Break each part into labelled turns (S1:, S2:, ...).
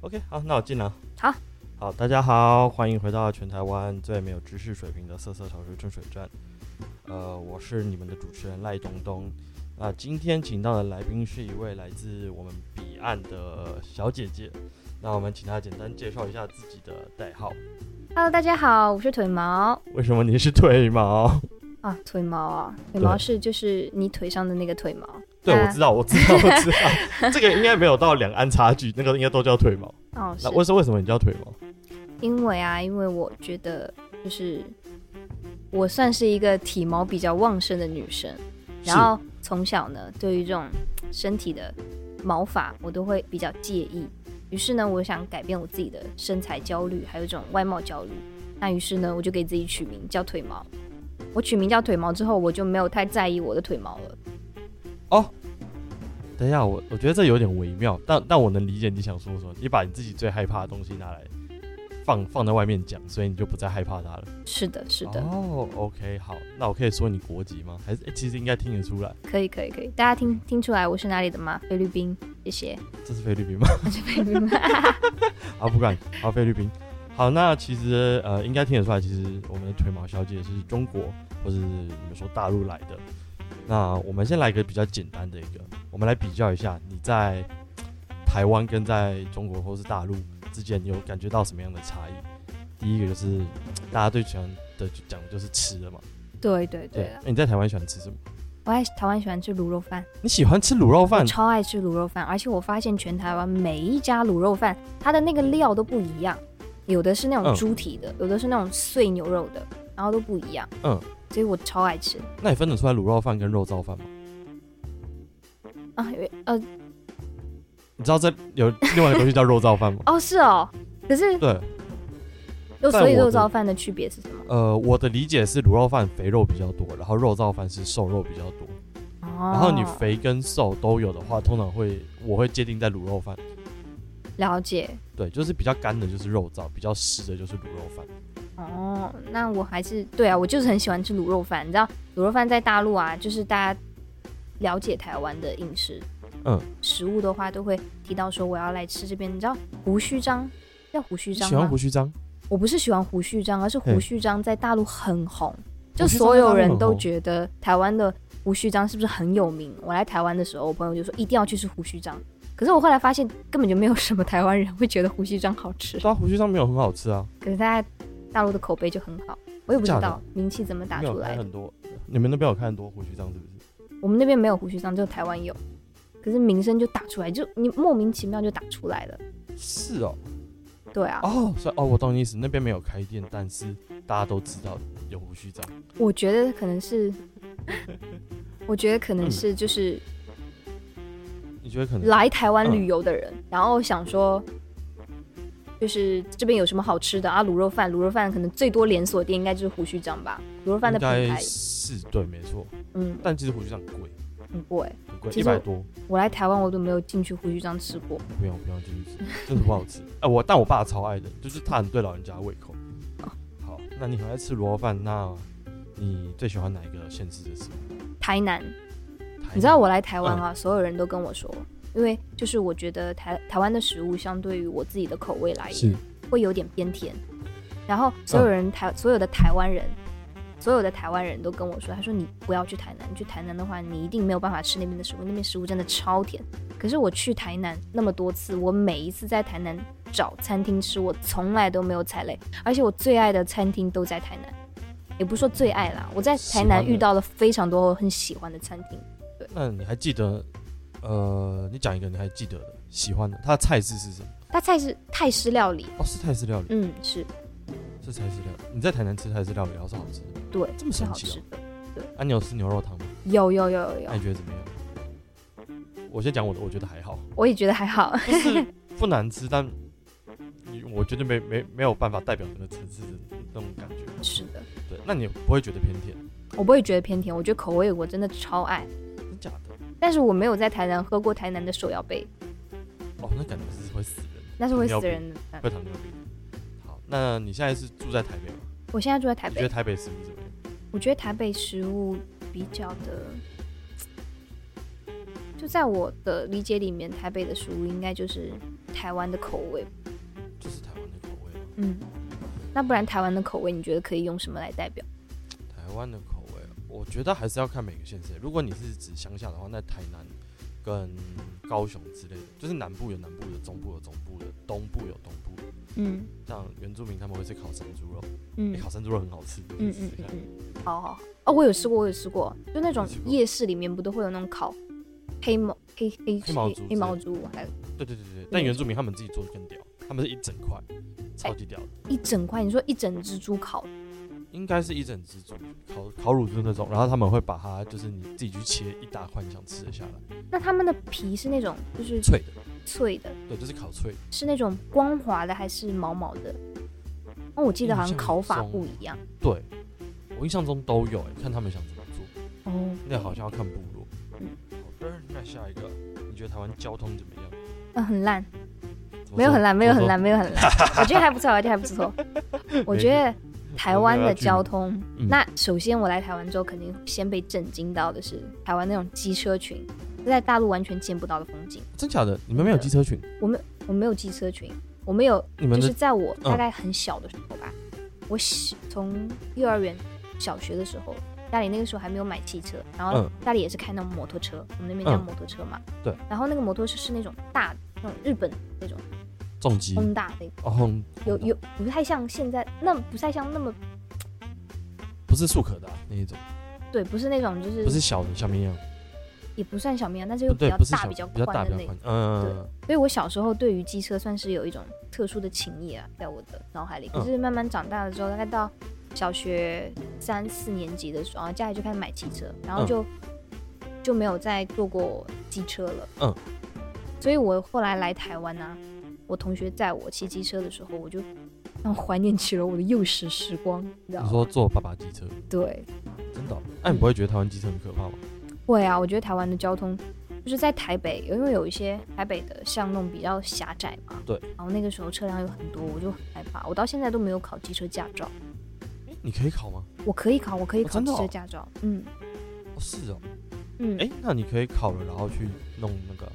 S1: OK，好，那我进了。
S2: 好，
S1: 好，大家好，欢迎回到全台湾最没有知识水平的色色潮水正水站。呃，我是你们的主持人赖东东。啊、今天请到的来宾是一位来自我们彼岸的小姐姐。那我们请她简单介绍一下自己的代号。
S2: Hello，大家好，我是腿毛
S1: 为什么你是腿毛？
S2: 啊，腿毛啊，腿
S1: 对
S2: 毛是就是你腿上的那个腿毛。
S1: 对，
S2: 啊
S1: 我知道，我知道，我知 道，这个应该没有到两岸差距，那个应该都叫腿毛。
S2: 哦，是
S1: 那为什为什么你叫腿毛？
S2: 因为啊，因为我觉得就是我算是一个体毛比较旺盛的女生，然后从小呢，对于这种身体的毛发，我都会比较介意。于是呢，我想改变我自己的身材焦虑，还有这种外貌焦虑。那于是呢，我就给自己取名叫腿毛。我取名叫腿毛之后，我就没有太在意我的腿毛了。
S1: 等一下，我我觉得这有点微妙，但但我能理解你想说什么。你把你自己最害怕的东西拿来放放在外面讲，所以你就不再害怕它了。
S2: 是的，是的。
S1: 哦，OK，好，那我可以说你国籍吗？还是、诶其实应该听得出来，
S2: 可以可以可以，大家听听出来我是哪里的吗？菲律宾，谢谢。
S1: 这是菲律宾吗？
S2: 我是菲律宾，
S1: 啊，不敢，啊，菲律宾。好，那其实呃，应该听得出来，其实我们的腿毛小姐是中国或是呃你们说大陆来的。那我们先来一个比较简单的一个，我们来比较一下你在台湾跟在中国或是大陆之间，你有感觉到什么样的差异？第一个就是大家最喜欢的就讲的就是吃的嘛，
S2: 对对对啊了，
S1: 那你在台湾喜欢吃什么？
S2: 我还台湾喜欢吃卤肉饭，
S1: 你喜欢吃卤肉饭？
S2: 超爱吃卤肉饭，而且我发现全台湾每一家卤肉饭，它的那个料都不一样，有的是那
S1: 嗯
S2: 种猪蹄的，有的是那种碎牛肉的，然后都不一样。
S1: 嗯，
S2: 所以我超爱吃
S1: 那你分得出来卤肉饭跟肉燥 饭吗？
S2: 啊，因为呃？
S1: 你知道这有另外一个东西叫肉燥饭吗
S2: 哦是哦，可是
S1: 对，
S2: 又
S1: 在
S2: 所以
S1: 我
S2: 肉
S1: 的
S2: 燥饭的区别是什么？
S1: 呃，我的理解是卤肉饭肥肉比较多，然后肉燥饭是瘦肉比较多。然
S2: 然
S1: 后你肥跟瘦都有的话，通常会我会界定在卤肉饭。
S2: 了解
S1: 对，就是比较干的就是肉燥，比较湿的就是卤肉饭。
S2: 哦，那我还是对啊，我就是很喜欢吃卤肉饭。你知道卤肉饭在大陆啊，就是大家了解台湾的饮食，
S1: 嗯，
S2: 食物的话都会提到说我要来吃这边。你知道胡须章叫胡须
S1: 你
S2: 章
S1: 喜欢
S2: 吗
S1: 胡？须章？
S2: 我不是喜欢胡须章，而是
S1: 嗯
S2: 胡须章在大陆很红，就
S1: 胡须章
S2: 所
S1: 在大
S2: 有
S1: 陆
S2: 人
S1: 很
S2: 都
S1: 红
S2: 觉得台湾的胡须章是不是很有名？我来台湾的时候，我朋友就说一定要去吃胡须章。可是我后来发现，根本就没有什么台湾人会觉得胡须章好吃。
S1: 对啊，胡须章没有很好吃啊，
S2: 可是在大陆的口碑就很好，我也不知
S1: 假的
S2: 道名气怎么打
S1: 没有
S2: 出
S1: 开
S2: 来的。
S1: 很多。你们那边有开很多胡须章是不是？
S2: 我们那边没有胡须章，只有台湾有。可是名声就打出来，就你莫名其妙就打出来了。
S1: 是哦，
S2: 对啊，
S1: 哦，所以哦，我懂你意思，那边没有开店，但是大家都知道有胡须章。
S2: 我觉得可 能是，我觉得可能是就是
S1: 你觉得可能？
S2: 来台湾旅游的人，然后想说，就是这边有什么好吃的啊？卤肉饭，卤肉饭可能最多连锁店应该就是胡须章吧，卤肉饭的
S1: 应
S2: 品
S1: 该
S2: 牌，
S1: 是对，没错。
S2: 嗯，
S1: 但其实胡须章贵，
S2: 很贵。
S1: 很贵，
S2: 其
S1: 一
S2: 实我
S1: 百多。
S2: 我来台湾我都没有进去胡须章吃过，
S1: 不用不用继续吃， 真的不好吃。哎、我但我爸超爱的，就是他很对老人家胃口。
S2: 哦
S1: 好，那你很爱吃卤肉饭，那你最喜欢哪一个县市的食物？
S2: 台南。
S1: 台南
S2: 你知道我来台湾啊，
S1: 嗯
S2: 所有人都跟我说，因为就是我觉得台台湾的食物相对于我自己的口味来
S1: 是
S2: 言，会有点偏甜。然后所有人台、所有的台湾人，所有的台湾人都跟我说，他说你不要去台南，去台南的话，你一定没有办法吃那边的食物，那边食物真的超甜。可是我去台南那么多次，我每一次在台南找餐厅吃，我从来都没有踩雷，而且我最爱的餐厅都在台南，也不是说最爱啦，我在台
S1: 喜
S2: 南
S1: 欢的
S2: 遇到了非常多我很喜欢的餐厅。
S1: 那你还记得？呃，你讲一个你还记得的、喜欢的，它的菜式是什么？
S2: 它菜是泰式料理，
S1: 哦，是泰式料理，
S2: 嗯，是
S1: 是泰式料理。你在台南吃泰式料理，然后是好吃的。
S2: 对，
S1: 这么
S2: 是
S1: 神
S2: 好
S1: 奇哦
S2: 吃的。哎
S1: 啊，你有吃牛肉汤吗？
S2: 有有有有有
S1: 那，你觉得怎么样？我先讲我的，我觉得还好，
S2: 我也觉得还好。
S1: 就是不难吃，但你我觉得没没没有办法代表整个城市的那种感觉。
S2: 是的，
S1: 对，那你不会觉得偏甜？
S2: 我不会觉得偏甜，我觉得口味我真的超爱。
S1: 真假的？
S2: 但是我没有在台南喝过台南的手摇杯，
S1: 哦，那感觉是会死人，
S2: 那是会死人的。嗯
S1: 会糖尿病。好，那你现在是住在台北吗？
S2: 我现在住在台
S1: 你觉得
S2: 北，
S1: 台北食物怎么样？
S2: 我觉得台北食物比较的，就在我的理解里面，台北的食物应该就是台湾的口味。嗯，那不然台湾的口味，你觉得可以用什么来代表？
S1: 台湾的口味，啊我觉得还是要看每个县市。如果你是指乡下的话，那台南跟高雄之类的，就是南部有南部的，中部有中部的，东部有东部的。
S2: 嗯
S1: 像原住民他们会吃烤山猪肉，
S2: 嗯
S1: 欸烤山猪肉很好吃，你可以
S2: 嗯
S1: 试
S2: 嗯
S1: 试
S2: 嗯
S1: 看。
S2: 嗯，好好好哦，我有吃过，我有吃过，就那种
S1: 你吃过
S2: 夜市里面不都会有那种烤黑毛黑黑
S1: 黑毛猪
S2: 黑毛猪，还有
S1: 对对对对，但原住民他们自己做的更屌，他们是一整块，超级屌的，
S2: 一整块，你说一整只猪烤，
S1: 应该是一整只猪烤烤乳猪那种，然后他们会把它就是你自己去切一大块你想吃的下来，
S2: 那他们的皮是那种就是
S1: 脆的，
S2: 脆的，
S1: 对，就是烤脆的。
S2: 是那种光滑的还是毛毛的？哦，我记得好像
S1: 印象
S2: 烤法
S1: 中
S2: 不一样。
S1: 对，我印象中都有、欸，看他们想怎么做。
S2: 哦，
S1: 那好像要看部落。
S2: 嗯
S1: 好的，那下一个，你觉得台湾交通怎么样？
S2: 嗯，很烂，
S1: 怎么
S2: 没有
S1: 说
S2: 很烂，没有很。
S1: 怎么
S2: 烂，没有很 烂。我觉得还不错，我觉得还不错。我觉得台湾的交通，
S1: 嗯
S2: 那首先我来台湾之后，肯定先被震惊到的是台湾那种机车群，在大陆完全见不到的风景。
S1: 说真假的？你们没有机车群？
S2: 我没有机车群，我没有，
S1: 你们
S2: 就
S1: 的、
S2: 是在我
S1: 嗯
S2: 大概很小的时候吧，我小从幼儿园、小学的时候，家里那个时候还没有买汽车，然后
S1: 嗯
S2: 家里也是开那种摩托车，我们那边叫
S1: 嗯
S2: 摩托车嘛。
S1: 对。嗯
S2: 然后那个摩托车是那种大的那种日本的那种
S1: 重机？
S2: 轰大那种，
S1: 哦，轰
S2: 嗯有有不太像现在那不太像那么
S1: 不是速可达那一种，
S2: 嗯对，不是那种就是
S1: 不是小的小绵羊，
S2: 也不算小绵羊，但是又
S1: 不
S2: 比
S1: 对
S2: 较，
S1: 不是
S2: 大
S1: 小
S2: 较
S1: 比较大
S2: 宽
S1: 比
S2: 的
S1: 较
S2: 那种
S1: 宽。。嗯，
S2: 所以我小时候对于机车算是有一种特殊的情谊啊，在我的脑海里。
S1: 嗯
S2: 可是慢慢长大了之后，大概到小学三四年级的时候，然后家里就开始买汽车，然后
S1: 嗯
S2: 就、就没有再坐过机车了。
S1: 嗯，
S2: 所以我后来来台湾呢、啊我同学载我骑机车的时候，我就让我怀念起了我的幼时时光，你知道
S1: 你
S2: 吗？
S1: 说坐爸爸机车，
S2: 对，
S1: 真的哦？那、
S2: 嗯
S1: 你不会觉得台湾机车很可怕吗？
S2: 会啊，我觉得台湾的交通就是在台北，因为有一些台北的巷弄比较狭窄嘛，
S1: 对，
S2: 然后那个时候车辆有很多，我就很害怕。我到现在都没有考机车驾照，
S1: 你可以考吗？
S2: 我可以考，我可以
S1: 哦
S2: 考
S1: 真的
S2: 机
S1: 哦
S2: 车驾照，嗯
S1: 哦，是哦。
S2: 嗯，
S1: 哎、那你可以考了，然后去弄那个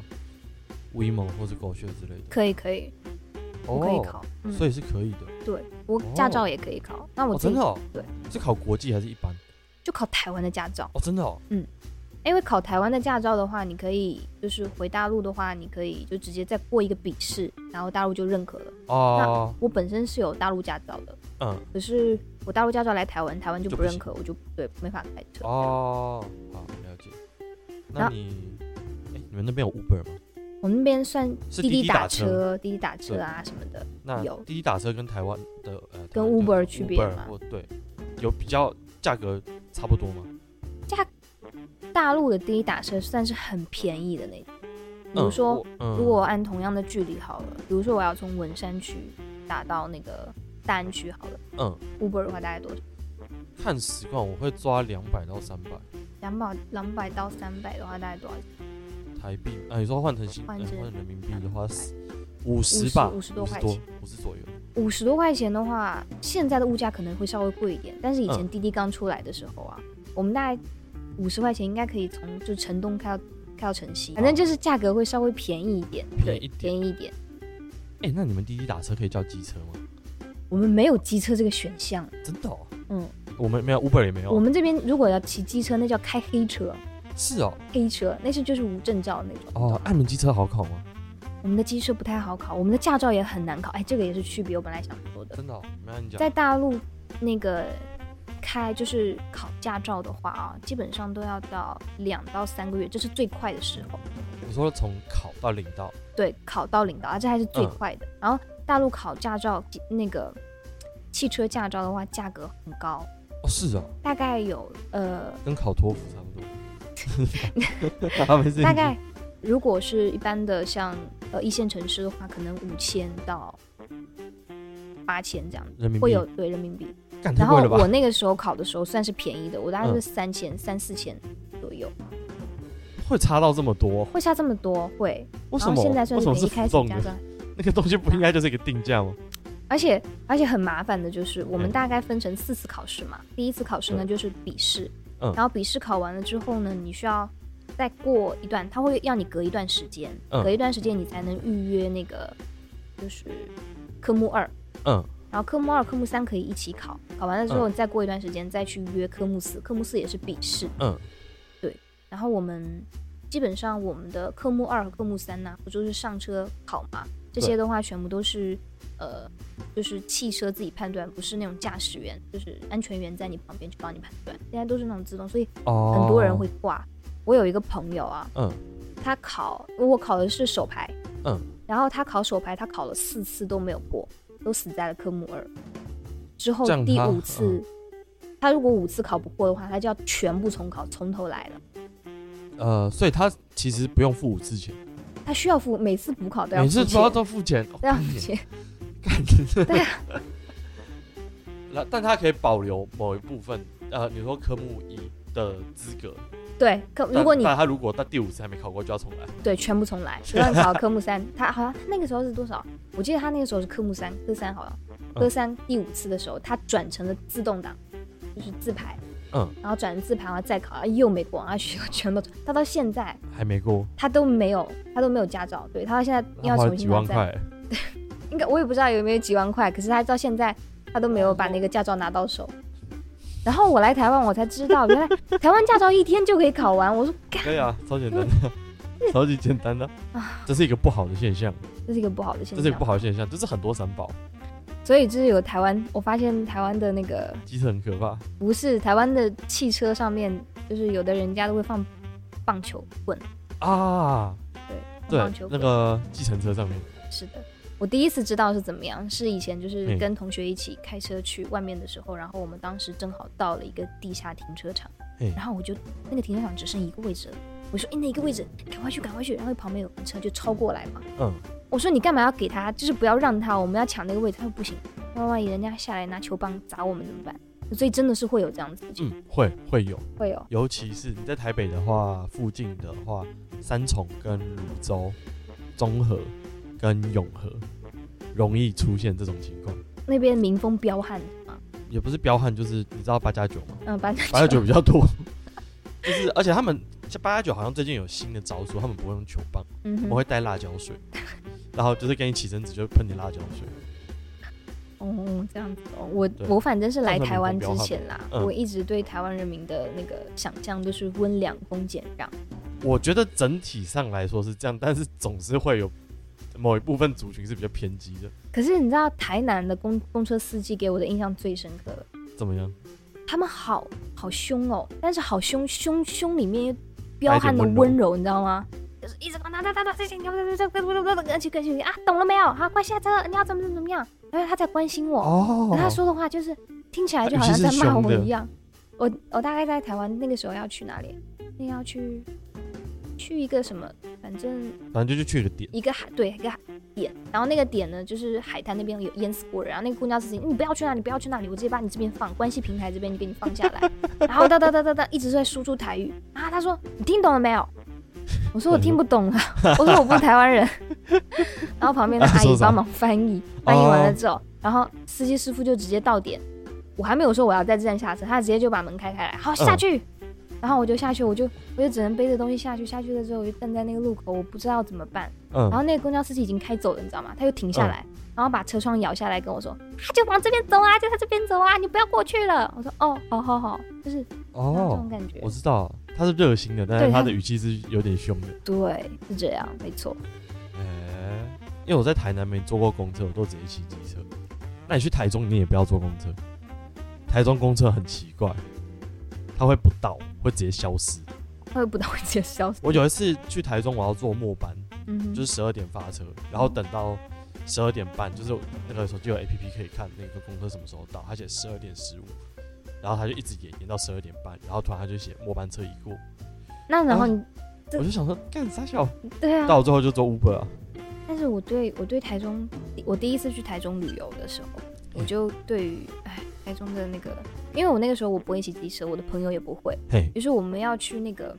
S1: WeMo 或是狗血之类的。
S2: 可以可以，我可以考，
S1: 哦，
S2: 嗯，
S1: 所以是可以的。
S2: 对我驾照也可以考，那我
S1: 哦，
S2: 自
S1: 真
S2: 己
S1: 的哦。
S2: 对，
S1: 是考国际还是一般？
S2: 就考台湾的驾照，
S1: 哦，真的哦。
S2: 因为考台湾的驾照的话，你可以就是回大陆的话，你可以就直接再过一个笔试，然后大陆就认可了。
S1: 哦，
S2: 我本身是有大陆驾照的。
S1: 嗯，
S2: 可是我大陆驾照来台湾，台湾就
S1: 就
S2: 不
S1: 不
S2: 认
S1: 行
S2: 可，我就对没法开车。
S1: 哦，好，了解。那
S2: 那
S1: 你，哎、你们那边有 Uber 吗？
S2: 我们那边算
S1: 是滴
S2: 滴滴
S1: 滴
S2: 打
S1: 打车
S2: 车、滴滴打车啊什么的，
S1: 那
S2: 有
S1: 滴滴打车跟台湾的呃，台
S2: 跟
S1: 湾的
S2: Uber 区别
S1: Uber
S2: 吗
S1: 或对，有比较价格差不多吗？
S2: 大陆的滴滴打车算是很便宜的那种。比如
S1: 嗯
S2: 说，，
S1: 我嗯
S2: 如果按同样的距离好了，比如说我要从文山区打到那个大安区好了
S1: 嗯，
S2: ，Uber 的话大概多少？
S1: 看习惯我会抓两百到三百
S2: 两百两百到三百的话大概多少？
S1: 台币，啊、你说换成新
S2: 换
S1: 呃
S2: 成
S1: 换成人民币
S2: 两
S1: 的话
S2: 百
S1: 是五十
S2: 50
S1: 吧，
S2: 50多块
S1: 多
S2: 钱，
S1: 五十左右。
S2: 五十多块钱的话，现在的物价可能会稍微贵一点，但是以前
S1: 嗯
S2: 滴滴刚出来的时候啊，我们大概五十块钱应该可以从就城东开到开到城西，反正就是价格会稍微便宜一点，对
S1: 哦便宜一点
S2: 便宜一点。
S1: 哎、那你们滴滴打车可以叫机车吗？
S2: 我们没有机车这个选项，
S1: 真的、哦？
S2: 嗯，
S1: 我们没有 Uber 也没有啊。
S2: 我们这边如果要骑机车，那叫开黑车，
S1: 是哦，
S2: 黑车那是就是无证照的那种。
S1: 哦，爱门机车好考吗？
S2: 我们的机车不太好考，我们的驾照也很难考，哎，这个也是区别。我本来想说的，
S1: 真的、哦，没有你讲。
S2: 在大陆那个开就是考驾照的话啊，基本上都要到两到三个月，这是最快的时候。
S1: 你说从考到领到，
S2: 对，考到领导啊，这还是最快的。
S1: 嗯
S2: 然后大陆考驾照那个汽车驾照的话，价格很高，
S1: 哦，是哦，
S2: 大概有呃，
S1: 跟考托福差 不多。啊，没事。
S2: 大概如果是一般的像呃一线城市的话，可能五千到八千这样。
S1: 人民币
S2: 会有对人民币，
S1: 干太
S2: 然后
S1: 贵了吧
S2: 我？那个时候考的时候算是便宜的，我大概是
S1: 嗯
S2: 三千、三四千左右。
S1: 会差到这么多？
S2: 会下这么多，会。
S1: 为什
S2: 然
S1: 么？
S2: 后现在算
S1: 为什么
S2: 便
S1: 是
S2: 宜，开
S1: 浮
S2: 始
S1: 动
S2: 加
S1: 的？
S2: 上，
S1: 那个东西不应该就是一个定价吗？
S2: 而且而且很麻烦的就是，我们
S1: 嗯
S2: 大概分成四次考试嘛。第一次考试呢
S1: 对
S2: 就是笔试，
S1: 嗯
S2: 然后笔试考完了之后呢，你需要再过一段，他会让你隔一段时间，
S1: 嗯
S2: 隔一段时间你才能预约那个就是科目二。
S1: 嗯，
S2: 然后科目二、科目三可以一起考，考完了之后，
S1: 嗯
S2: 你再过一段时间再去约科目四，科目四也是笔试。
S1: 嗯，
S2: 对。然后我们基本上我们的科目二和科目三呢、不就是上车考嘛？这些
S1: 对
S2: 的话全部都是呃，就是汽车自己判断，不是那种驾驶员，就是安全员在你旁边去帮你判断。现在都是那种自动，所以
S1: 哦，
S2: 很多人会挂。我有一个朋友啊，
S1: 嗯，
S2: 他考我考的是手牌，
S1: 嗯，
S2: 然后他考手牌，他考了四次都没有过，都死在了科目二。之后
S1: 这样
S2: 第
S1: 他嗯
S2: 五次，他如果五次考不过的话，他就要全部重考，从头来了。
S1: 呃，所以他其实不用付五次钱，
S2: 他需要付每次补考都要
S1: 每
S2: 付
S1: 次
S2: 钱，
S1: 都要都付钱，哦
S2: 都要
S1: 干
S2: 付
S1: 你
S2: 钱，
S1: 干
S2: 对
S1: 啊。 那但他可以保留某一部分，呃，你说科目一的资格。
S2: 对，科
S1: 但
S2: 如果你
S1: 但他如果到第五次还没考过，就要重来。
S2: 对全部 重来，就算考科目三，他好像那个时候是多少？我记得他那个时候是科目三，科三好像，
S1: 嗯
S2: 科三第五次的时候，他转成了自动挡，就是自排，
S1: 嗯，
S2: 然后转成自排，然后再考，然后又没过，然后学校全部都，他到现在
S1: 还没过，
S2: 他都没有，他都没有驾照，对他到现在
S1: 他
S2: 要
S1: 花了
S2: 重
S1: 几
S2: 新
S1: 万
S2: 拿再，
S1: 块，
S2: 应该我也不知道有没有几万块，可是他到现在他都没有把那个驾照拿 到手。然后我来台湾，我才知道原来台湾驾照一天就可以考完。我说干，
S1: 可以 啊，超简单的，超级简单的。
S2: 啊
S1: 这是一个不好的现象，
S2: 这是一个不好的现
S1: 这是一个不
S2: 象。
S1: 好的现象，这是很多三宝，
S2: 所以就是有台湾，我发现台湾的那个
S1: 其实很可怕。
S2: 不是台湾的汽车上面，就是有的人家都会放棒球棍，
S1: 啊，
S2: 对，
S1: 对
S2: 棒球，
S1: 那
S2: 棍、
S1: 个计程车上面，
S2: 是的。我第一次知道是怎么样，是以前就是
S1: 嗯
S2: 跟同学一起开车去外面的时候，然后我们当时正好到了一个地下停车场
S1: 嗯，
S2: 然后我就那个停车场只剩一个位置了，我说哎那一个位置赶快去赶快去，然后旁边有车就超过来嘛，
S1: 嗯，
S2: 我说你干嘛要给他，就是不要让他，我们要抢那个位置，他说不行，那万一人家下来拿球棒砸我们怎么办？所以真的是会有这样子的情
S1: 嗯，会会有，
S2: 况，会有，
S1: 尤其是你在台北的话，附近的话，三重跟泸州、中和跟永和，容易出现这种情况。
S2: 那边民风彪悍嘛，
S1: 也不是彪悍，就是你知道八加九吗？
S2: 嗯，把
S1: 八加九比较多， 就是而且他们像八加九好像最近有新的招数，他们不会用球棒，
S2: 嗯
S1: 我
S2: 哼，
S1: 们会带辣椒水，然后就是给你起身子就会喷你辣椒水。
S2: 哦，这样子哦，我
S1: 对
S2: 我反正是
S1: 这
S2: 来
S1: 样
S2: 台
S1: 算
S2: 湾
S1: 民
S2: 之
S1: 风彪悍
S2: 前啦，
S1: 嗯
S2: 我一直对台湾人民的那个想象都是温良恭俭让，
S1: 我觉得整体上来说是这样，但是总是会有某一部分族群是比较偏激的。
S2: 可是你知道台南的公公车司机给我的印象最深刻了，
S1: 怎么样？
S2: 他们好好凶哦，但是好凶凶凶里面又彪悍的
S1: 带一点
S2: 温
S1: 温
S2: 柔，你知道吗？就是一直帮他哒哒哒，这行，而且更新啊，懂了没有？好，快下车，你要怎么怎么怎么样？然后他在关心我，
S1: 哦
S2: 可他说的话就是听起来就好像在骂我一样。我我大概在台湾那个时候要去哪里？那要去去一个什么，反正
S1: 反正就是去了点，
S2: 一个海对一个海点，然后那个点呢就是海滩那边有淹死过人，然后那个公交司机你不要去那里，不要去那里，我直接把你这边放，关系平台这边就给你放下来，然后哒哒哒哒哒一直在输出台语啊，他说你听懂了没有？我说我听不懂啊，我说我不是台湾人，然后 旁边的阿
S1: 啊说
S2: 姨
S1: 啥哦
S2: 帮忙翻译，翻译完了之后，然后司机师傅就直接到点，我还没有说我要在这站下车，他直接就把门开开来，好
S1: 嗯
S2: 下去。然后我就下去，我就我就只能背着东西下去。下去了之后，我就站在那个路口，我不知道怎么办。
S1: 嗯
S2: 然后那个公交司机已经开走了，你知道吗？他又停下来，然后把车窗摇下来跟我说：“他就往这边走啊，就在这边走啊，你不要过去了。”我说：“哦，好好好，就是这种
S1: 哦，
S2: 感觉
S1: 我。知道他是热心的，但是
S2: 对
S1: 他
S2: 他
S1: 的语气是有点凶的。”
S2: 对，是这样，没错。
S1: 哎、因为我在台南没坐过公车，我都直接骑机车。那你去台中，你也不要坐公车。台中公车很奇怪，它会不到，会直接消失。
S2: 他会不到会直接消失。
S1: 我有一次去台中，我要坐末班，
S2: 嗯哼，
S1: 就是十二点发车，然后等到十二点半，就是那个手机有 APP 可以看那个公车什么时候到，它写十二点十五，然后它就一直延延到十二点半，然后突然它就写末班车已过，
S2: 那然后你、这
S1: 我就想说干啥小，
S2: 对啊，
S1: 哦到最后就坐 Uber 啊，
S2: 但是我对我对台中，我第一次去台中旅游的时候，
S1: 嗯
S2: 我就对于哎台中的那个，因为我那个时候我不会骑机车，我的朋友也不会，
S1: 嘿，
S2: 于是我们要去那个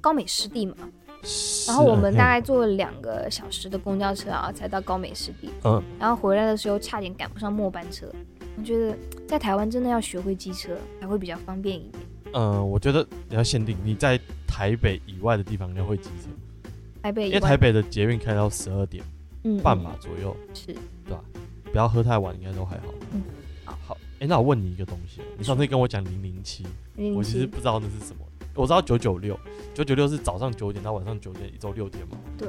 S2: 高美湿地嘛，
S1: 是嗯啊
S2: 然后我们大
S1: 嘿
S2: 概坐了两个小时的公交车啊，才到高美湿地，
S1: 嗯，
S2: 然后回来的时候差点赶不上末班车。我觉得在台湾真的要学会机车才会比较方便一点。
S1: 嗯，我觉得你要限定你在台北以外的地方你要会机车，
S2: 台北以
S1: 因
S2: 外，
S1: 为台北的捷运开到十二点
S2: 嗯
S1: 半嘛，左右，
S2: 嗯是
S1: 对吧、不要喝太晚，应该都还好。
S2: 嗯，
S1: 好。好，哎，那我问你一个东西，你上次跟我讲零零七，
S2: 零
S1: 我
S2: 零
S1: 其实
S2: 七
S1: 不知道那是什么，我知道九九六，九九六是早上九点到晚上九点，一周六天嘛。
S2: 对。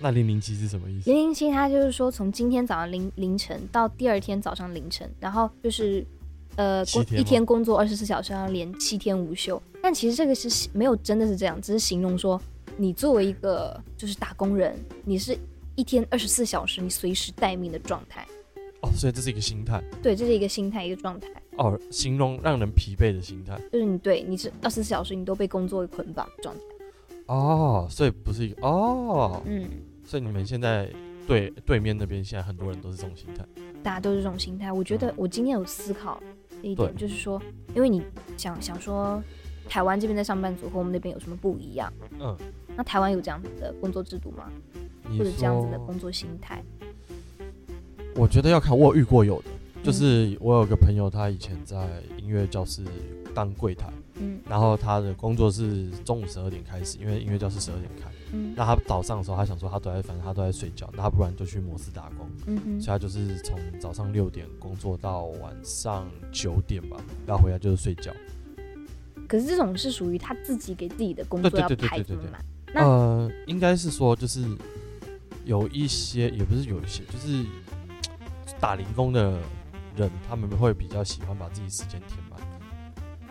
S1: 那零零七是什么意思？
S2: 零零七，它就是说从今天早上凌凌晨到第二天早上凌晨，然后就是呃
S1: 七
S2: 工
S1: 天
S2: 一
S1: 吗
S2: 天工作二十四小时，然后连七天无休。但其实这个是没有真的是这样，只是形容说你作为一个就是打工人，你是一天二十四小时你随时待命的状态。
S1: 哦，所以这是一个心态
S2: 对，这是一个心态，一个状态，
S1: 哦，形容让人疲惫的心态
S2: 就是你对你是二十四小时你都被工作给捆绑的状态。
S1: 哦，所以不是一个哦，
S2: 嗯，
S1: 所以你们现在对对面那边现在很多人都是这种心态。
S2: 大家都是这种心态。我觉
S1: 嗯
S2: 得我今天有思考这一点，就是说，因为你想想说，台湾这边的上班族和我们那边有什么不一样？
S1: 嗯，
S2: 那台湾有这样子的工作制度吗？
S1: 你
S2: 或者这样子的
S1: 说
S2: 工作心态？
S1: 我觉得要看，我有遇过有的，就是
S2: 嗯
S1: 我有个朋友，他以前在音乐教室当柜台，
S2: 嗯
S1: 然后他的工作是中午十二点开始，因为音乐教室十二点开。
S2: 嗯
S1: 那他早上的时候，他想说他都在，反正他都在睡觉，那他不然就去摩斯打工，
S2: 嗯
S1: 所以他
S2: 哼，
S1: 就是从早上六点工作到晚上九点吧，然后回来就是睡觉。
S2: 可是这种是属于他自己给自己的工
S1: 对
S2: 作
S1: 对
S2: 要
S1: 对对
S2: 排
S1: 对
S2: 这么
S1: 对对
S2: 满。那
S1: 呃，应该是说就是有一些，也不是有一些，就是打零工的人，他们会比较喜欢把自己时间填满，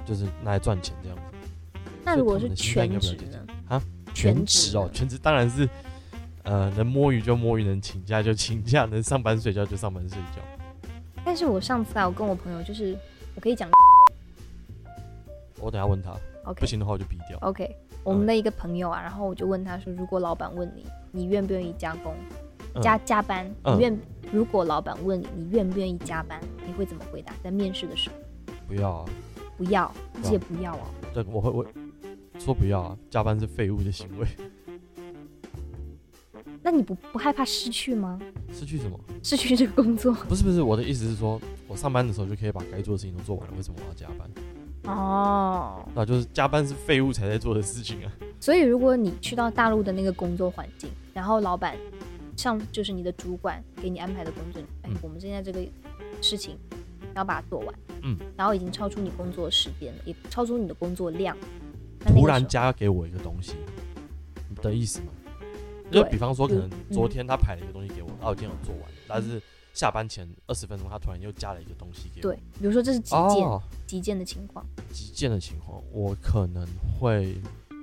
S1: 就是拿来赚钱这样子。
S2: 那
S1: 所以
S2: 如果
S1: 他们
S2: 是
S1: 的心态应该
S2: 全
S1: 比较
S2: 职
S1: 接近
S2: 呢？
S1: 啊，
S2: 全
S1: 全
S2: 职
S1: 职哦
S2: 呢，
S1: 全职当然是呃能摸鱼就摸鱼，能请假就请假，能上班睡觉就上班睡觉。
S2: 但是我上次啊，我跟我朋友就是，我可以讲
S1: 我等一下问他，
S2: OK 哦
S1: 不行的话我就逼掉。
S2: OK，我
S1: 嗯
S2: 们的一个朋友啊，然后我就问他说，如果老板问你，你愿不愿意加工？
S1: 嗯
S2: 加加班，
S1: 嗯
S2: 你愿？如果老板问你，你愿不愿意加班？你会怎么回答？在面试的时候，
S1: 不要啊，
S2: 不要，
S1: 嗯
S2: 而且不要哦。
S1: 对，我会我说不要啊，加班是废物的行为，
S2: 那你不不害怕失去吗？
S1: 失去什么？
S2: 失去这个工作？
S1: 不是不是，我的意思是说，我上班的时候就可以把该做的事情都做完了，为什么我要加班？
S2: 哦，
S1: 那就是加班是废物才在做的事情啊。
S2: 所以如果你去到大陆的那个工作环境，然后老板上就是你的主管给你安排的工作，哎
S1: 嗯，
S2: 我们现在这个事情要把它做完，
S1: 嗯，
S2: 然后已经超出你工作时间了，也超出你的工作量。那那个
S1: 突然
S2: 时候
S1: 加给我一个东西的意思嘛，就
S2: 对
S1: 比方说，可能
S2: 嗯
S1: 昨天他排了一个东西给我，然后我今天有做完，但是下班前二十分钟他突然又加了一个东西给我。
S2: 对，比如说这是急件，
S1: 哦，
S2: 急件的情况，
S1: 极限的情况，我可能会，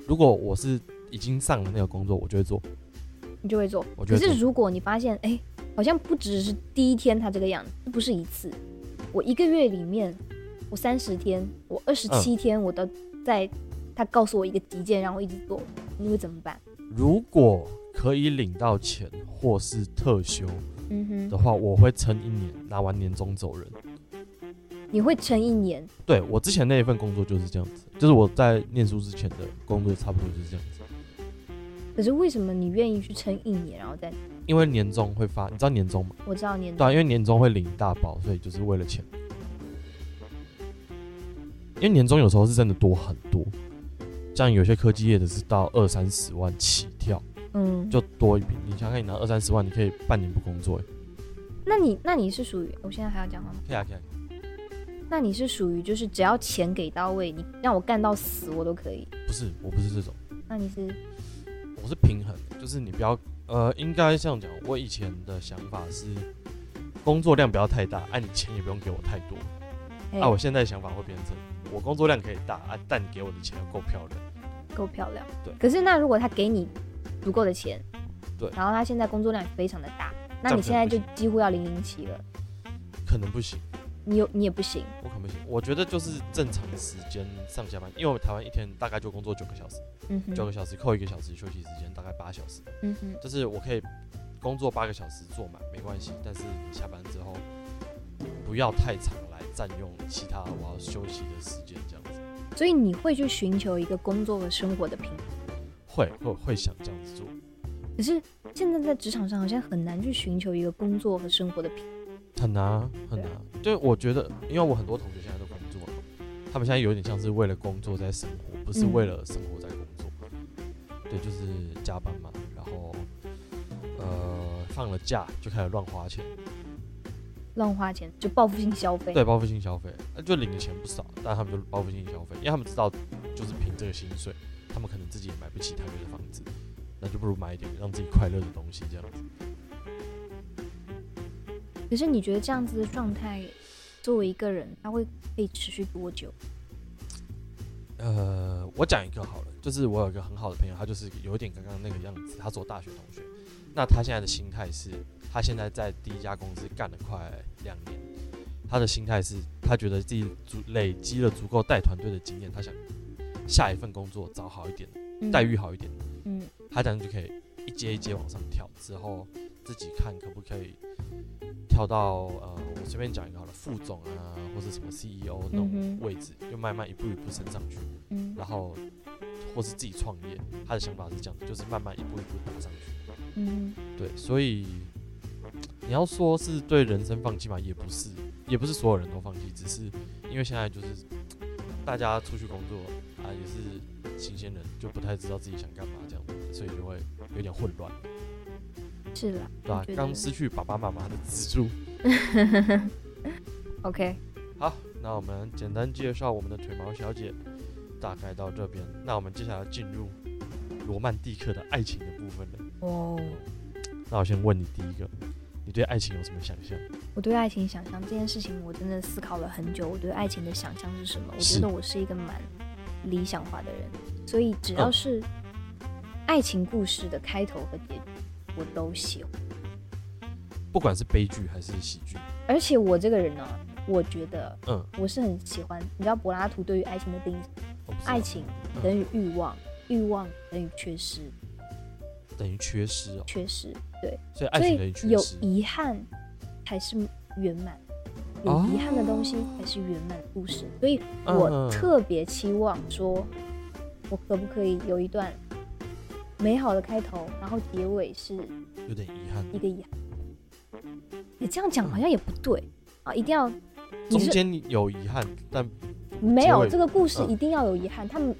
S1: 如果我是已经上了那个工作，我就会做。
S2: 你就会做。
S1: 我觉
S2: 可
S1: 得
S2: 是如果你发现，哎，好像不只是第一天他这个样子，这不是一次，我一个月里面，我三十天，我二十七天，我都在他告诉我一个急件，让我一直做，你会怎么办？
S1: 如果可以领到钱或是特休
S2: 嗯
S1: 的话，我会撑一年，拿完年终走人。
S2: 哼，你会撑一年，
S1: 对我之前那一份工作就是这样子，就是我在念书之前的工作差不多就是这样子，
S2: 可是为什么你愿意去撑一年，然后再？
S1: 因为年终会发，你知道年终吗？
S2: 我知道年
S1: 对、啊，因为年终会领大包，所以就是为了钱。因为年终有时候是真的多很多，像有些科技业的是到二三十万起跳，
S2: 嗯，
S1: 就多一笔。你想想，看，你拿二三十万，你可以半年不工作欸。
S2: 那你那你是属于，我现在还要讲话吗？
S1: 可以啊，可以啊。
S2: 那你是属于就是只要钱给到位，你让我干到死我都可以。
S1: 不是，我不是这种，
S2: 那你是
S1: 我是平衡的，就是你不要，呃，应该这样讲。我以前的想法是，工作量不要太大，按、你钱也不用给我太多。
S2: 哎
S1: 啊那、我现在的想法会变成，我工作量可以大啊，但你给我的钱要够漂亮。
S2: 够漂亮。
S1: 对
S2: 可是那如果他给你足够的钱，
S1: 对
S2: 然后他现在工作量也非常的大，
S1: 这样
S2: 那你
S1: 可能
S2: 现在
S1: 不
S2: 就
S1: 行
S2: 几乎要零零七了，
S1: 可能不行，
S2: 你有你也不行。
S1: 我可能不行。我觉得就是正常时间上下班，因为我们台湾一天大概就工作九个小时，
S2: 嗯
S1: 九
S2: 哼，
S1: 个小时扣一个小时休息时间，大概八小时。
S2: 嗯哼，
S1: 就是我可以工作八个小时做满没关系，但是你下班之后不要太长来占用其他我要休息的时间，这样子
S2: 所以你会去寻求一个工作和生活的平衡。
S1: 会会会想这样子做，
S2: 可是现在在职场上好像很难去寻求一个工作和生活的平衡。
S1: 很难啊很难啊。对，我觉得因为我很多同学现在都工作了，他们现在有点像是为了工作在生活，不是
S2: 嗯
S1: 为了生活在工作。对，就是加班嘛，然后呃放了假就开始乱花钱。
S2: 乱花钱，就报复性消费。
S1: 对，报复性消费，那就领的钱不少，但他们就报复性消费，因为他们知道就是凭这个薪水，他们可能自己也买不起台北的房子，那就不如买一点让自己快乐的东西这样子。
S2: 可是你觉得这样子的状态，作为一个人，他会可以持续多久？
S1: 呃，我讲一个好了，就是我有一个很好的朋友，他就是有一点刚刚那个样子，他是我大学同学。那他现在的心态是，他现在在第一家公司干了快两年，他的心态是，他觉得自己足累积了足够带团队的经验，他想下一份工作找好一点的，
S2: 嗯
S1: 待遇好一点的，
S2: 嗯
S1: 他这样就可以一阶一阶往上跳，之后自己看可不可以跳到呃，我随便讲一个好了，副总啊，或者什么 CEO 那
S2: 嗯
S1: 种
S2: 哼
S1: 位置，就慢慢一步一步升上去。
S2: 嗯
S1: 然后或是自己创业，他的想法是这样的，就是慢慢一步一步打上去。
S2: 嗯
S1: 对，所以你要说是对人生放弃嘛，也不是，也不是所有人都放弃，只是因为现在就是大家出去工作啊，也是新鲜人，就不太知道自己想干嘛这样子，所以就会有点混乱，
S2: 是啦，
S1: 对啊吧、
S2: 我觉得
S1: 刚失去爸爸妈妈的资助。
S2: OK，
S1: 好，那我们简单介绍我们的腿毛小姐，大概到这边。那我们接下来要进入罗曼蒂克的爱情的部分了。
S2: 哦，
S1: 那我先问你第一个，你对爱情有什么想象？
S2: 我对爱情想象这件事情，我真的思考了很久。我对爱情的想象是什么？我
S1: 是
S2: 觉得我是一个蛮理想化的人，所以只要
S1: 嗯
S2: 是爱情故事的开头和结局，我都喜欢。
S1: 不管是悲剧还是喜剧，
S2: 而且我这个人呢，我觉得
S1: 嗯，
S2: 我是很喜欢，你知道柏拉图对于爱情的定义，
S1: 我不知道
S2: 爱情
S1: 嗯
S2: 等于欲望，欲望等于缺失，
S1: 等于缺失哦，
S2: 缺失，
S1: 所以爱
S2: 所
S1: 情等于
S2: 以
S1: 缺
S2: 有
S1: 失。
S2: 遗憾才是圆满，有
S1: 哦
S2: 遗憾的东西才是圆满的故事。所以
S1: 嗯
S2: 我特别期望说，我可不可以有一段美好的开头，然后结尾是
S1: 有点遗憾，
S2: 一个遗憾。你这样
S1: 嗯
S2: 讲好像也不对啊，一定要你
S1: 中
S2: 是
S1: 间有遗憾，但
S2: 没有
S1: 尾
S2: 这个故事
S1: 嗯
S2: 一定要有遗憾，他们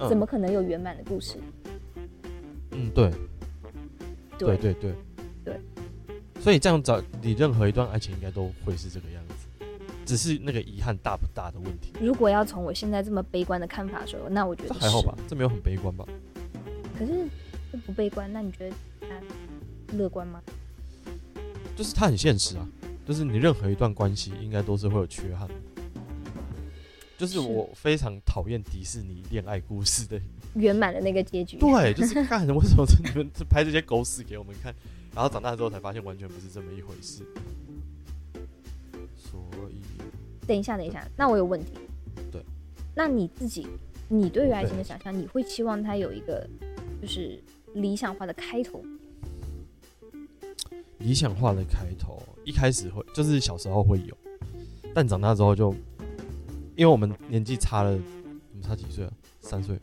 S1: 嗯
S2: 怎么可能有圆满的故事？
S1: 嗯，对
S2: 对
S1: 对对
S2: 对
S1: 所以这样找你任何一段爱情应该都会是这个样子，只是那个遗憾大不大的问题。
S2: 如果要从我现在这么悲观的看法说，那我觉
S1: 这
S2: 得
S1: 还好
S2: 是
S1: 吧？？这没有很悲观吧？
S2: 可是这不悲观，那你觉得他乐观吗？
S1: 就是它很现实啊，就是你任何一段关系应该都是会有缺憾的。就是
S2: 是
S1: 我非常讨厌迪士尼恋爱故事的，
S2: 圆满的那个结局。
S1: 对，就是干为什么这你们这拍这些狗屎给我们看，然后长大之后才发现完全不是这么一回事。所以
S2: 等一下，等一下，那我有问题。
S1: 对，
S2: 那你自己，你对于爱情
S1: 对
S2: 的想象，你会期望它有一个就是理想化的开头？
S1: 理想化的开头，一开始会就是小时候会有，但长大之后就，因为我们年纪差了，我们差几岁啊？三岁，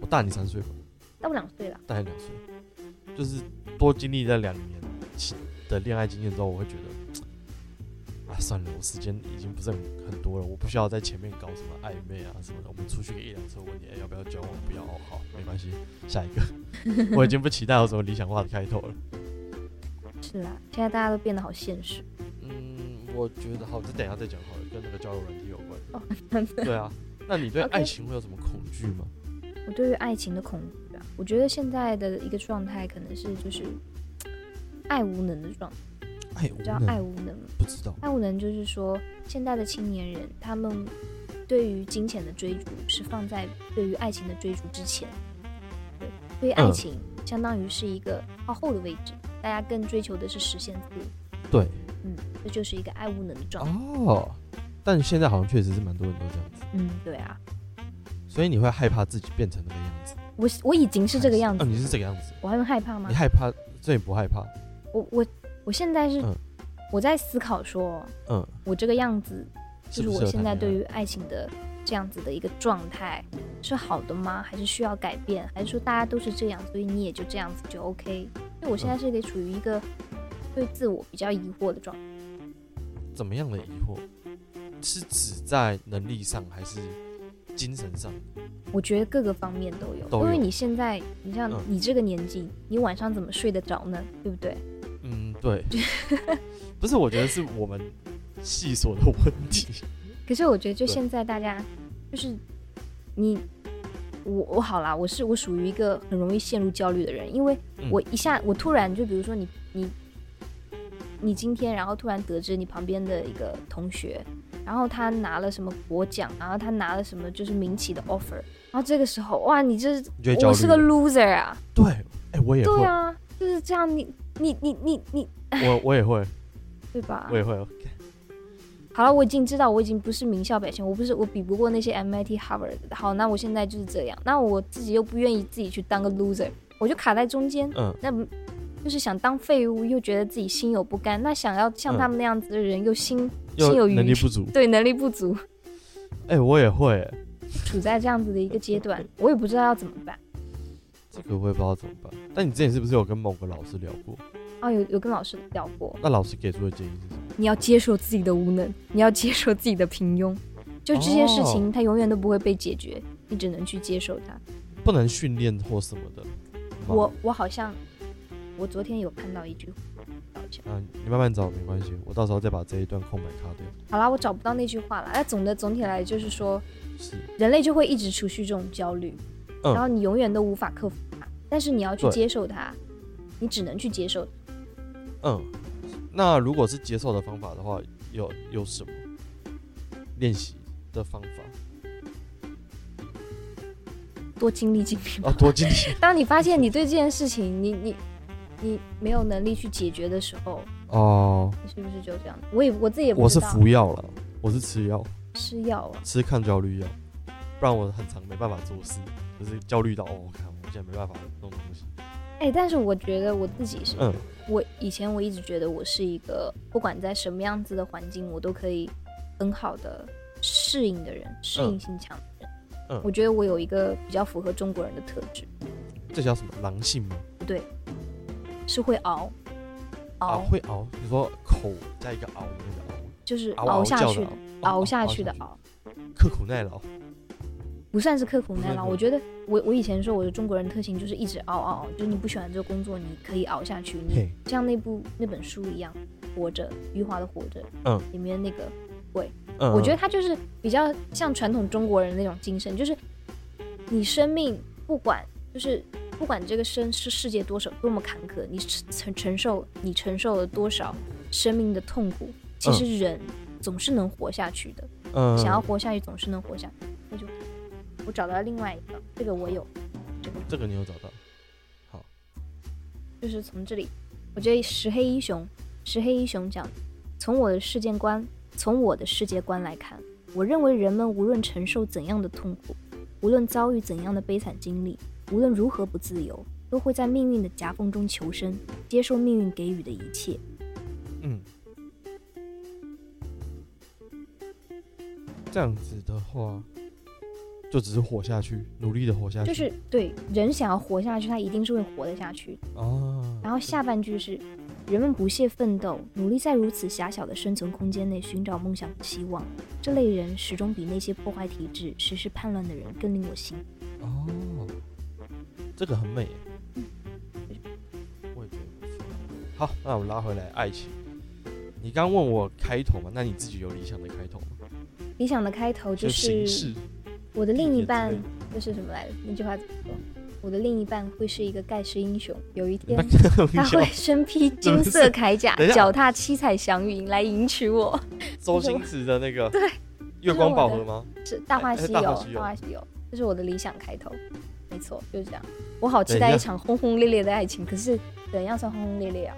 S1: 我大你三岁吧。
S2: 但我两岁了，
S1: 大概两岁，就是多经历这两年其的恋爱经验之后，我会觉得，啊，算了，我时间已经不是很很多了，我不需要在前面搞什么暧昧啊什么的。我们出去个一两次，问你、哎要不要交往，不要，哦好，没关系，下一个。 我已经不期待有什么理想化的开头了。
S2: 是啦，现在大家都变得好现实。
S1: 嗯，我觉得好，这等一下再讲好了，跟那个交友软体有关。
S2: 我
S1: 对啊，那你对
S2: 哦 OK
S1: 爱情会有什么恐惧吗？
S2: 对于爱情的恐惧啊，我觉得现在的一个状态可能是就是爱无能的状态，
S1: 爱无
S2: 你知道
S1: 能，
S2: 爱无能吗？
S1: 不知道。
S2: 爱无能就是说，现在的青年人他们对于金钱的追逐是放在对于爱情的追逐之前，对，所以爱
S1: 嗯
S2: 情相当于是一个靠后的位置，大家更追求的是实现自我，
S1: 对
S2: 嗯，这就是一个爱无能的状态，
S1: 哦，但现在好像确实是蛮多人都这样子。
S2: 嗯，对啊，
S1: 所以你会害怕自己变成那个样子，
S2: 我我已经是这个样
S1: 哦，
S2: 子，
S1: 你是这个样子，
S2: 我还会害怕吗
S1: 你？害怕，所以不害怕，
S2: 我我我现在是
S1: 嗯
S2: 我在思考说，
S1: 嗯，
S2: 我这个样子就是是
S1: 不
S2: 我现在对
S1: 于
S2: 于爱情的这样子的一个状态是好的吗？还是需要改变？还是说大家都是这样，所以你也就这样子就 OK？因为我
S1: 嗯
S2: 现在是一个处于一个对自我比较疑惑的状态，
S1: 怎么样的疑惑，是指在能力上还是精神 上？
S2: 我觉得各个方面都有。
S1: 都有
S2: 因为你现在，你像
S1: 嗯
S2: 你这个年纪，你晚上怎么睡得着呢？对不对？
S1: 嗯，对，不是，我觉得是我们细琐的问题。
S2: 可 是我觉得，就
S1: 对
S2: 现在大家，就是你，我我好啦，我是我属于一个很容易陷入焦虑的人，因为
S1: 嗯
S2: 我一下我突然就比如说你你你今天，然后突然得知你旁边的一个同学，然后他拿了什么国奖，然后他拿了什么就是民企的 offer，然后这个时候哇，你这
S1: 你觉得焦
S2: 我
S1: 虑？
S2: 是个 loser 啊，
S1: 对，哎、我也
S2: 对
S1: 会，
S2: 啊，就是这样，你你你你你
S1: 我我也会，
S2: 啊对吧
S1: 我？也会。
S2: 好了，我已经知道我已经不是名校表现，我不是我比不过那些 MIT、Harvard 的。好，那我现在就是这样，那我自己又不愿意自己去当个 loser，我就卡在中间。
S1: 嗯，
S2: 那就是想当废物，又觉得自己心有不甘；那想要像他们那样子的人，又心心
S1: 又
S2: 有余
S1: 能力不足。
S2: 对能力不足，
S1: 哎、我也会、
S2: 处在这样子的一个阶段，我也不知道要怎么办。
S1: 这个我也不知道怎么办。但你之前是不是有跟某个老师聊过？
S2: 啊，有有跟老师聊过，
S1: 那老师给出的建议是什么？
S2: 你要接受自己的无能，你要接受自己的平庸，就这些事情，它永远都不会被解决，你只能去接受它。
S1: 不能训练或什么的吗。
S2: 我我好像，我昨天有看到一句话，
S1: 嗯，你慢慢找没关系，我到时候再把这一段空白卡掉。
S2: 好啦，我找不到那句话了。那哎总的总体来就是说，
S1: 是，
S2: 人类就会一直持续这种焦虑，
S1: 嗯
S2: 然后你永远都无法克服它，但是你要去
S1: 对
S2: 接受它，你只能去接受它。
S1: 嗯，那如果是接受的方法的话，有有什么练习的方 法？
S2: 多经历经历吧。
S1: 啊，多经 历
S2: 当你发现你对这件事情，你你你没有能力去解决的时候，
S1: 哦。
S2: 你是不是就这样？我也我自己也不
S1: 我是
S2: 知道
S1: 服药了，我是吃药，
S2: 吃药啊，
S1: 吃抗焦虑药，不然我很常没办法做事，就是焦虑到哦，我看我现在没办法弄东西。
S2: 哎、但是我觉得我自己是
S1: 嗯，
S2: 我以前我一直觉得我是一个不管在什么样子的环境，我都可以很好的适应的人，适应性强的人。
S1: 嗯
S2: 我觉得我有一个比较符合中国人的特质，
S1: 这叫什么狼性吗？
S2: 是会熬，
S1: 啊，
S2: 熬、
S1: 会熬，你说口加一个熬，那个
S2: 就是
S1: 熬，嗷嗷
S2: 下
S1: 啊叫
S2: 去
S1: 的
S2: 的，
S1: 熬，
S2: 熬下去的
S1: 熬，
S2: 熬，
S1: 刻苦耐劳。
S2: 不算是刻苦
S1: 不
S2: 耐劳。
S1: 算刻苦
S2: 我觉得我我以前说我的中国人特性就是一直熬熬，熬，就是你不喜欢这个工作，你可以熬下去，你
S1: 嘿，
S2: 像那部那本书一样，《活着》余华的《活着》，
S1: 嗯，
S2: 里面那个
S1: 嗯，
S2: 我觉得
S1: 得
S2: 他就是比较像传统中国人那种精神，就是你生命不管就是不管这个生是世界多少多么坎坷，你承承受你承受了多少生命的痛苦，其实人总是能活下去的，
S1: 嗯，
S2: 想要活下去总是能活下去。那就我找到另外一个，这个我有，这个
S1: 这个你有找到，
S2: 就是从这里，我觉得石黑一雄，石黑一雄讲，从我的世界观，从我的世界观来看，我认为人们无论承受怎样的痛苦，无论遭遇怎样的悲惨经历，无论如何不自由，都会在命运的夹缝中求生，接受命运给予的一切。
S1: 嗯。这样子的话，就只是活下去，努力的活下去。
S2: 就是对人想要活下去，他一定是会活得下去。
S1: 啊，
S2: 然后下半句是，人们不懈奋斗，努力在如此狭小的生存空间内寻找梦想和希望。这类人始终比那些破坏体制、实施叛乱的人更令我心疼。
S1: 哦，这个很美耶。
S2: 嗯
S1: 我也觉得不错。好，那我们拉回来爱情。你刚问我开头嘛？那你自己有理想的开头吗？
S2: 理想的开头就
S1: 形
S2: 是
S1: 式
S2: 我的另一半
S1: 地铁之类的，
S2: 就是什么来着？那句话怎么说？我的另一半会是一个盖世英雄，有一天
S1: 那 个
S2: 他会 身披金色铠甲
S1: 等一，下
S2: 脚踏七彩祥云来迎娶我。
S1: 周星驰的那个
S2: 对
S1: 月光宝盒吗？
S2: 是《大话西游
S1: 哎哎大话西》，游
S2: 大话西游，这是我的理想开头，没错，就是这样。我好期
S1: 等一
S2: 待
S1: 下
S2: 一场轰轰烈烈的爱情，可是怎样算轰轰烈烈啊？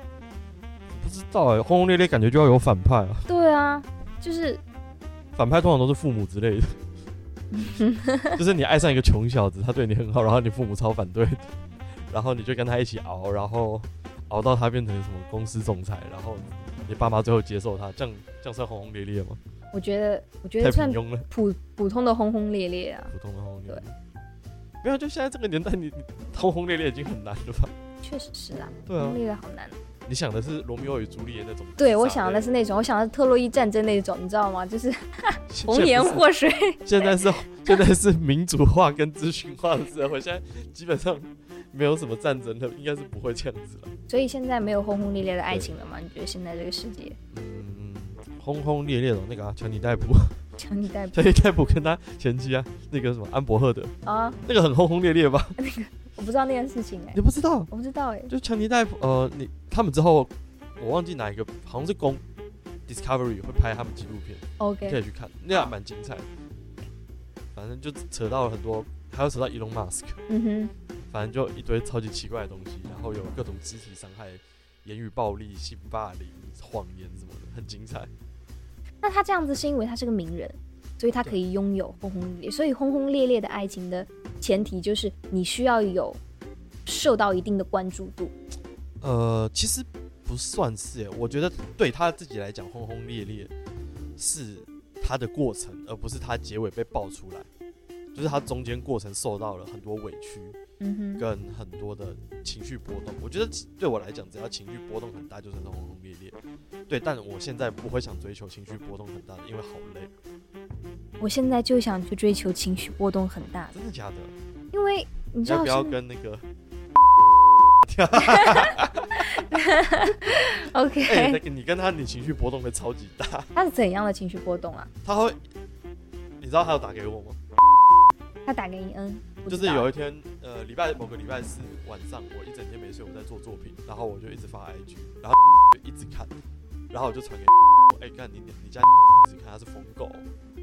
S1: 不知道哎、轰轰烈烈感觉就要有反派啊，
S2: 对啊，就是
S1: 反派通常都是父母之类的， 就是你爱上一个穷小子，他对你很好，然后你父母超反对 的，然后你就跟他一起熬，然后熬到他变成什么公司总裁，然后你爸妈最后接受他，这样这样算轰轰烈烈吗？
S2: 我觉得，我觉
S1: 太
S2: 得
S1: 平
S2: 算
S1: 庸了，
S2: 普普通的轰轰烈烈啊，
S1: 普通的轰轰烈烈。没有，就现在这个年代你，你轰轰烈烈已经很难了吧？
S2: 确实是啊，
S1: 对
S2: 轰
S1: 啊
S2: 轰，烈烈好难。
S1: 你想的是罗密欧与朱丽叶那种？
S2: 对，我想的是那种，我想的是特洛伊战争那种，你知道吗？就是
S1: 是
S2: 红颜祸水。
S1: 现在是现在是民主化跟资讯化的社会，现在基本上没有什么战争的，应该是不会这样子了。
S2: 所以现在没有轰轰烈烈的爱情了吗？你觉得现在这个世界？
S1: 嗯，轰轰烈烈的那个啊强尼戴普，
S2: 强尼戴普
S1: 强尼戴普跟他前妻啊，那个什么安伯赫德，
S2: 啊，
S1: 那个很轰轰烈烈吧？
S2: 我不知道那件事情哎、
S1: 你不知道？
S2: 我不知道哎、
S1: 就强尼戴普，呃，你他们之后，我忘记哪一个，好像是公 Discovery 会拍他们纪录片，你可
S2: OK，
S1: 以去看，那样蛮精彩的。反正就扯到了很多，还有扯到 Elon Musk，
S2: 嗯哼，
S1: 反正就一堆超级奇怪的东西，然后有各种肢体伤害、言语暴力、性霸凌、谎言什么的，很精彩。
S2: 那他这样子是因为他是个名人，所以他可以拥有轰轰烈烈。所以轰轰烈烈的爱情的前提就是你需要有受到一定的关注度。
S1: 呃，其实不算是耶，我觉得对他自己来讲，轰轰烈烈是他的过程，而不是他结尾被爆出来。就是他中间过程受到了很多委屈，
S2: 嗯哼，
S1: 跟很多的情绪波动。我觉得其对我来讲，只要情绪波动很大，就是那种轰轰烈烈。对，但我现在不会想追求情绪波动很大的，因为好累。
S2: 我现在就想去追求情绪波动很大的，
S1: 真的假的？
S2: 因为你
S1: 你
S2: 知
S1: 要
S2: 道
S1: 不要
S2: 现
S1: 跟那个？
S2: 在 OK，、
S1: 哎、那个你跟他，你情绪波动会超级大。
S2: 他是怎样的情绪波动啊？
S1: 他会，你知道他有打给我吗？
S2: 他打给你嗯，不
S1: 就
S2: 知
S1: 是
S2: 道
S1: 有一天，呃，礼拜某个礼拜四晚上，我一整天没睡，我在做作品，然后我就一直发 IG，然后就一直看，然后我就传给，哎、看你你家一直看他是疯狗，哦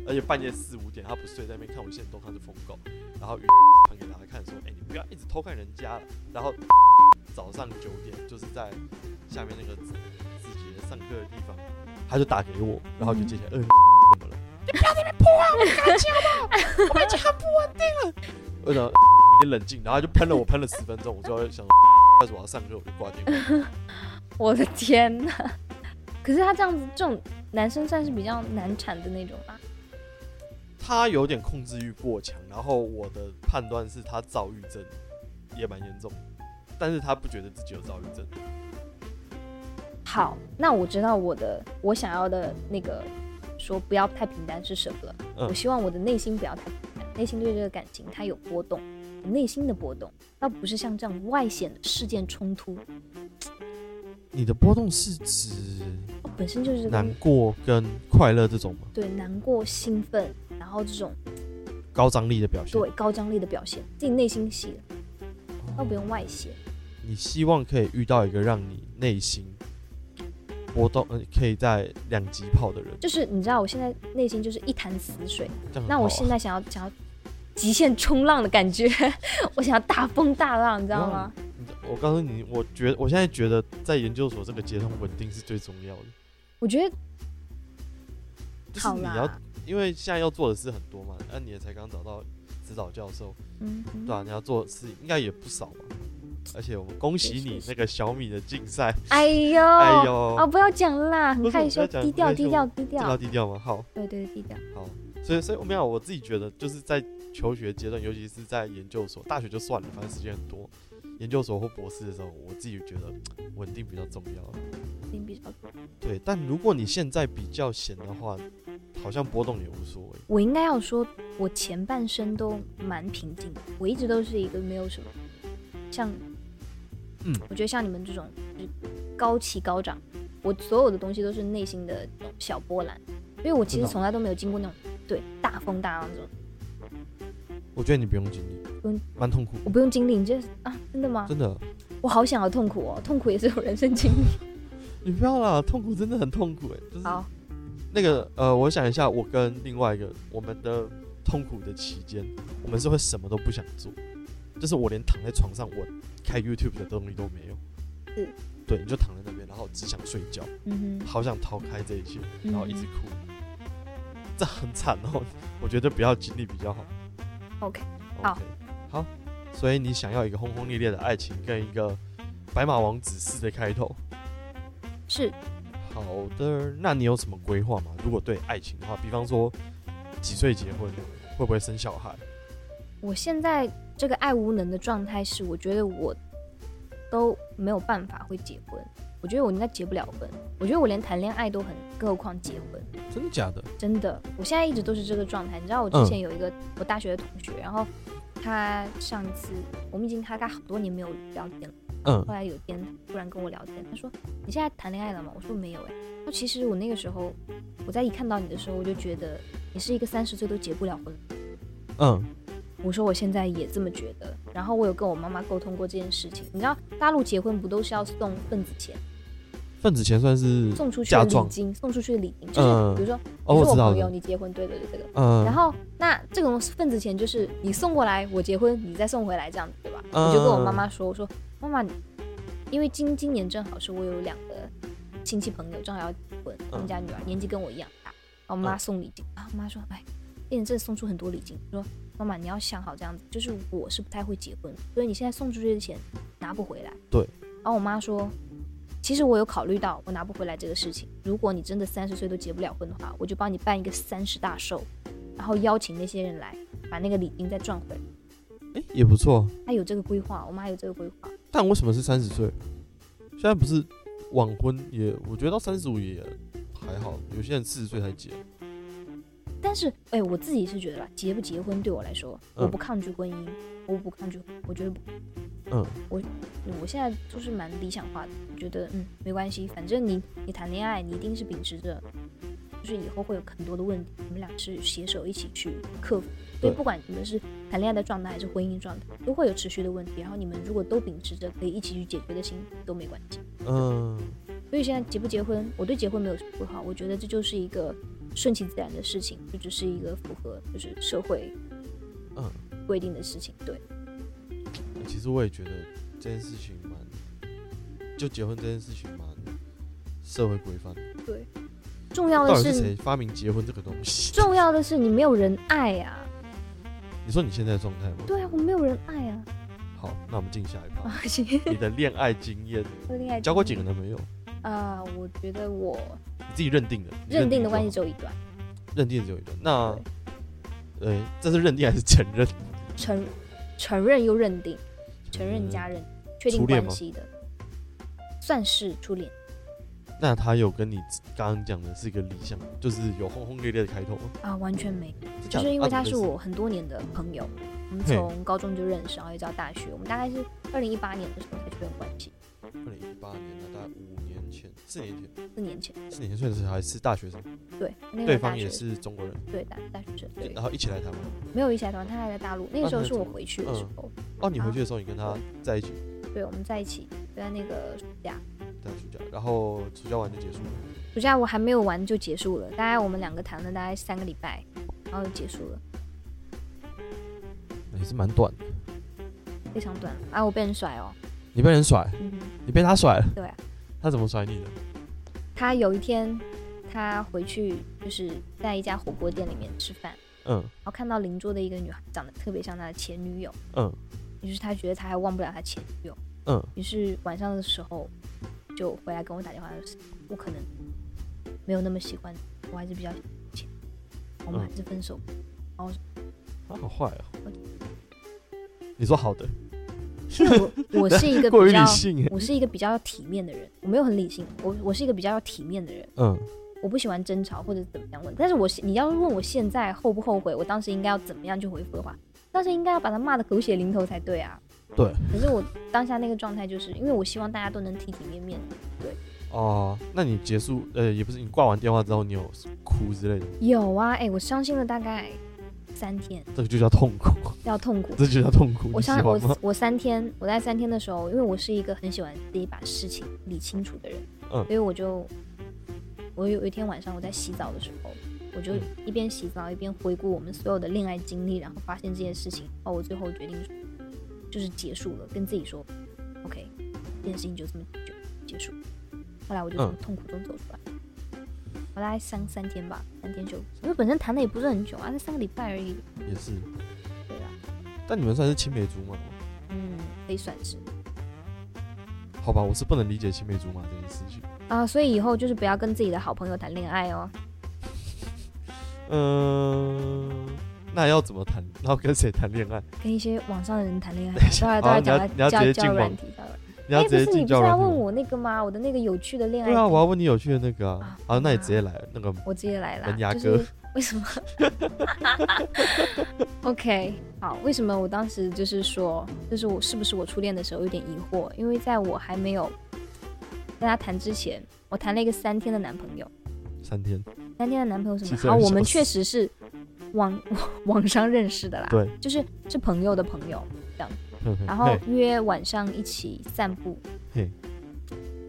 S1: 而且半夜四五点他不睡在那边看我现动，他是疯狗，然后传给他看说，哎、你不要一直偷看人家了，然后 早上九点就是在下面那个字字节上课的地方，他就打给我，然后就接起来，嗯、怎么了？啊你不要在那边泼啊，我跟你讲，我被家不稳定了。为什 么？你冷静，然后他就喷了我，喷了十分钟，我最后想说， 为什么要上课我就挂电话。
S2: 我的天呐！ 可是他这样子，这种男生算是比较难缠的那种吧？
S1: 他有点控制欲过强，然后我的判断是他躁郁症也蛮严重，但是他不觉得自己有躁郁症。
S2: 好，那我知道我的我想要的那个说不要太平淡是什么了。
S1: 嗯
S2: 我希望我的内心不要太平淡，内心对这个感情它有波动，内心的波动，倒不是像这样外显的事件冲突，
S1: 你的波动是指
S2: 我哦本身就是
S1: 难
S2: 跟
S1: 过跟快乐这种吗？
S2: 对难过、兴奋，然后这种
S1: 高张力的表现。
S2: 对高张力的表现，自己内心戏了，倒不用外显。
S1: 你希望可以遇到一个让你内心波动，呃，可以在两极泡的人。
S2: 就是你知道，我现在内心就是一潭死水，
S1: 这样很
S2: 那
S1: 好
S2: 我
S1: 啊
S2: 现在想要想要极限冲浪的感觉， 我想要大风大浪，你知道吗？
S1: 你知我告诉你，我觉我现在觉得在研究所这个阶段稳定是最重要的，
S2: 我觉得
S1: 就是
S2: 好
S1: 你
S2: 啦，
S1: 要因为现在要做的事很多嘛，那、你也才刚找到指导教授，
S2: 嗯，嗯
S1: 对啊，你要做的事应该也不少吧。而且我们恭喜
S2: 是
S1: 你
S2: 是
S1: 那个小米的竞赛，
S2: 哎呦，
S1: 哎
S2: 哦，
S1: 呦，
S2: 不要讲啦，
S1: 不
S2: 很
S1: 是
S2: 害羞，
S1: 我在讲
S2: 低调，
S1: 很害羞
S2: 低调，低
S1: 这要
S2: 调，
S1: 低调吗？好，
S2: 对对低调。
S1: 好，所以所以我没有，我自己觉得就是在求学阶段，尤其是在研究所、大学就算了，反正时间很多。研究所或博士的时候，我自己觉得稳定比较重要。啊
S2: 一定比较，
S1: 对，但如果你现在比较闲的话，好像波动也无所谓。
S2: 我应该要说，我前半生都蛮平静的，我一直都是一个没有什么像，
S1: 嗯，
S2: 我觉得像你们这种就是高起高涨，我所有的东西都是内心的这种小波澜，因为我其
S1: 真的
S2: 实
S1: 哦
S2: 从来都没有经过那种对大风大浪这种。
S1: 我觉得你不用经历，
S2: 用
S1: 蛮痛苦，
S2: 嗯我不用经历，你这啊，真的吗？
S1: 真的。
S2: 我好想要痛苦哦，痛苦也是我人生经历。
S1: 你不要啦，痛苦真的很痛苦哎、就是
S2: 好，
S1: 那个呃，我想一下，我跟另外一个我们的痛苦的期间，我们是会什么都不想做，就是我连躺在床上，我开 YouTube 的动力都没有。
S2: 是
S1: 对，你就躺在那边，然后只想睡觉，
S2: 嗯
S1: 好想逃开这一切，
S2: 哼，
S1: 然后一直哭，这很惨哦。我觉得不要经历比较好。
S2: OK，好
S1: OK，好，所以你想要一个轰轰烈烈的爱情，跟一个白马王子式的开头。
S2: 是
S1: 好的，那你有什么规划吗？如果对爱情的话，比方说几岁结婚，会不会生小孩？
S2: 我现在这个爱无能的状态是，我觉得我都没有办法会结婚，我觉得我应该结不了婚，我觉得我连谈恋爱都很，更何况结婚。
S1: 真的假的？
S2: 真的，我现在一直都是这个状态。你知道，我之前有一个我大学的同学，然后他上次我们已经他他好多年没有聊天了，
S1: 嗯
S2: 后来有一天突然跟我聊天，他说：“你现在谈恋爱了吗？”我说：“没有。”哎，那其实我那个时候，我在一看到你的时候，我就觉得你是一个三十岁都结不了婚的
S1: 嗯
S2: 我说我现在也这么觉得，然后我有跟我妈妈沟通过这件事情。你知道大陆结婚不都是要送份子钱，
S1: 份子钱算是
S2: 送出去
S1: 嫁
S2: 的
S1: 妆
S2: 礼金，送出去的礼金，就是
S1: 嗯
S2: 比如说
S1: 哦，
S2: 你是
S1: 我知道
S2: 朋友，
S1: 了，
S2: 你结婚，对对对，这个。
S1: 嗯，
S2: 然后那这种份子钱就是你送过来，我结婚，你再送回来，这样子对吧？
S1: 嗯
S2: 我就跟我妈妈说，我说妈妈，你因为今今年正好是我有两个亲戚朋友正好要结婚，他们家女儿年纪跟我一样大，然后我妈
S1: 嗯
S2: 送礼金，啊，我妈说，哎，一年真的送出很多礼金，说妈妈你要想好这样子，就是我是不太会结婚，所以你现在送出去的钱拿不回来。
S1: 对。
S2: 然后我妈说。其实我有考虑到我拿不回来这个事情。如果你真的三十岁都结不了婚的话，我就帮你办一个三十大寿，然后邀请那些人来，把那个礼金再赚回来。
S1: 诶也不错，
S2: 她有这个规划，我妈有这个规划。
S1: 但为什么是三十岁？现在不是晚婚也，我觉得到三十五也还好，有些人四十岁才结。
S2: 但是，哎，我自己是觉得啦，结不结婚对我来说，
S1: 嗯
S2: 我不抗拒婚姻，我不抗拒，我觉得不，
S1: 嗯，
S2: 我我现在就是蛮理想化的，我觉得嗯没关系，反正你你谈恋爱，你一定是秉持着，就是以后会有很多的问题，你们俩是携手一起去克服，所
S1: 对
S2: 以不管你们是谈恋爱的状态还是婚姻状态，都会有持续的问题，然后你们如果都秉持着可以一起去解决的心都没关系。
S1: 嗯，
S2: 所以现在结不结婚，我对结婚没有什么不好，我觉得这就是一个顺其自然的事情，这只是一个符合就是社会
S1: 嗯
S2: 规定的事情。对，
S1: 哎其实我也觉得这件事情蛮，就结婚这件事情蛮社会规范。
S2: 重要的
S1: 到底
S2: 是
S1: 是谁发明结婚这个东西？
S2: 重要的是你没有人爱呀、
S1: 你说你现在的状态吗？
S2: 对啊，我没有人爱呀、
S1: 好，那我们进下一
S2: 啊
S1: 趴。，
S2: 行，
S1: 你的恋爱经验，
S2: 我恋爱
S1: 交过几个男朋友？
S2: 啊、我觉得我
S1: 你自己认定的？你
S2: 认定的关系
S1: 就
S2: 只有一段，
S1: 好，认定的只有一段。那，呃，这是认定还是承认？
S2: 承承认又认定，承认加认，确定
S1: 嗯初恋吗
S2: 关系的，算是初恋。
S1: 嗯那他有跟你刚刚讲的是一个理想，就是有轰轰烈烈的开头吗？
S2: 啊，完全没，
S1: 假
S2: 就
S1: 的
S2: 是因为
S1: 啊
S2: 他
S1: 你
S2: 是
S1: 认识
S2: 我很多年的朋友，我们
S1: 嘿
S2: 从高中就认识，然后一直到大学，我们大概是二零一八年的时候才确认关系，
S1: 二零一八年，那大概五年前、四年前、
S2: 四年前，
S1: 四年前算是还是大学生，
S2: 对，那个
S1: 对
S2: 时候大
S1: 方
S2: 学
S1: 也是啊中国人，
S2: 对大大学生，对
S1: 然，后一起来台湾。
S2: 没有一起来台湾，他还在大陆，那
S1: 啊
S2: 个时候是我回去的时候，
S1: 哦，
S2: 啊
S1: 你回去的时候你跟他在一起，
S2: 对，我们在一起，对，在那个暑假，
S1: 在暑假，然后暑假完就结束了。
S2: 暑假我还没有玩就结束了，大概我们两个谈了大概三个礼拜，然后就结束了，
S1: 也是蛮短的。
S2: 非常短啊，我被人甩哦，
S1: 你被人甩，
S2: 嗯，
S1: 你被他甩了，
S2: 对啊，
S1: 他怎么甩你的？
S2: 他有一天他回去就是在一家火锅店里面吃饭。
S1: 嗯
S2: 然后看到邻桌的一个女孩长得特别像他的前女友，
S1: 嗯
S2: 于是他觉得他还忘不了他前女友，
S1: 嗯，
S2: 于是晚上的时候就回来跟我打电话，说我可能没有那么喜欢你，我还是比较喜欢你前女友，我们
S1: 嗯
S2: 还是分手。
S1: 他好坏哦。你说好的，
S2: 因为我我是一个
S1: 过
S2: 比
S1: 于
S2: 较
S1: 理，性耶。
S2: 我是一个比较体面的人，我没有很理性，我我是一个比较体面的人，
S1: 嗯，
S2: 我不喜欢争吵或者怎么样问，但是我是你要问我现在后不后悔，我当时应该要怎么样去回复的话，当时应该要把他骂的狗血淋头才对啊。
S1: 对。
S2: 可是我当下那个状态，就是因为我希望大家都能体体面面，
S1: 哦，那你结束，呃，也不是你挂完电话之后，你有哭之类的，
S2: 有啊，哎、我伤心了大概三天，
S1: 这个就叫痛苦，
S2: 要痛苦。
S1: 这就叫痛苦。
S2: 我
S1: 你喜
S2: 伤
S1: 欢吗
S2: 我？我三天，我在三天的时候，因为我是一个很喜欢自己把事情理清楚的人，
S1: 嗯
S2: 所以我就我有一天晚上我在洗澡的时候，我就
S1: 嗯
S2: 一边洗澡一边回顾我们所有的恋爱经历，然后发现这件事情，哦，我最后决定就是结束了，跟自己说，OK，这件事情就这么就结束。后来我就从
S1: 嗯
S2: 痛苦中走出来，我大概三三天吧，三天休息，因为本身谈的也不是很久啊，才三个礼拜而已，
S1: 也是，
S2: 对啊，
S1: 但你们算是青梅竹马吗？
S2: 嗯，可以算是。
S1: 好吧，我是不能理解青梅竹马这件事情。
S2: 啊，所以以后就是不要跟自己的好朋友谈恋爱哦。
S1: 嗯、那要怎么谈？那要跟谁谈恋爱？
S2: 跟一些网上的人谈恋爱，都要都
S1: 好
S2: 要
S1: 你要
S2: 讲
S1: 哦你要
S2: 交
S1: 直接
S2: 交
S1: 进
S2: 友软
S1: 网
S2: 体，交友软
S1: 你要
S2: 哎，
S1: 直接
S2: 不是你
S1: 进
S2: 不是
S1: 教软
S2: 要
S1: 体
S2: 问
S1: 吗？
S2: 我那个吗？我的那个有趣的恋爱
S1: 对
S2: 经历，
S1: 啊，我要问你有趣的那个啊。
S2: 啊
S1: 好，那你直接来那个
S2: 我直接来啦，
S1: 门牙
S2: 就
S1: 哥
S2: 是为什么 ？OK，好，为什么我当时就是说，就是我是不是我初恋的时候有点疑惑，因为在我还没有跟他谈之前，我谈了一个三天的男朋友，
S1: 三天，
S2: 三天的男朋友什么？
S1: 其实
S2: 好，
S1: 很
S2: 我们
S1: 小
S2: 确实是网 网上认识的啦，
S1: 对，
S2: 就是是朋友的朋友，
S1: 嘿嘿
S2: 啊然后
S1: 嘿
S2: 约晚上一起散步
S1: 嘿。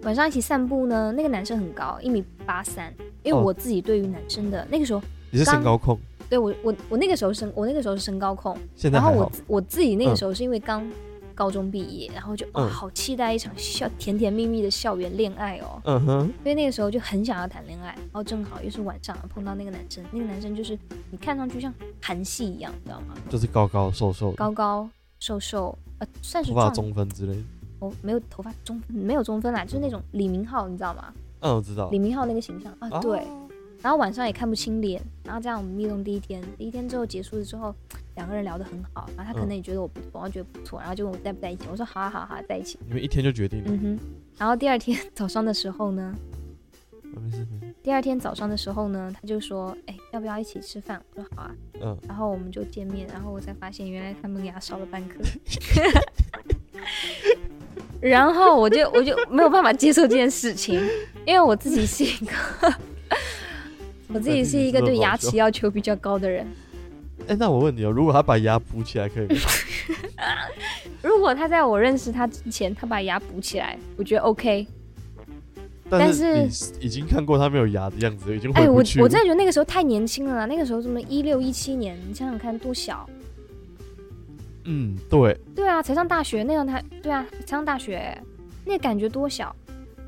S2: 晚上一起散步呢，那个男生很高，一米八三，因为
S1: 哦
S2: 我自己对于男生的那个时候，
S1: 你是身
S2: 刚
S1: 高控，
S2: 对我我我那个时候身我那个时候是身高控，
S1: 现在
S2: 然后
S1: 还
S2: 我
S1: 好，
S2: 自我自己那个
S1: 嗯
S2: 时候是因为刚高中毕业，然后就哇、
S1: 嗯
S2: 好期待一场校甜甜蜜蜜的校园恋爱哦，
S1: 嗯哼，
S2: 所以那个时候就很想要谈恋爱，然后正好又是晚上碰到那个男生，那个男生就是你看上去像韩系一样，你知道吗？
S1: 就是高高瘦瘦的，
S2: 高高瘦瘦，呃，算是
S1: 头发
S2: 壮
S1: 中分之类的。
S2: 哦，没有头发中分，没有中分啦，就是那种李明浩，你知道吗？
S1: 嗯，我知道
S2: 李。明浩那个形象啊，
S1: 哦
S2: 对。然后晚上也看不清脸，然后这样我们密动第一天，第一天之后结束了之后，两个人聊得很好，然后他可能也觉得我不错，然后觉得不错，然后就问我在不在一起，我说好啊好啊好啊，在一起。
S1: 你们一天就决定了
S2: 嗯，哼。然后第二天 早上的时候呢，
S1: 啊没事没事，
S2: 第二天早上的时候呢，他就说，哎，要不要一起吃饭？我说好啊。
S1: 嗯，
S2: 然后我们就见面，然后我才发现原来他们牙少了半颗。然后我就我就没有办法接受这件事情，因为我自己是一个 我自己是一个对牙齿要求比较高的人。
S1: 哎，那我问你哦，如果他把牙补起来可以 吗？
S2: 如果他在我认识他之前，他把牙补起来，我觉得 OK。
S1: 但
S2: 但
S1: 是你已经看过他没有牙的样子，已经
S2: 哎，
S1: 回
S2: 我
S1: 不去
S2: 我
S1: 了
S2: 真。的觉得那个时候太年轻了啦，那个时候什么一六一七年，你想想看多小。
S1: 嗯，对，
S2: 对啊，才上大学那样他，对啊，才上大学，那感觉多小。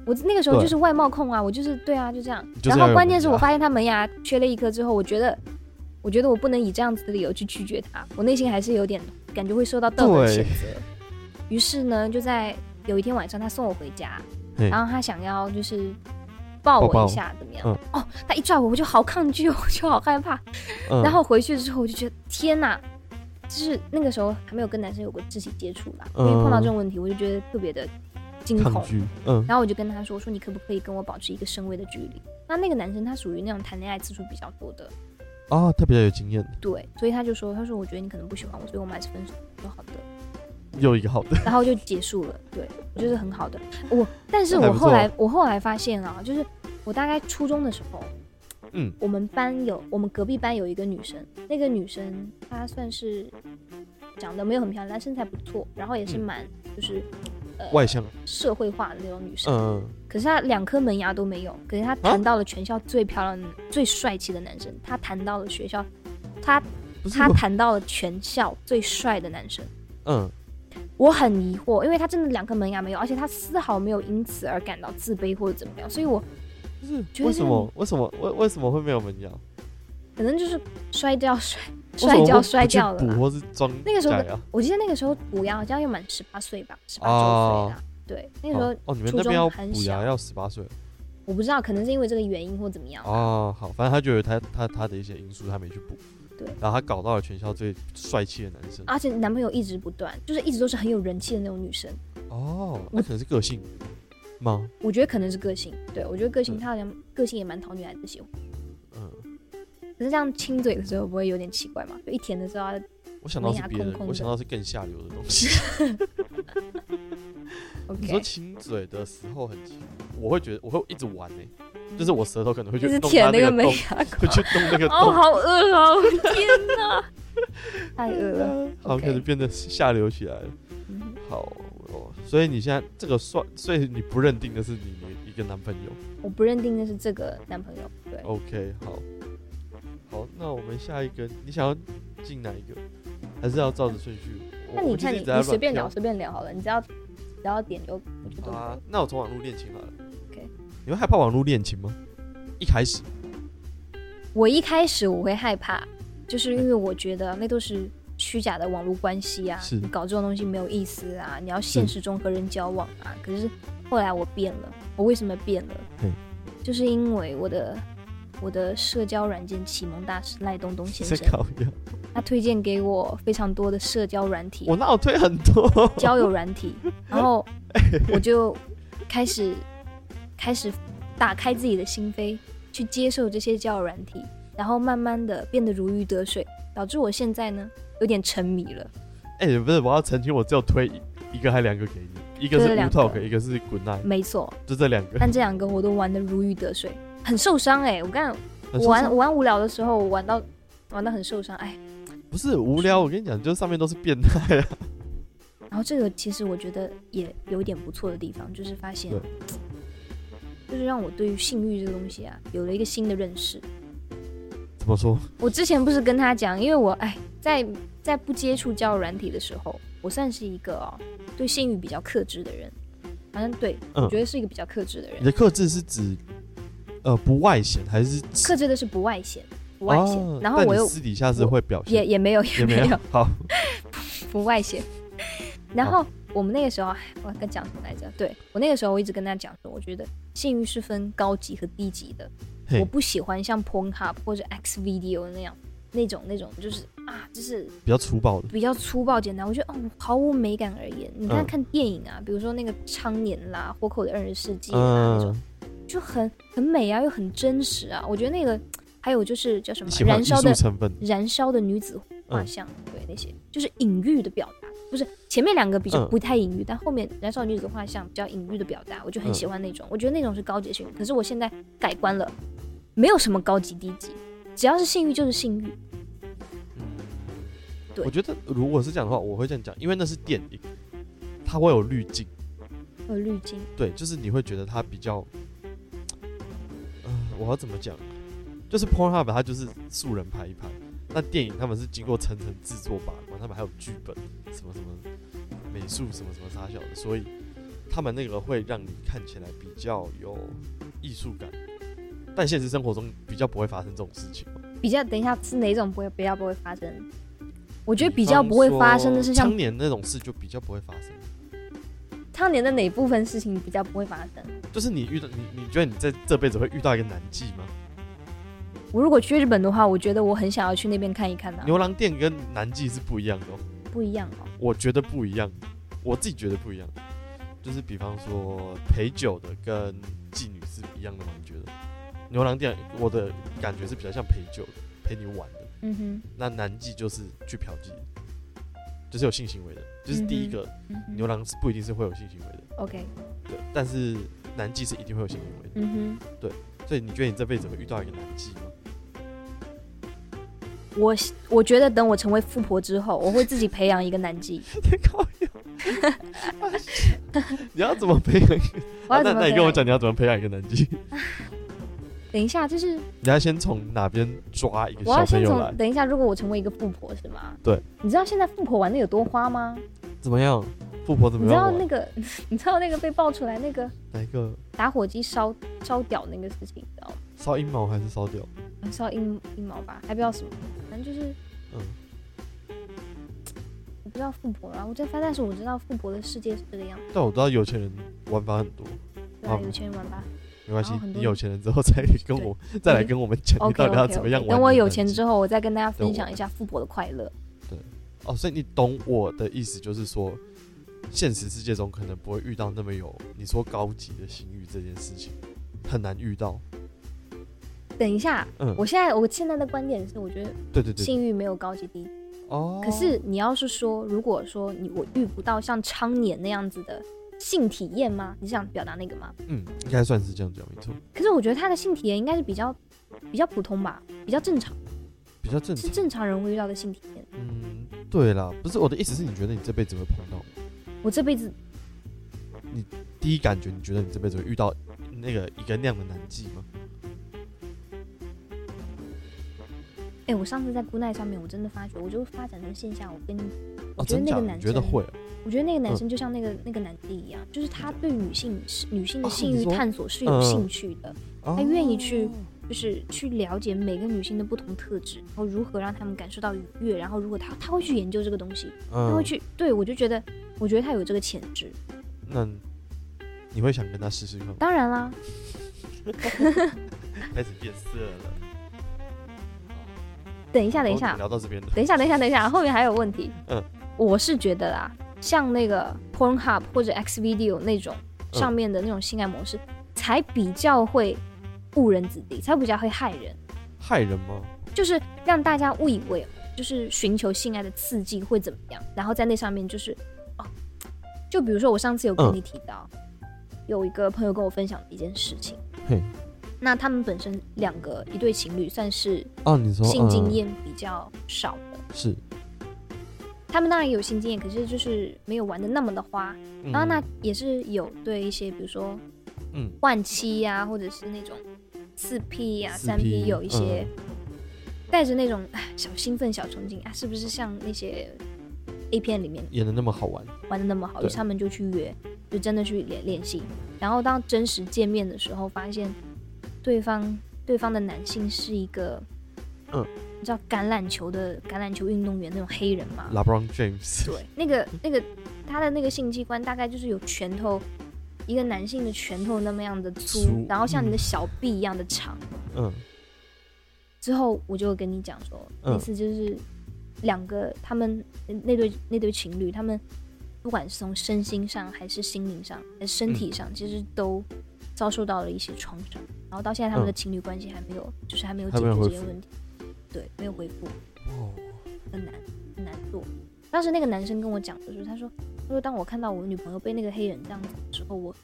S2: 我那个时候
S1: 对
S2: 就是外貌控啊，我就是对啊，就这样。
S1: 就是
S2: 然
S1: 要
S2: 后
S1: 有
S2: 关键是
S1: 门牙
S2: 我发现他门牙缺了一颗之后，我觉得，我觉得我不能以这样子的理由去拒绝他，我内心还是有点感觉会受到道德
S1: 对
S2: 谴责。于是呢，就在有一天晚上，他送我回家，
S1: 嘿
S2: 然后他想要就是抱
S1: 抱抱
S2: 我一下，怎么样？哦，他一拽我，我就好抗拒，我 就好害怕。
S1: 嗯
S2: 然后回去之后，我就觉得天哪，就是那个时候还没有跟男生有过肢体接触啦，因为碰到这种问题，我就觉得特别的惊
S1: 抗
S2: 恐。
S1: 拒，嗯
S2: 然后我就跟他说：“我说你可不可以跟我保持一个身位的距离？”那那个男生他属于那种谈恋爱次数比较多的，
S1: 啊，他比较有经验，
S2: 对，所以他就说：“他说我觉得你可能不喜欢我，所以我们还是分手。”我说好的，
S1: 又一个 好的，
S2: 然后就结束了。对，我觉得很好的。我，但是
S1: 那还
S2: 我
S1: 不
S2: 后
S1: 错
S2: 来我后来发现啊，就是我大概初中的时候，
S1: 嗯，
S2: 我们班有我们隔壁班有一个女生，那个女生她算是长得没有很漂亮，但身材不错，然后也是
S1: 嗯
S2: 蛮就是呃
S1: 外向，
S2: 社会化的那种女生。
S1: 嗯，啊
S2: 可是她两颗门牙都没有，可是她谈到了全校最漂亮的、最帅气的男生，她谈到了学校，她
S1: 不是
S2: 她
S1: 我，
S2: 谈到了全校最帅的男生。
S1: 嗯，
S2: 我很疑惑，因为她真的两颗门牙没有，而且她丝毫没有因此而感到自卑或者怎么样，所以我
S1: 不是
S2: 觉得
S1: 为什么？为什么？为为什么会没有门牙？
S2: 可能就是摔掉摔
S1: 为什
S2: 摔
S1: 么
S2: 掉
S1: 不
S2: 摔
S1: 不去
S2: 掉了啦
S1: 补。或是装
S2: 那个时候
S1: 假牙
S2: 我记得那个时候补牙好像要满十八岁吧，十八
S1: 哦
S2: 周岁啦。对，那个时候
S1: 哦哦，你们
S2: 初
S1: 那边
S2: 中
S1: 要
S2: 很
S1: 补牙
S2: 小
S1: 要十八岁
S2: 我不知道，可能是因为这个原因或怎么样。
S1: 哦，好，反正他就有他他他的一些因素，他没去补，
S2: 对啊
S1: 然后他搞到了全校最帅气的男生，
S2: 而且男朋友一直不断，就是一直都是很有人气的那种女生。
S1: 哦，那可能是个性吗？
S2: 我觉得可能是个性，对我觉得个
S1: 嗯
S2: 性，她好像个性也蛮讨女孩子喜欢。
S1: 嗯，
S2: 可是这样亲嘴的时候不会有点奇怪吗？就一舔的时候她
S1: 我想到
S2: 门
S1: 是
S2: 牙
S1: 别人
S2: 空，空
S1: 我想
S2: 的
S1: 到是更下流的东西。 你说
S2: ，OK，
S1: 亲嘴的时候很亲，我会觉得我会一直玩呢、就是我舌头可能会
S2: 嗯一
S1: 去
S2: 直
S1: 动
S2: 舔
S1: 它那
S2: 个
S1: 个
S2: 门
S1: 洞，
S2: 牙
S1: 会
S2: 膏，
S1: 去动那个
S2: 哦，
S1: 洞，
S2: 好恶哦！ 天哪，太恶了。
S1: 好，
S2: OK
S1: 开始变得下流起来了。
S2: 嗯哼
S1: 好哦，所以你现在这个算，所以你不认定的是你的一个男朋友。
S2: 我不认定那是这个男朋友，对。
S1: OK，好，好，那我们下一个，你想要进哪一个？还是要照着顺序？我
S2: 那
S1: 我
S2: 你
S1: 就是
S2: 看
S1: 一
S2: 你
S1: 直在
S2: 你随
S1: 乱
S2: 便
S1: 挑
S2: 聊随便聊好了，你只要只要点就我觉得
S1: 好
S2: 都可
S1: 啊
S2: 以。，
S1: 那我从网络恋情好了。
S2: OK
S1: 你会害怕网络恋情吗？一开始，
S2: 我一开始我会害怕，就是因为我觉得那都是虚假的网络关系啊，
S1: 是
S2: 你搞这种东西没有意思啊，你要现实中和人交往啊。可是后来我变了，我为什么变了
S1: 嗯？
S2: 就是因为我的我的社交软件启蒙大师赖东东先
S1: 在
S2: 生，
S1: 考验。
S2: 他推荐给我非常多的社交软体，
S1: 我那我推很多。
S2: 交友软体，然后我就开始开始打开自己的心扉，去接受这些交友软体，然后慢慢的变得如鱼得水，导致我现在呢有点沉迷了。
S1: 哎、不是，我要澄清，我只有推一一个还两个给你，一个
S2: 就是是
S1: Wu
S2: 两
S1: Talk，
S2: 个哎
S1: 一个是 Good Night，
S2: 没错，
S1: 就这两个。
S2: 但这两个我都玩的如鱼得水，很受伤哎、我刚
S1: 很
S2: 我
S1: 受
S2: 玩
S1: 伤
S2: 我玩无聊的时候，我玩到玩到很受伤哎。
S1: 不是无聊，我跟你讲，就是上面都是变态啊。
S2: 然后这个其实我觉得也有一点不错的地方，就是发现
S1: 对，
S2: 就是让我对于性欲这个东西啊有了一个新的认识。
S1: 怎么说？
S2: 我之前不是跟他讲，因为我哎，在在不接触交友软体的时候，我算是一个哦对性欲比较克制的人，反正对、
S1: 嗯
S2: 我觉得是一个比较克制的人
S1: 你，的克制是指呃不外显，还是指
S2: 克制的是不外显，不外显。
S1: 哦
S2: 然后
S1: 但
S2: 我
S1: 你
S2: 又
S1: 私底下是会表
S2: 也
S1: 现，
S2: 也没有也没有
S1: 有。好，
S2: 不 外显。然后我们那个时候，哎我跟讲什么来着？对我那个时候，我一直跟他讲说，我觉得性欲是分高级和低级的。
S1: 嘿
S2: 我不喜欢像 Pornhub 或者 X Video 那样那种那种，就是啊，就是
S1: 比较粗暴的。
S2: 比较粗暴简单。我觉得哦，毫无美感而言。你看
S1: 嗯
S2: 看电影啊，比如说那个《苍年》啦，《活口的二十世纪》啊，那种
S1: 嗯，
S2: 就很很美啊，又很真实啊。我觉得那个还有就是叫什么
S1: 你喜
S2: 《
S1: 欢
S2: 燃
S1: 艺
S2: 烧的
S1: 术成分，
S2: 燃烧的女子画像，对那些就是隐喻的表达，不是前面两个比较
S1: 嗯
S2: 不太隐喻，但后面燃烧的女子画像比较隐喻的表达，我就很喜欢那种，我觉得那种是高级的性欲。可是我现在改观了，没有什么高级低级，只要是性欲就是性欲。对
S1: 我觉得如果是这样的话，我会这样讲，因为那是电影，它会有滤镜，
S2: 呃，滤镜
S1: 对，就是你会觉得它比较，呃，我要怎么讲？就是 Pornhub 它就是素人拍一拍，那电影他们是经过层层制作把关，他们还有剧本，什么什么美术什么什么啥小的，所以他们那个会让你看起来比较有艺术感，但现实生活中比较不会发生这种事情嘛。
S2: 比较，等一下是哪种不会比较不会发生？我觉得比较不会发生的是像
S1: 当年那种事就比较不会发生，
S2: 当年的哪部分事情比较不会发生？
S1: 就是你遇到你你觉得你在这辈子会遇到一个男妓吗？
S2: 我如果去日本的话，我觉得我很想要去那边看一看呐、
S1: 牛郎店跟男妓是不一样的、哦，
S2: 不一样哦。
S1: 我觉得不一样，我自己觉得不一样，就是比方说陪酒的跟妓女是一样的吗？你觉得？牛郎店我的感觉是比较像陪酒的，陪你玩的。
S2: 嗯哼，
S1: 那男妓就是去嫖妓，就是有性行为的，就是第一个、
S2: 嗯哼
S1: 牛郎是不一定是会有性行为的，
S2: OK，
S1: 对，但是男妓是一定会有性行为的。
S2: 嗯哼。
S1: 所以你觉得你这辈子会遇到一个男妓吗？
S2: 我我觉得等我成为富婆之后，我会自己培养一个男妓。
S1: 靠腰你要怎么培养一个？
S2: 我 要
S1: 啊那
S2: 怎么
S1: 那你
S2: 培养？
S1: 跟我讲，你要怎么培养一个男妓？
S2: 等一下，就是
S1: 你要先从哪边抓一个
S2: 我要
S1: 小朋
S2: 先
S1: 友来
S2: 从？等一下，如果我成为一个富婆是吗？
S1: 对。
S2: 你知道现在富婆玩的有多花吗？
S1: 怎么样？富婆怎
S2: 你
S1: 么
S2: 知道
S1: 样玩？
S2: 那个， 你知道那个被爆出来那个
S1: 哪一个
S2: 打火机烧烧屌那个事情，你知道吗？
S1: 烧阴毛还是烧掉？
S2: 烧阴阴毛吧，还不知道什么，反正就是
S1: 嗯，
S2: 我不知道富婆啦，我这发，但是我知道富婆的世界是这个样子，
S1: 但我知道有钱人玩法很多，
S2: 对啊
S1: 哦，
S2: 有钱人玩 吧。
S1: 没关系
S2: 然后，哦很多
S1: 你有钱人之后再跟我 再来跟我们讲，你
S2: OK
S1: 到底要
S2: OK
S1: 怎么样
S2: OK，
S1: 玩？
S2: 等我有钱之
S1: 后，
S2: 后，我再跟大家
S1: 等
S2: 分
S1: 我
S2: 享一下富婆的快乐。
S1: 哦，所以你懂我的意思，就是说，现实世界中可能不会遇到那么有你说高级的性欲这件事情，很难遇到。
S2: 等一下，
S1: 嗯，
S2: 我现在我现在的观点是，我觉得
S1: 对对对，
S2: 性欲没有高级低。
S1: 哦，
S2: 可是你要是说，如果说你我遇不到像昌年那样子的性体验吗？你想表达那个吗？
S1: 嗯，应该算是这样讲，没错，
S2: 可是我觉得他的性体验应该是比较比较普通吧，比较正常，
S1: 比较正
S2: 是
S1: 常。
S2: 正常人会遇到的性体验。
S1: 嗯，对啦，不是我的意思是你觉得你这辈子会碰到吗
S2: 我这辈子
S1: 第一感觉，你觉得你这辈子会遇到那个一个那样的男妓吗？
S2: 哎、我上次在 Good Night 上面，我真的发觉，我就发展成线下。我跟你，
S1: 哦，
S2: 觉
S1: 真
S2: 得那
S1: 假
S2: 个
S1: 的？
S2: 男
S1: 你觉得
S2: 生
S1: 会哦、
S2: 我觉得那个男生就像那个、那个男帝一样，就是他对女性女性的
S1: 哦
S2: 性
S1: 你
S2: 欲
S1: 说
S2: 探索是
S1: 嗯
S2: 有
S1: 嗯
S2: 兴趣的。
S1: 哦？
S2: 他愿意去就是去了解每个女性的不同特质，然后如何让她们感受到愉悦，然后如果他他会去研究这个东西，他
S1: 嗯，
S2: 会去，对我就觉得，我觉得他有这个潜质。
S1: 那你会想跟他试试看吗？
S2: 当然啦，
S1: 开始变色了。
S2: 等一下，等一
S1: 哦
S2: 下，
S1: 聊到这边了。
S2: 等一下，等一下，等一下，后面还有问题。
S1: 嗯，
S2: 我是觉得啦，像那个 Pornhub 或者 Xvideo 那种
S1: 嗯
S2: 上面的那种性爱模式，才比较会误人子弟，才比较会害人。
S1: 害人吗？
S2: 就是让大家误以为就是寻求性爱的刺激会怎么样，然后在那上面就是哦，就比如说我上次有跟
S1: 嗯
S2: 你提到，有一个朋友跟我分享一件事情
S1: 嘿，
S2: 那他们本身两个一对情侣算是
S1: 哦，你说
S2: 性经
S1: 嗯
S2: 验比较少的，
S1: 是，
S2: 他们当然有性经验，可是就是没有玩的那么的花，然后啊那也是有对一些比如说
S1: 嗯
S2: 换妻呀、或者是那种四 P 呀、
S1: 四
S2: 三 P
S1: P，嗯
S2: 有一些带着那种唉小兴奋、小憧憬啊，是不是像那些 A 片里面
S1: 演的那么好玩，
S2: 玩的那么好？于
S1: 对
S2: 是他们就去约，就真的去练练习。然后当真实见面的时候，发现对方对方的男性是一个，
S1: 嗯，
S2: 你知道橄榄球的橄榄球运动员那种黑人吗？
S1: LeBron James，
S2: 对，那个那个他的那个性器官大概就是有拳头，一个男性的拳头那么样的粗，
S1: 粗
S2: 然后像你的小臂一样的长。
S1: 嗯
S2: 之后我就跟你讲说，
S1: 嗯
S2: 那次就是两个他们呃那对那对情侣，他们不管是从身心上还是心灵上还是身体上，其实都遭受到了一些创伤。然后到现在他们的
S1: 嗯
S2: 情侣关系还没有，就是还没有
S1: 还
S2: 解
S1: 没有
S2: 决这
S1: 恢
S2: 些
S1: 复
S2: 问题，对，没有回复。
S1: 哦，
S2: 很难很难做。当时那个男生跟我讲的时候，他说：“他说当我看到我女朋友被那个黑人这样子的时候，我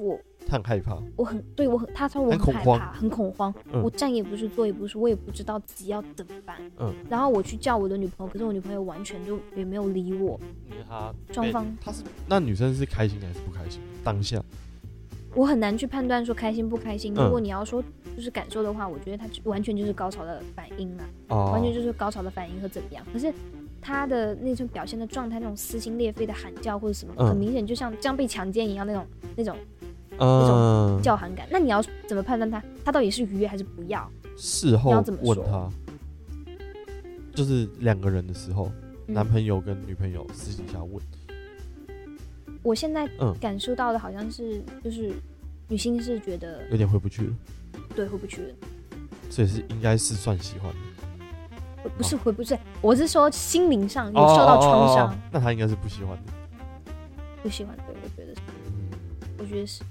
S2: 我
S1: 他很害怕，
S2: 我很对我很，他说我
S1: 很恐
S2: 害
S1: 慌
S2: 怕，很恐慌，
S1: 嗯
S2: 我站也不是，坐也不是，我也不知道自己要怎么办。
S1: 嗯，
S2: 然后我去叫我的女朋友，可是我女朋友完全就也没有理我，
S1: 因为他
S2: 双
S1: 被
S2: 方
S1: 他是那女生是开心还是不开心？当下
S2: 我很难去判断说开心不开心。
S1: 嗯
S2: 如果你要说就是感受的话，我觉得他完全就是高潮的反应啊。
S1: 哦，
S2: 完全就是高潮的反应和怎么样。可是他的那种表现的状态，那种撕心裂肺的喊叫或者什么，
S1: 嗯
S2: 很明显就像像被强奸一样那种那种
S1: 嗯
S2: 叫喊感。那你要怎么判断他他到底是愉悦还是不要？
S1: 事
S2: 你
S1: 后
S2: 要怎么
S1: 问
S2: 说
S1: 他，就是两个人的时候，
S2: 嗯
S1: 男朋友跟女朋友私底下问，
S2: 我现在
S1: 嗯
S2: 感受到的好像是就是女性是觉得
S1: 有点回不去了，
S2: 对回不去了，
S1: 所以是应该是算喜欢的。
S2: 不不是回不去，我是说心灵上有
S1: 哦
S2: 受
S1: 哦
S2: 到
S1: 哦
S2: 创
S1: 哦
S2: 伤，
S1: 那他应该是不喜欢的。
S2: 不喜欢。对，我觉得是
S1: 嗯
S2: 我觉得是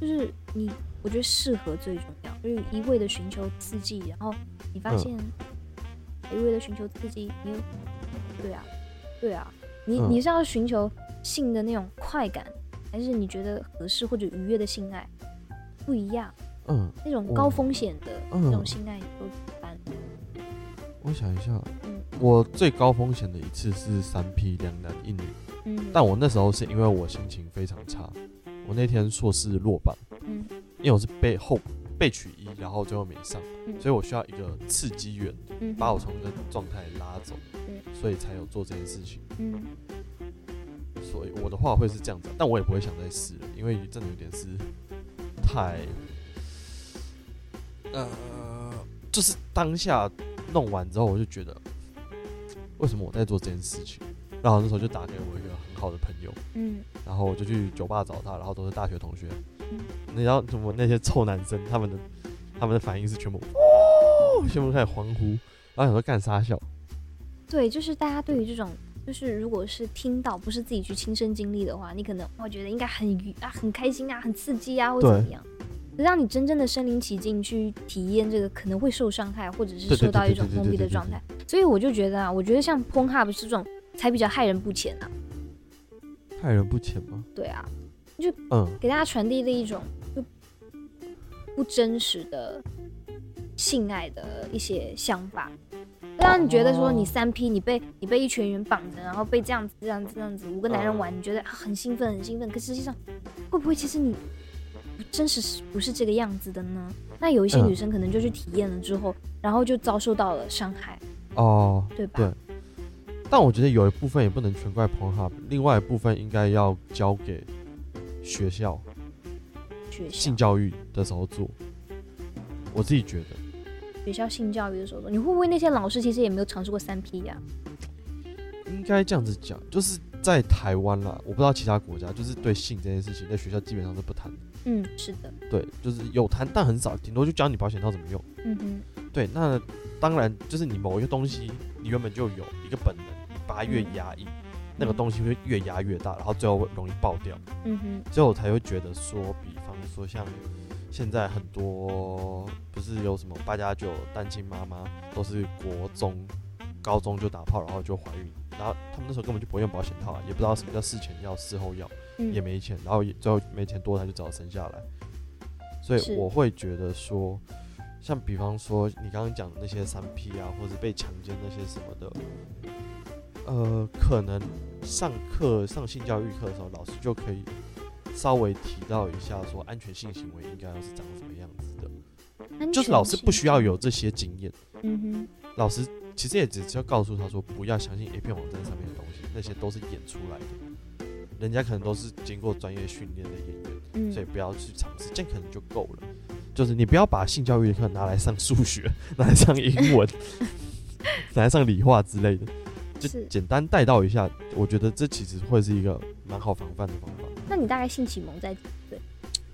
S2: 就是你，我觉得适合最重要，就是一味的寻求刺激，然后你发
S1: 嗯
S2: 现、一味的寻求刺激，你又对啊，对啊，你、
S1: 嗯
S2: 你是要寻求性的那种快感，还是你觉得合适或者愉悦的性爱？不一样，
S1: 嗯，
S2: 那种
S1: 我
S2: 高风险的
S1: 嗯
S2: 那种性爱你都一般。
S1: 我想一下
S2: 嗯，
S1: 我最高风险的一次是三 P 两男一女，
S2: 嗯，
S1: 但我那时候是因为我心情非常差，我那天硕士落榜，
S2: 嗯
S1: 因为我是被后被取一，然后最后没上，
S2: 嗯
S1: 所以我需要一个刺激源
S2: 嗯
S1: 把我从这个状态拉走，
S2: 嗯
S1: 所以才有做这件事情。
S2: 嗯
S1: 所以我的话会是这样子，但我也不会想再试了，因为真的有点是太，呃，就是当下弄完之后，我就觉得为什么我在做这件事情。然后那时候就打给我一个很好的朋友，
S2: 嗯
S1: 然后我就去酒吧找他，然后都是大学同学
S2: 嗯。
S1: 你知道怎么那些臭男生他们的他们的反应是全部哦，全部开始欢呼，然后想说干啥笑，
S2: 对，就是大家对于这种，就是如果是听到不是自己去亲身经历的话，你可能会觉得应该很愉啊、很开心啊、很刺激啊，或者
S1: 对
S2: 怎么样。可让你真正的身临其境去体验这个，可能会受伤害，或者是
S1: 对对
S2: 受到一
S1: 对对
S2: 种
S1: 对
S2: 封
S1: 对
S2: 闭
S1: 对
S2: 的
S1: 对
S2: 状
S1: 对
S2: 态。所以我就觉得啊，我觉得像 Pornhub 这种才比较害人不浅啊。
S1: 害人不浅吗？
S2: 对啊，
S1: 嗯，
S2: 给大家传递了一种就不真实的性爱的一些想法，让你觉得说你
S1: 哦
S2: 三 P，你被你被一群人绑着，然后被这样子、这样子、这样子五个男人
S1: 哦
S2: 玩，你觉得啊很兴奋、很兴奋，可实际上会不会其实你不真实是不是这个样子的呢？那有一些
S1: 嗯
S2: 女生可能就去体验了之后，然后就遭受到了伤害，
S1: 哦，
S2: 对吧？
S1: 对但我觉得有一部分也不能全怪 Pornhub，另外一部分应该要交给学校
S2: 学校
S1: 性教育的时候做。我自己觉得，
S2: 学校性教育的时候，你会不会那些老师其实也没有尝试过三 P 呀、
S1: 应该这样子讲，就是在台湾啦，我不知道其他国家，就是对性这件事情，在学校基本上是不谈的。
S2: 嗯，是的，
S1: 对，就是有谈，但很少，顶多就教你保险套怎么用。
S2: 嗯哼。
S1: 对，那当然就是你某一个东西，你原本就有一个本能，你把它越压抑，那个东西会越压越大，然后最后会容易爆掉。
S2: 嗯哼，
S1: 所以我才会觉得说，比方说像现在很多不是有什么八加九单亲妈妈都是国中、高中就打炮，然后就怀孕，然后他们那时候根本就不会用保险套啊，也不知道什么叫事前药、事后药，
S2: 嗯
S1: 也没钱，然后也最后没钱多，他就只好生下来。所
S2: 是
S1: 以我会觉得说，像比方说你刚刚讲的那些三 P 啊，或者被强奸那些什么的，呃，可能上课上性教育课的时候，老师就可以稍微提到一下说安全性行为应该要是长什么样子的，
S2: 安
S1: 就是
S2: 全
S1: 老师
S2: 性
S1: 不需要有这些经验，
S2: 嗯
S1: 老师其实也只是要告诉他说不要相信 A 片网站上面的东西，那些都是演出来的，人家可能都是经过专业训练的演员。
S2: 哼，嗯，
S1: 所以不要去尝试，这样可能就够了。就是你不要把性教育的课拿来上数学， 拿来上英文， 拿来上理化之类的，就是简单带到一下。我觉得这其实会是一个蛮好防范的方法。
S2: 那你大概性启蒙在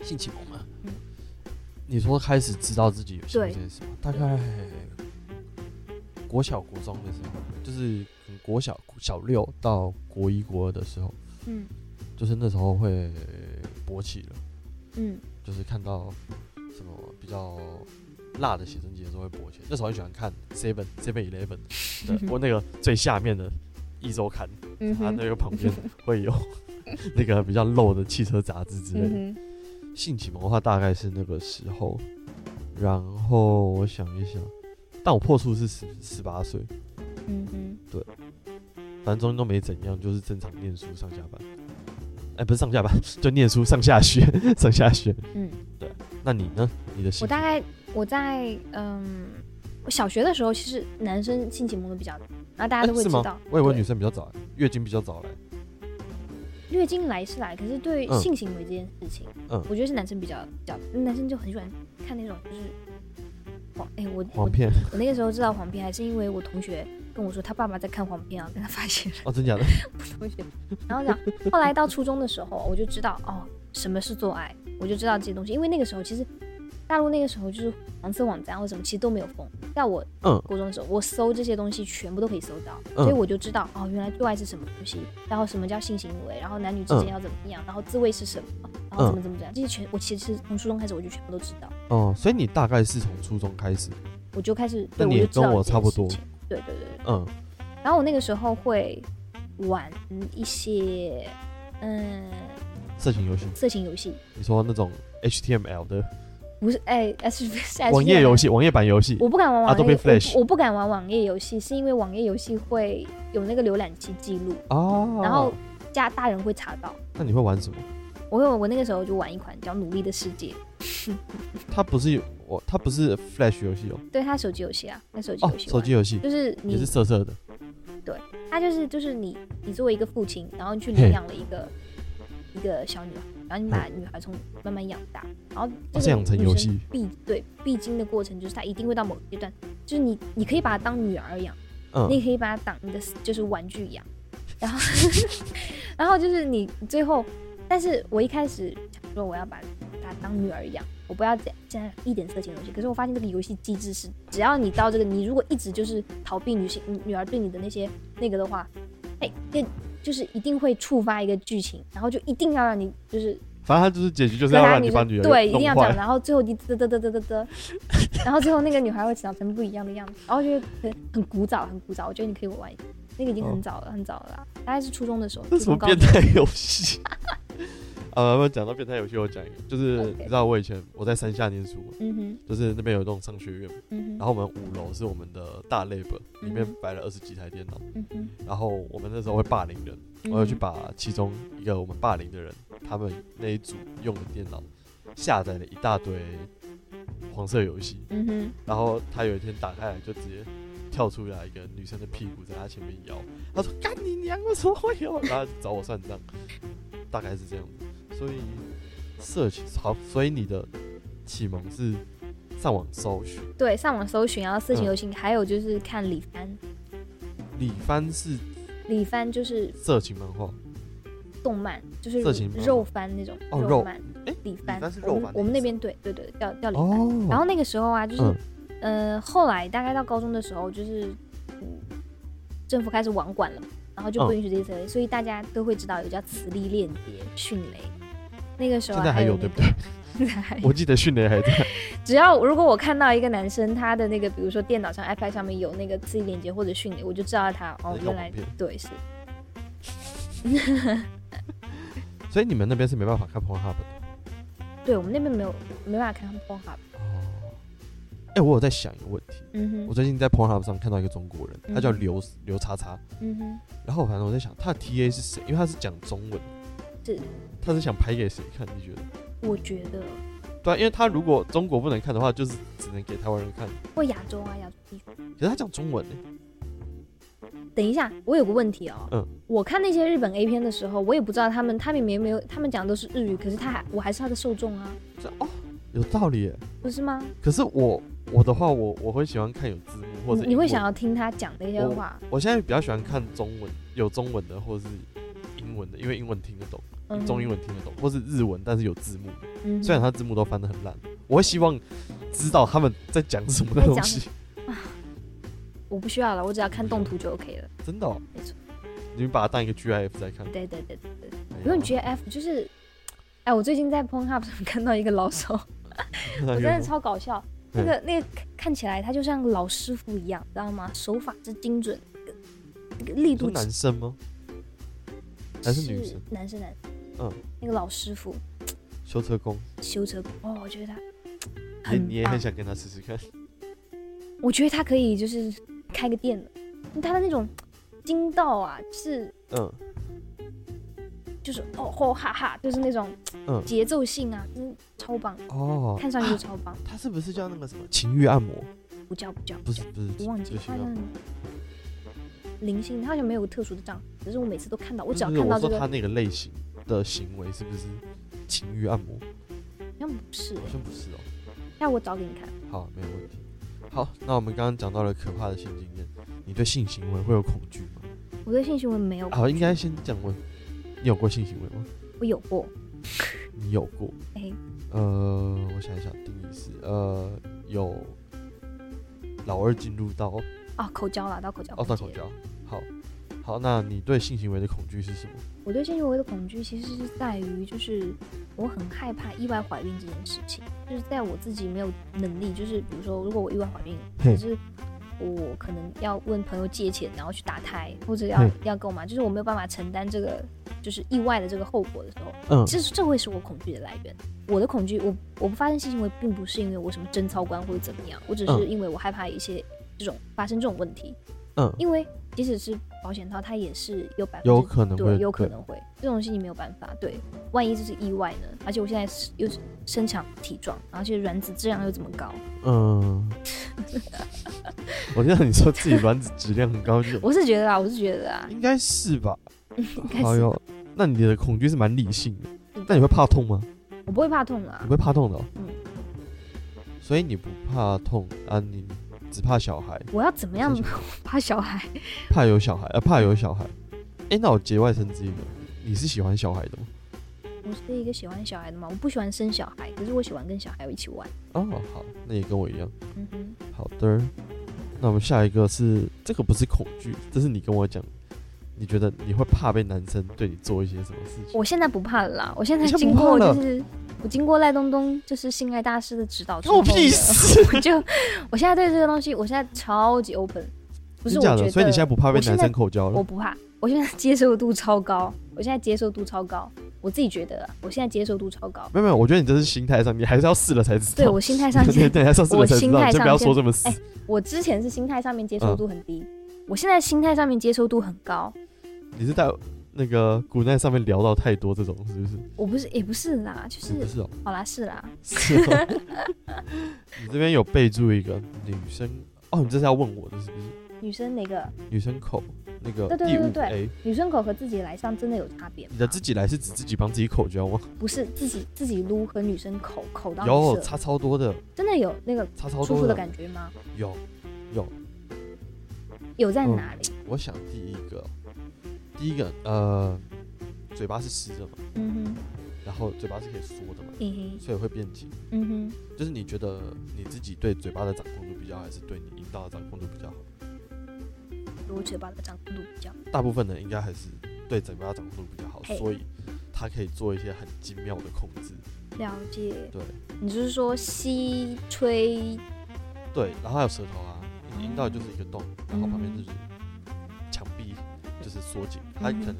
S1: 性启蒙嘛，
S2: 嗯
S1: 你说开始知道自己有性
S2: 对
S1: 这件事吗？大概国小、国中的时候，就是可能国小小六到国一、国二的时候，
S2: 嗯
S1: 就是那时候会勃起了。
S2: 嗯
S1: 就是看到什么比较辣的写真集的时候会勃起。那时候很喜欢看 Seven Seven Eleven 的，我那个最下面的一周刊，
S2: 嗯
S1: 它那
S2: 哼
S1: 个旁边会 有那个比较露的汽车杂志之类的。
S2: 嗯哼
S1: 性启蒙的话，大概是那个时候。然后我想一想，但我破处是十十八岁，
S2: 嗯哼，
S1: 反正中间都没怎样，就是正常念书上下班。哎、不是上下班， 就念书上下学，上下学。
S2: 嗯，
S1: 对。那你呢？你的性启
S2: 我大
S1: 蒙
S2: 概我在嗯，我小学的时候其实男生性启蒙的比较，然后大家都
S1: 哎
S2: 会
S1: 是
S2: 知
S1: 吗
S2: 道。
S1: 我以为
S2: 对
S1: 女生比较早，月经比较 早来。
S2: 月经来是来，可是对于
S1: 嗯
S2: 性行为这件事情，
S1: 嗯
S2: 我觉得是男生比较比较，男生就很喜欢看那种就是黄，哎、我我
S1: 黄片
S2: 我那个时候知道黄片，还是因为我同学跟我说他爸爸在看黄片啊，跟他发现了
S1: 哦，真假的？
S2: 同学，然后讲，后来到初中的时候，我就知道哦，什么是做爱，我就知道这些东西，因为那个时候其实大陆那个时候就是黄色网站或什么，其实都没有封，在我
S1: 嗯
S2: 国中的时候，我搜这些东西全部都可以搜到，
S1: 嗯
S2: 所以我就知道哦，原来做爱是什么东西，然后什么叫性行为，然后男女之间要怎
S1: 嗯
S2: 么样，然后自慰是什么，然后怎么怎么怎么样，这些全我其实从初中开始我就全部都知道，
S1: 哦，所以你大概是从初中开始，
S2: 我就开始
S1: 那
S2: 对
S1: 你
S2: 我就
S1: 也
S2: 知道
S1: 跟我
S2: 这件
S1: 差不多
S2: 事情对对对对。
S1: 嗯
S2: 然后我那个时候会玩一些嗯
S1: 色情游戏，
S2: 色情游戏，
S1: 你说那种 HTML 的
S2: 不是哎哎是不是
S1: 网页游，戏，网页版游戏
S2: 还是我不敢玩网
S1: Adobe
S2: 页，
S1: Flash
S2: 我我不敢玩网页游戏，是因为网页游戏会有那个浏览器记录，
S1: 哦。
S2: 然后家大人会查到。
S1: 那你会玩什么？
S2: 我有我那个时候就玩一款叫《努力的世界》，
S1: 它不是有我，它不是 Flash 游戏哦，
S2: 对它手机游戏啊，它手机
S1: 哦
S2: 游，戏玩、
S1: 手机游戏
S2: 就是
S1: 也是
S2: 你，
S1: 色色的，
S2: 它就是就是你，你作为一个父亲，然后你去领养了一个一个小女孩，然后你把女孩从慢慢养大，然后
S1: 嗯哦
S2: 这
S1: 是
S2: 个
S1: 养成
S2: 女
S1: 游
S2: 生
S1: 戏
S2: 必对必经的过程，就是她一定会到某一阶段，就是你你可以把她当女儿养。你
S1: 嗯
S2: 也可以把它当你的就是玩具养，然后 然后就是你最后，但是我一开始想说我要把它当女儿养，我不要再现在一点色情的东西。可是我发现这个游戏机制是，只要你到这个，你如果一直就是逃避女性女女儿对你的那些那个的话，哎，那就是一定会触发一个剧情，然后就一定要让你就是
S1: 反正它就是结局就是
S2: 对
S1: 要
S2: 啊，
S1: 让你把女人
S2: 对，一定要
S1: 弄
S2: 这样。
S1: 坏。
S2: 然后最后你嘚嘚嘚嘚嘚嘚，然后最后那个女孩会长成不一样的样子，然后就很很古早，很古早。我觉得你可以玩一下，那个已经很早了，很早了啦，大概是初中的时候。
S1: 嗯这
S2: 初
S1: 什么
S2: 中高
S1: 变
S2: 中
S1: 态游戏？ 啊，我讲到变态游戏，我讲一个，就是
S2: OK
S1: 你知道我以前我在山下念书嘛，
S2: 嗯哼，
S1: 就是那边有一栋商学院嘛，
S2: 嗯
S1: 然
S2: 哼，
S1: 后我们五楼是我们的大 lab，里面
S2: 嗯
S1: 摆了二十几台电脑。
S2: 嗯哼，
S1: 然后我们那时候会霸凌人，
S2: 嗯
S1: 我要去把其中一个我们霸凌的人，他们那一组用的电脑下载了一大堆黄色游戏，
S2: 嗯哼，
S1: 然后他有一天打开来就直接跳出来一个女生的屁股在他前面摇，他说：“干你娘，为什么会有？”然后他找我算账，大概是这样子。所以色情好，所以你的启蒙是上网搜寻。
S2: 对，上网搜寻，然后色情
S1: 嗯
S2: 游戏，还有就是看李帆，
S1: 李帆是
S2: 李帆就是
S1: 色情漫画，
S2: 动漫，就是
S1: 色情吗
S2: 肉番那种
S1: 哦
S2: 肉
S1: 肉
S2: 漫，
S1: 哎
S2: 李帆
S1: 李帆是，
S2: 我
S1: 肉
S2: 们
S1: 番的
S2: 我们
S1: 意
S2: 那
S1: 思
S2: 边对对对，叫叫李帆。
S1: 哦，
S2: 嗯然后那个时候啊，就是
S1: 嗯，
S2: 呃，后来大概到高中的时候，就是嗯，政府开始网管了嘛，然后就不
S1: 嗯
S2: 允许这些词类，所以大家都会知道有叫磁力链接、迅雷。那个时候、
S1: 现
S2: 啊
S1: 在
S2: 还
S1: 还有
S2: 那
S1: 对
S2: 个
S1: 不对？我记得迅雷还在，
S2: 只要如果我看到一个男生他的那个，比如说电脑上、iPad 上面有那个自己链接或者迅雷，我就知道他哦
S1: 是，一个
S2: 原
S1: 网
S2: 来
S1: 片
S2: 对是
S1: 所以你们那边是没办法看 Pornhub 的。
S2: 对，我们那边没有没办法看 p o h u b
S1: 哦，哎，我有在想一个问题，
S2: 嗯
S1: 我
S2: 哼，
S1: 最近在 Pornhub 上看到一个中国人，他叫
S2: 嗯
S1: 刘刘叉叉，
S2: 嗯哼，
S1: 然后反正我在想他的 TA 是谁，因为他是讲中文，
S2: 是，
S1: 他是想拍给谁看？你觉得？
S2: 我觉得
S1: 对、啊，因为他如果中国不能看的话，就是只能给台湾人看。
S2: 或亚洲啊，亚洲地区。
S1: 可是他讲中文呢、
S2: 等一下，我有个问题哦。
S1: 嗯
S2: 我看那些日本 A 片的时候，我也不知道他们，他们明明没有，他们讲的都是日语，可是他还我还是他的受众啊，
S1: 这哦，有道理耶、
S2: 不是吗？
S1: 可是我我的话，我我会喜欢看有字幕或者
S2: 你你会
S1: 英文
S2: 想要听他讲那些
S1: 我
S2: 话，
S1: 我现在比较喜欢看中文，有中文的或者是英文的，因为英文听得懂，
S2: 嗯哼
S1: 中英文听得懂，或是日文，但是有字幕。
S2: 嗯哼
S1: 虽然它字幕都翻得很烂，我会希望知道他们在讲什么的
S2: 在
S1: 东
S2: 讲
S1: 西。
S2: 我不需要了，我只要看动图就 OK 了。
S1: 真的、哦
S2: 没错，
S1: 你们把它当一个 GIF 在看。
S2: 对对对对对，
S1: 哎呀
S2: 不用 GF，就是，哎，我最近在 Pornhub 上看到一个 老手，
S1: 那
S2: 我
S1: 有
S2: 真的
S1: 什么
S2: 超搞笑。
S1: 嗯
S2: 那个那个看起来他就像老师傅一样，知道吗？手法之精准，那个力
S1: 你说
S2: 度
S1: 男生吗？还是女生？
S2: 男生男生，
S1: 嗯，
S2: 那个老师傅
S1: 修车工，
S2: 修车工哦，我觉得他
S1: 你
S2: 很
S1: 你也
S2: 棒
S1: 很想跟他试试看。
S2: 我觉得他可以就是开个店的，他的那种筋道啊，是
S1: 嗯，
S2: 就是哦吼哈哈，就是那种
S1: 嗯
S2: 节奏性啊，真的超棒，
S1: 哦，
S2: 看上去就超棒。
S1: 他是不是叫那个什么情欲按摩？
S2: 不叫不叫，
S1: 不是不是，
S2: 我忘记
S1: 不啊是情
S2: 了，他好
S1: 欲按摩
S2: 像零星，他好像没有特殊的账号，只是我每次都看到，我只要
S1: 不是
S2: 看到
S1: 嗯我
S2: 这
S1: 说
S2: 个，
S1: 他
S2: 好
S1: 那个类型的行为是不是情欲按摩？
S2: 像不是欸
S1: 好，像不是哦。
S2: 要我找给你看。
S1: 好，没有问题。好，那我们刚刚讲到了可怕的性经验，你对性行为会有恐惧吗？
S2: 我对性行为没有，
S1: 好，哦应该先讲问，你有过性行为吗？
S2: 我有过，
S1: 你有过？
S2: 哎，
S1: 呃，我想一想，定义是呃，有老二进入到
S2: 啊，口交啦，到口交，
S1: 哦，到口
S2: 交。
S1: 交。好，好，那你对性行为的恐惧是什么？
S2: 我对性行为的恐惧其实是在于，就是我很害怕意外怀孕这件事情，就是在我自己没有能力，就是比如说，如果我意外怀孕，
S1: 嘿
S2: 可是我可能要问朋友借钱，然后去打胎，或者要
S1: 嘿
S2: 要购买，就是我没有办法承担这个就是意外的这个后果的时候，
S1: 嗯，
S2: 这这会是我恐惧的来源。我的恐惧，我我不发生性行为，并不是因为我什么贞操观或者怎么样，我只是
S1: 嗯
S2: 因为我害怕一些这种发生这种问题，
S1: 嗯，
S2: 因为即使是保险套，它也是有百分
S1: 有
S2: 之
S1: 可能会
S2: 对，有可能会这种东西你没有办法。对，万一这是意外呢？而且我现在是又是身强体壮，然后其实卵子质量又这么高，
S1: 嗯，我觉得你说自己卵子质量很高，就
S2: 我是觉得啊，我是觉得啊，
S1: 应该是吧？
S2: 应该
S1: 好
S2: 是
S1: 哟，哎那你的恐惧是蛮理性的
S2: 是的，
S1: 那你会怕痛吗？
S2: 我不会怕痛啦
S1: 你。会怕痛的、哦，
S2: 嗯
S1: 所以你不怕痛啊？你只怕小孩，
S2: 我要怎么样
S1: 是
S2: 怕小孩？
S1: 怕有小孩，呃，怕有小孩。哎、那我节外生枝一个，你是喜欢小孩的吗？
S2: 我是一个喜欢小孩的嘛，我不喜欢生小孩，可是我喜欢跟小孩一起玩。
S1: 哦，好，那也跟我一样。
S2: 嗯哼，
S1: 好的，那我们下一个是这个不是恐惧，这是你跟我讲，你觉得你会怕被男生对你做一些什么事情？
S2: 我现在不怕了啦，我现在
S1: 你现在
S2: 经
S1: 不
S2: 过
S1: 怕了
S2: 就是我经过赖东东就是性爱大师的指导之
S1: 关
S2: 后
S1: 我
S2: 呢，
S1: 屁事！
S2: 我就我现在对这个东西，我现在超级 open，不是
S1: 真
S2: 我觉
S1: 假
S2: 得
S1: 的，，所以你现在不怕被
S2: 我现
S1: 男
S2: 在
S1: 生口交
S2: 我
S1: 了？
S2: 不怕，我现在接受度超高，我现在接受度超高，我自己觉得啊我现在接受度超高。
S1: 没有没有，我觉得你这是心态上，你还是要试了才知道。，
S2: 对我心态 上
S1: 对对，还是要试了
S2: 我
S1: 才知
S2: 心
S1: 道，
S2: 态
S1: 你先
S2: 上
S1: 不要
S2: 先
S1: 说这么死
S2: 哎。我之前是心态上面接受度很低，
S1: 嗯
S2: 我现在心态上面接受度很高。
S1: 你是在那个古奈上面聊到太多这种，是不是？
S2: 我不是也不是啦，就
S1: 不
S2: 是
S1: 是哦，
S2: 好啦是啦，
S1: 是 哦。你这边有备注一个女生哦，你这是要问我的是不是？
S2: 女生哪个
S1: 女生口那个
S2: 对对
S1: 第
S2: 对
S1: 五
S2: 对
S1: A，
S2: 女生口和自己来上真的有差别吗？
S1: 你的自己来是指自己帮自己口交吗？
S2: 不是自己自己撸和女生口口到
S1: 有
S2: 你射，
S1: 差超多的，
S2: 真的有那个
S1: 差超
S2: 舒
S1: 多
S2: 服的感觉吗？
S1: 有有。
S2: 有在
S1: 嗯
S2: 哪里？
S1: 我想第一个，第一个呃，嘴巴是湿的嘛，
S2: 嗯
S1: 然后嘴巴是可以缩的嘛，
S2: 哼，嗯哼，
S1: 所以会变紧。
S2: 嗯哼。
S1: 就是你觉得你自己对嘴巴的掌控度比较好，还是对你阴道的掌控度比较好？
S2: 我嘴巴的掌控度比较，
S1: 大部分人应该还是对嘴巴掌控度比较好
S2: 嘿，
S1: 所以他可以做一些很精妙的控制，
S2: 了解。
S1: 对
S2: 你就是说吸吹
S1: 对，然后还有舌头啊，你的阴道就是一个洞，然后旁边
S2: 嗯
S1: 就是墙壁，就是缩紧，它
S2: 嗯
S1: 可能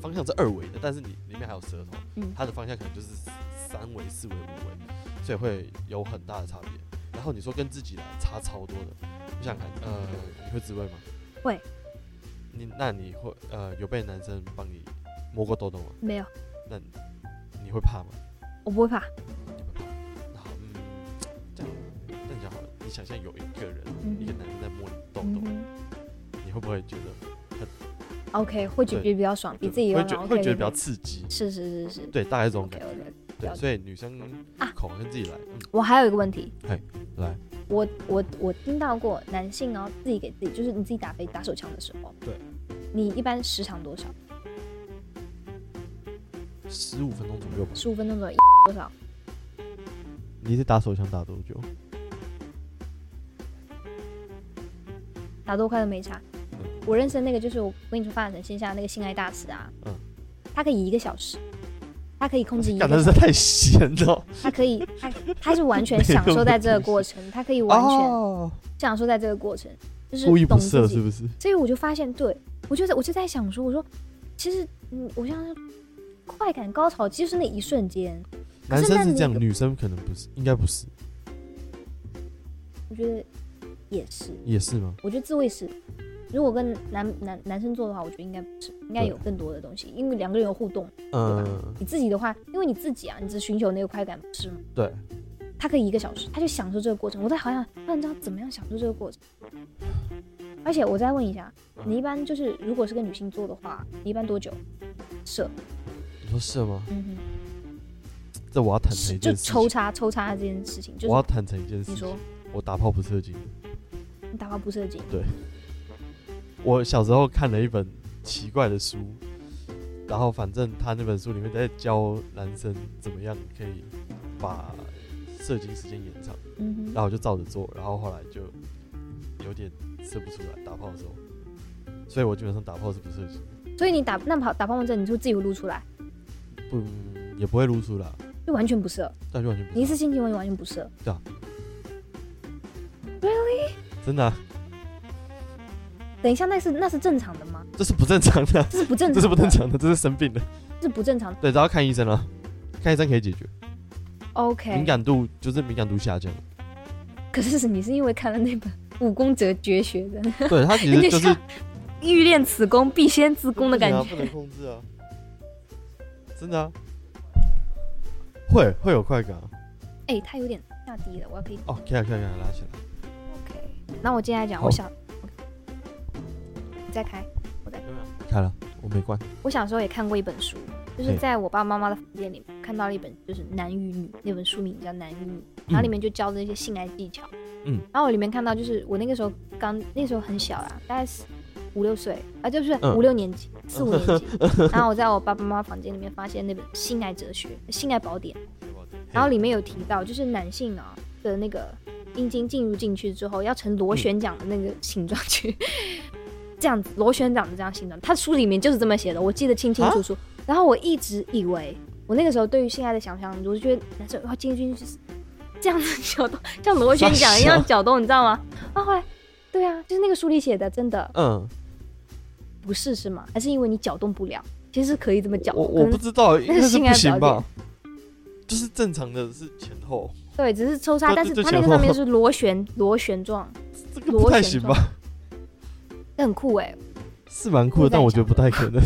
S1: 方向是二维的，但是你里面还有舌头，
S2: 嗯
S1: 它的方向可能就是三维、四维、五维，所以会有很大的差别。然后你说跟自己来差超多的，你想想看，呃，你会自慰吗？
S2: 会。
S1: 你那你会呃有被男生帮你摸过痘痘吗？
S2: 没有，
S1: 那你你会怕吗？
S2: 我不会怕。
S1: 你会怕？然后嗯，这样这样讲好了，你想象有一个人，
S2: 嗯
S1: 一个男生在摸你痘
S2: 嗯
S1: 痘，
S2: 哼
S1: 你会不会觉得
S2: ，OK，会觉
S1: 对
S2: 得比较爽，比
S1: 对
S2: 自己
S1: 会
S2: 用
S1: 觉
S2: 脑
S1: 会觉得比较
S2: 刺。
S1: 刺激？
S2: 是是是是。
S1: 对，大概是这种感
S2: OK
S1: 觉。
S2: OK。了
S1: 对，
S2: 解
S1: 所以女生
S2: 啊
S1: 口跟自己来，嗯，
S2: 我还有一个问题，
S1: 嘿，
S2: 啊
S1: 来，
S2: 我我我听到过男性哦，自己给自己，就是你自己打飞打手枪的时候，
S1: 对，
S2: 你一般时长多少？
S1: 十五分钟左右吧。
S2: 十五分钟左右，多少？
S1: 你是打手枪打多久？
S2: 打多快都没差
S1: 嗯。
S2: 我认识的那个就是我跟你说发展成线下那个性爱大师啊，
S1: 嗯
S2: 他可以一个小时，他可以控制一
S1: 干的
S2: 个
S1: 是
S2: 小时，
S1: 太闲了，
S2: 他 可以他他是完全享受在这个过程，他可以完全
S1: 哦，
S2: 享受在这个过程，就是
S1: 故意不
S2: 懂自
S1: 射
S2: 己
S1: 是不是？
S2: 所以我就发现，对我就在我就在想说，我说其实嗯，我像是快感高潮就是那一瞬间，
S1: 男生
S2: 那
S1: 是这样，
S2: 你
S1: 女生可能不是，应该不是，
S2: 我觉得也是，
S1: 也是吗？
S2: 我觉得自慰是，如果跟男男男生做的话，我觉得应该不是，应该
S1: 对
S2: 有更多的东西，因为两个人有互动。
S1: 嗯，
S2: 你自己的话，因为你自己啊，你只寻求那个快感，不是吗？
S1: 对，
S2: 他可以一个小时，他就享受这个过程。我在好像不知道怎么样享受这个过程。而且我再问一下，
S1: 嗯
S2: 你一般就是如果是跟女性做的话，你一般多久射？
S1: 你说是吗？
S2: 嗯哼。
S1: 这我要坦诚
S2: 是
S1: 一
S2: 就
S1: 件事情，
S2: 抽插抽插这件事情，就
S1: 我要
S2: 是
S1: 坦诚一件事情
S2: 你说，
S1: 我打炮不射精。
S2: 你打炮不射精，
S1: 我小时候看了一本奇怪的书，然后反正他那本书里面在教男生怎么样可以把射精时间延长，
S2: 嗯
S1: 然
S2: 哼，
S1: 后我就照着做，然后后来就有点射不出来，打炮的时候，所以我基本上打炮是不射精，
S2: 所以你打那跑打炮完之后，你就自己会露出来，
S1: 不也不会露出来，
S2: 就完全不射，
S1: 但就完全不
S2: 你一次
S1: 是
S2: 性行为完全不射，
S1: 真的啊、
S2: 等一下那是那是正常的吗？
S1: 这是不正常的啊、
S2: 这是不正常，
S1: 这是不正，常的，这是生病的，
S2: 这是不正常的。
S1: 对，然后看医生了、看医生可以解决，
S2: 哦 OK，
S1: 敏感度就是敏感度下降。
S2: 可是是你是因为看了那本《武功哲绝学》的《
S1: 对他其实就
S2: 就像
S1: 是
S2: 欲练此功，必先自宫》的感
S1: 不行啊
S2: 觉。
S1: 不能控制啊，真的啊，会会有快感啊
S2: 哎，它有点下低了，我要可以
S1: 哦，可以啊可以啊可以啊拉起来，
S2: OK。那我接下来讲，
S1: 好
S2: 我想，你再开。
S1: 开了，我没关，
S2: 我小时候也看过一本书，就是
S1: 嘿
S2: 在我爸爸妈妈的房间里面看到了一本，就是《男与女》那本书名叫《男与女》，然后里面就教的一些性爱技巧。
S1: 嗯，
S2: 然后我里面看到，就是我那个时候刚那时候很小啦，大概是五六岁啊，就不是
S1: 嗯
S2: 五六年级，四五年 级。然后我在我爸爸妈妈房间里面发现那本《性爱哲学》《性爱宝典》，然后里面有提到，就是男性啊的那个阴茎进入进去之后，要呈
S1: 嗯
S2: 螺旋桨的那个形状去， 这样子螺旋桨的这样形状。他书里面就是这么写的，我记得清
S1: 啊
S2: 清楚楚。然后我一直以为，我那个时候对于性爱的想象，我就觉得男生要进去就是这样子 搅动，像螺
S1: 啊
S2: 旋桨一样搅动，你知道吗？啊，后来，对啊，就是那个书里写的，真的
S1: 嗯，
S2: 不是是吗？还是因为你搅动不了？其实是可以这么搅
S1: 我
S2: 动，
S1: 我
S2: 可
S1: 不
S2: 能
S1: 知 道，应该是
S2: 性
S1: 不
S2: 爱
S1: 行
S2: 表
S1: 吧？就是正常的是前后，
S2: 对，只是抽插，
S1: 对
S2: 但是
S1: 对
S2: 它
S1: 前
S2: 那个
S1: 后
S2: 上面是螺旋螺旋状，
S1: 这个不
S2: 螺
S1: 太行
S2: 旋状
S1: 吧？
S2: 那很酷哎。
S1: 是蛮酷的，但我觉得不太可能，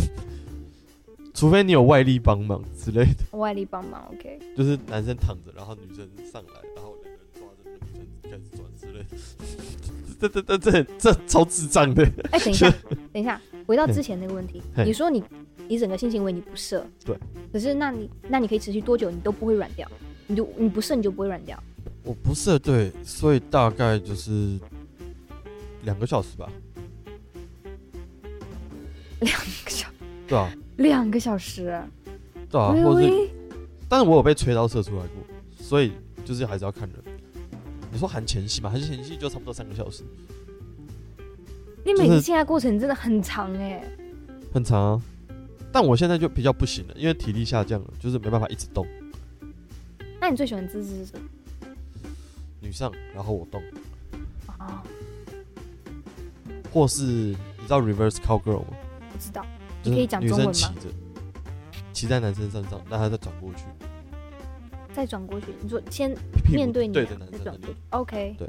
S1: 除非你有外力帮忙之类的，
S2: 外力帮 忙，OK。
S1: 就是男生躺着，然后女生上来，然后两个人抓着那个女生开始转之类的， 这这这这这这超智障的。
S2: 哎、等一下，等一下，回到之前那个问题，
S1: 嘿
S2: 你说你你整个性行为你不射，
S1: 对，
S2: 可是那你那你可以持续多久你都不会软掉，你就你不射你就不会软掉，
S1: 我不是对，所以大概就是两个小时吧。对啊，
S2: 两个小时、
S1: 对啊
S2: r e，a
S1: 或
S2: l l
S1: 者是，
S2: y
S1: 但是我有被吹到射出来过，所以就是还是要看人。你说含前戏嘛，含前戏就差不多三个小时，
S2: 你每次性爱过程真的很长哎、
S1: 很长啊。但我现在就比较不行了，因为体力下降了，就是没办法一直动。
S2: 那你最喜欢的姿势是什么？
S1: 女上，然后我动，
S2: 哦，
S1: 或是你知道 reverse cowgirl 吗？
S2: 不知道，
S1: 就是
S2: 可以讲
S1: 女
S2: 中文
S1: 生
S2: 吗
S1: 骑着，骑在男生身上，让他再转过去，
S2: 再转过去，你说先
S1: 屁股
S2: 面对你，
S1: 对着男
S2: 再
S1: 生
S2: 转
S1: 的
S2: 过
S1: 脸
S2: 去，，OK，
S1: 对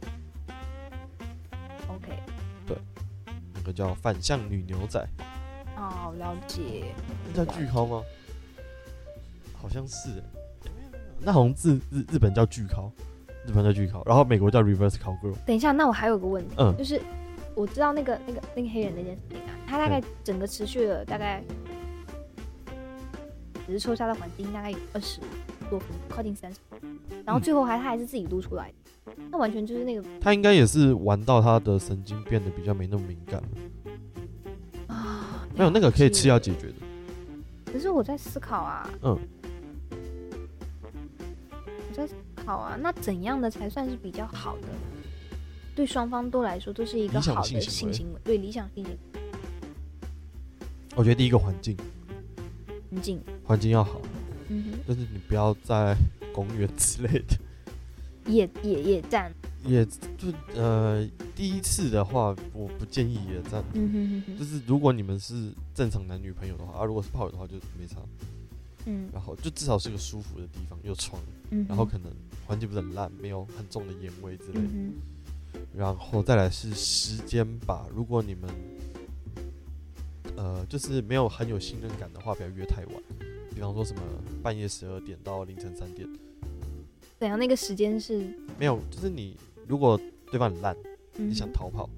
S2: ，OK，
S1: 那个叫反向女牛仔，
S2: 哦，了解，
S1: 那叫巨尻吗？好像是欸，那好像自日日本叫巨尻，日本叫巨尻，然后美国叫 reverse cowgirl，
S2: 等一下，那我还有个问题，
S1: 嗯
S2: 就是我知道那个那个那个黑人那件事情啊，他大概整个持续了大概，只是抽杀的环境大概有二十多分钟，靠近三十，然后最后还他还是自己撸出来的，
S1: 嗯
S2: 那完全就是那个
S1: 他应该也是玩到他的神经变得比较没那么敏感，
S2: 啊，
S1: 没有那个可以吃
S2: 了
S1: 药
S2: 解
S1: 解决的。
S2: 可是我在思考啊，
S1: 嗯，
S2: 我在思考啊，那怎样的才算是比较好的？对双方都来说都是一个
S1: 理想
S2: 好
S1: 性
S2: 的
S1: 行
S2: 性
S1: 为
S2: 行为，对理想性行为
S1: 我觉得第一个环境，
S2: 环境。
S1: 环境要好，
S2: 嗯
S1: 但是你不要在公园之类的。
S2: 哼，野野野战。
S1: 也就呃，第一次的话，我不建议野战。
S2: 嗯哼哼
S1: 就
S2: 哼，
S1: 是如果你们是正常男女朋友的话，啊，如果是炮友的话就没差。
S2: 嗯
S1: 然后就至少是个舒服的地方，有床，
S2: 嗯哼，
S1: 然后可能环境不是很烂，没有很重的烟味之类的。
S2: 嗯
S1: 然后再来是时间吧，如果你们呃就是没有很有信任感的话，不要约太晚。比方说什么半夜十二点到凌晨三点，
S2: 哼，怎样？那个时间是
S1: 没有，就是你如果对方很烂，
S2: 你
S1: 你想逃跑，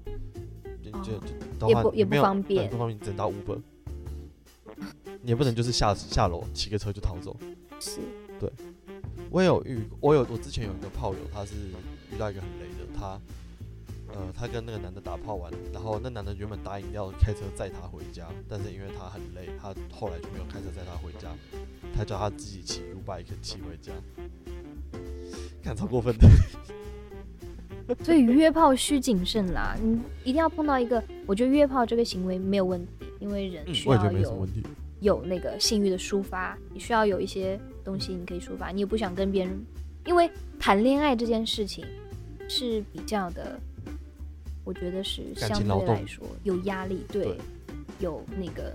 S1: 就
S2: 嗯哦
S1: 就就逃
S2: 也
S1: 跑
S2: 不
S1: 你
S2: 也不
S1: 没有
S2: 方
S1: 对
S2: 便
S1: 不方便，只能打 Uber。你也不能就是下下楼骑个车就逃走。
S2: 是
S1: 我也有遇，我有我之前有一个炮友，他是遇到一个很雷的，他呃他跟那个男的打炮完，然后那男的原本答应要开车载他回家，但是因为他很累，他后来就没有开车载他回家，他叫他自己骑 U bike 骑回家，看超过分的。
S2: 所以约炮需谨慎啦，你一定要碰到一个，我觉得约炮这个行为没有问题，因为人需
S1: 嗯我也觉得
S2: 要
S1: 没什么
S2: 有
S1: 问题。
S2: 有那个性欲的抒发，你需要有一些东西你可以抒发，你也不想跟别人，因为谈恋爱这件事情是比较的，我觉得是
S1: 感
S2: 相
S1: 情劳
S2: 对
S1: 动
S2: 来说有压力，对，
S1: 对
S2: 有那个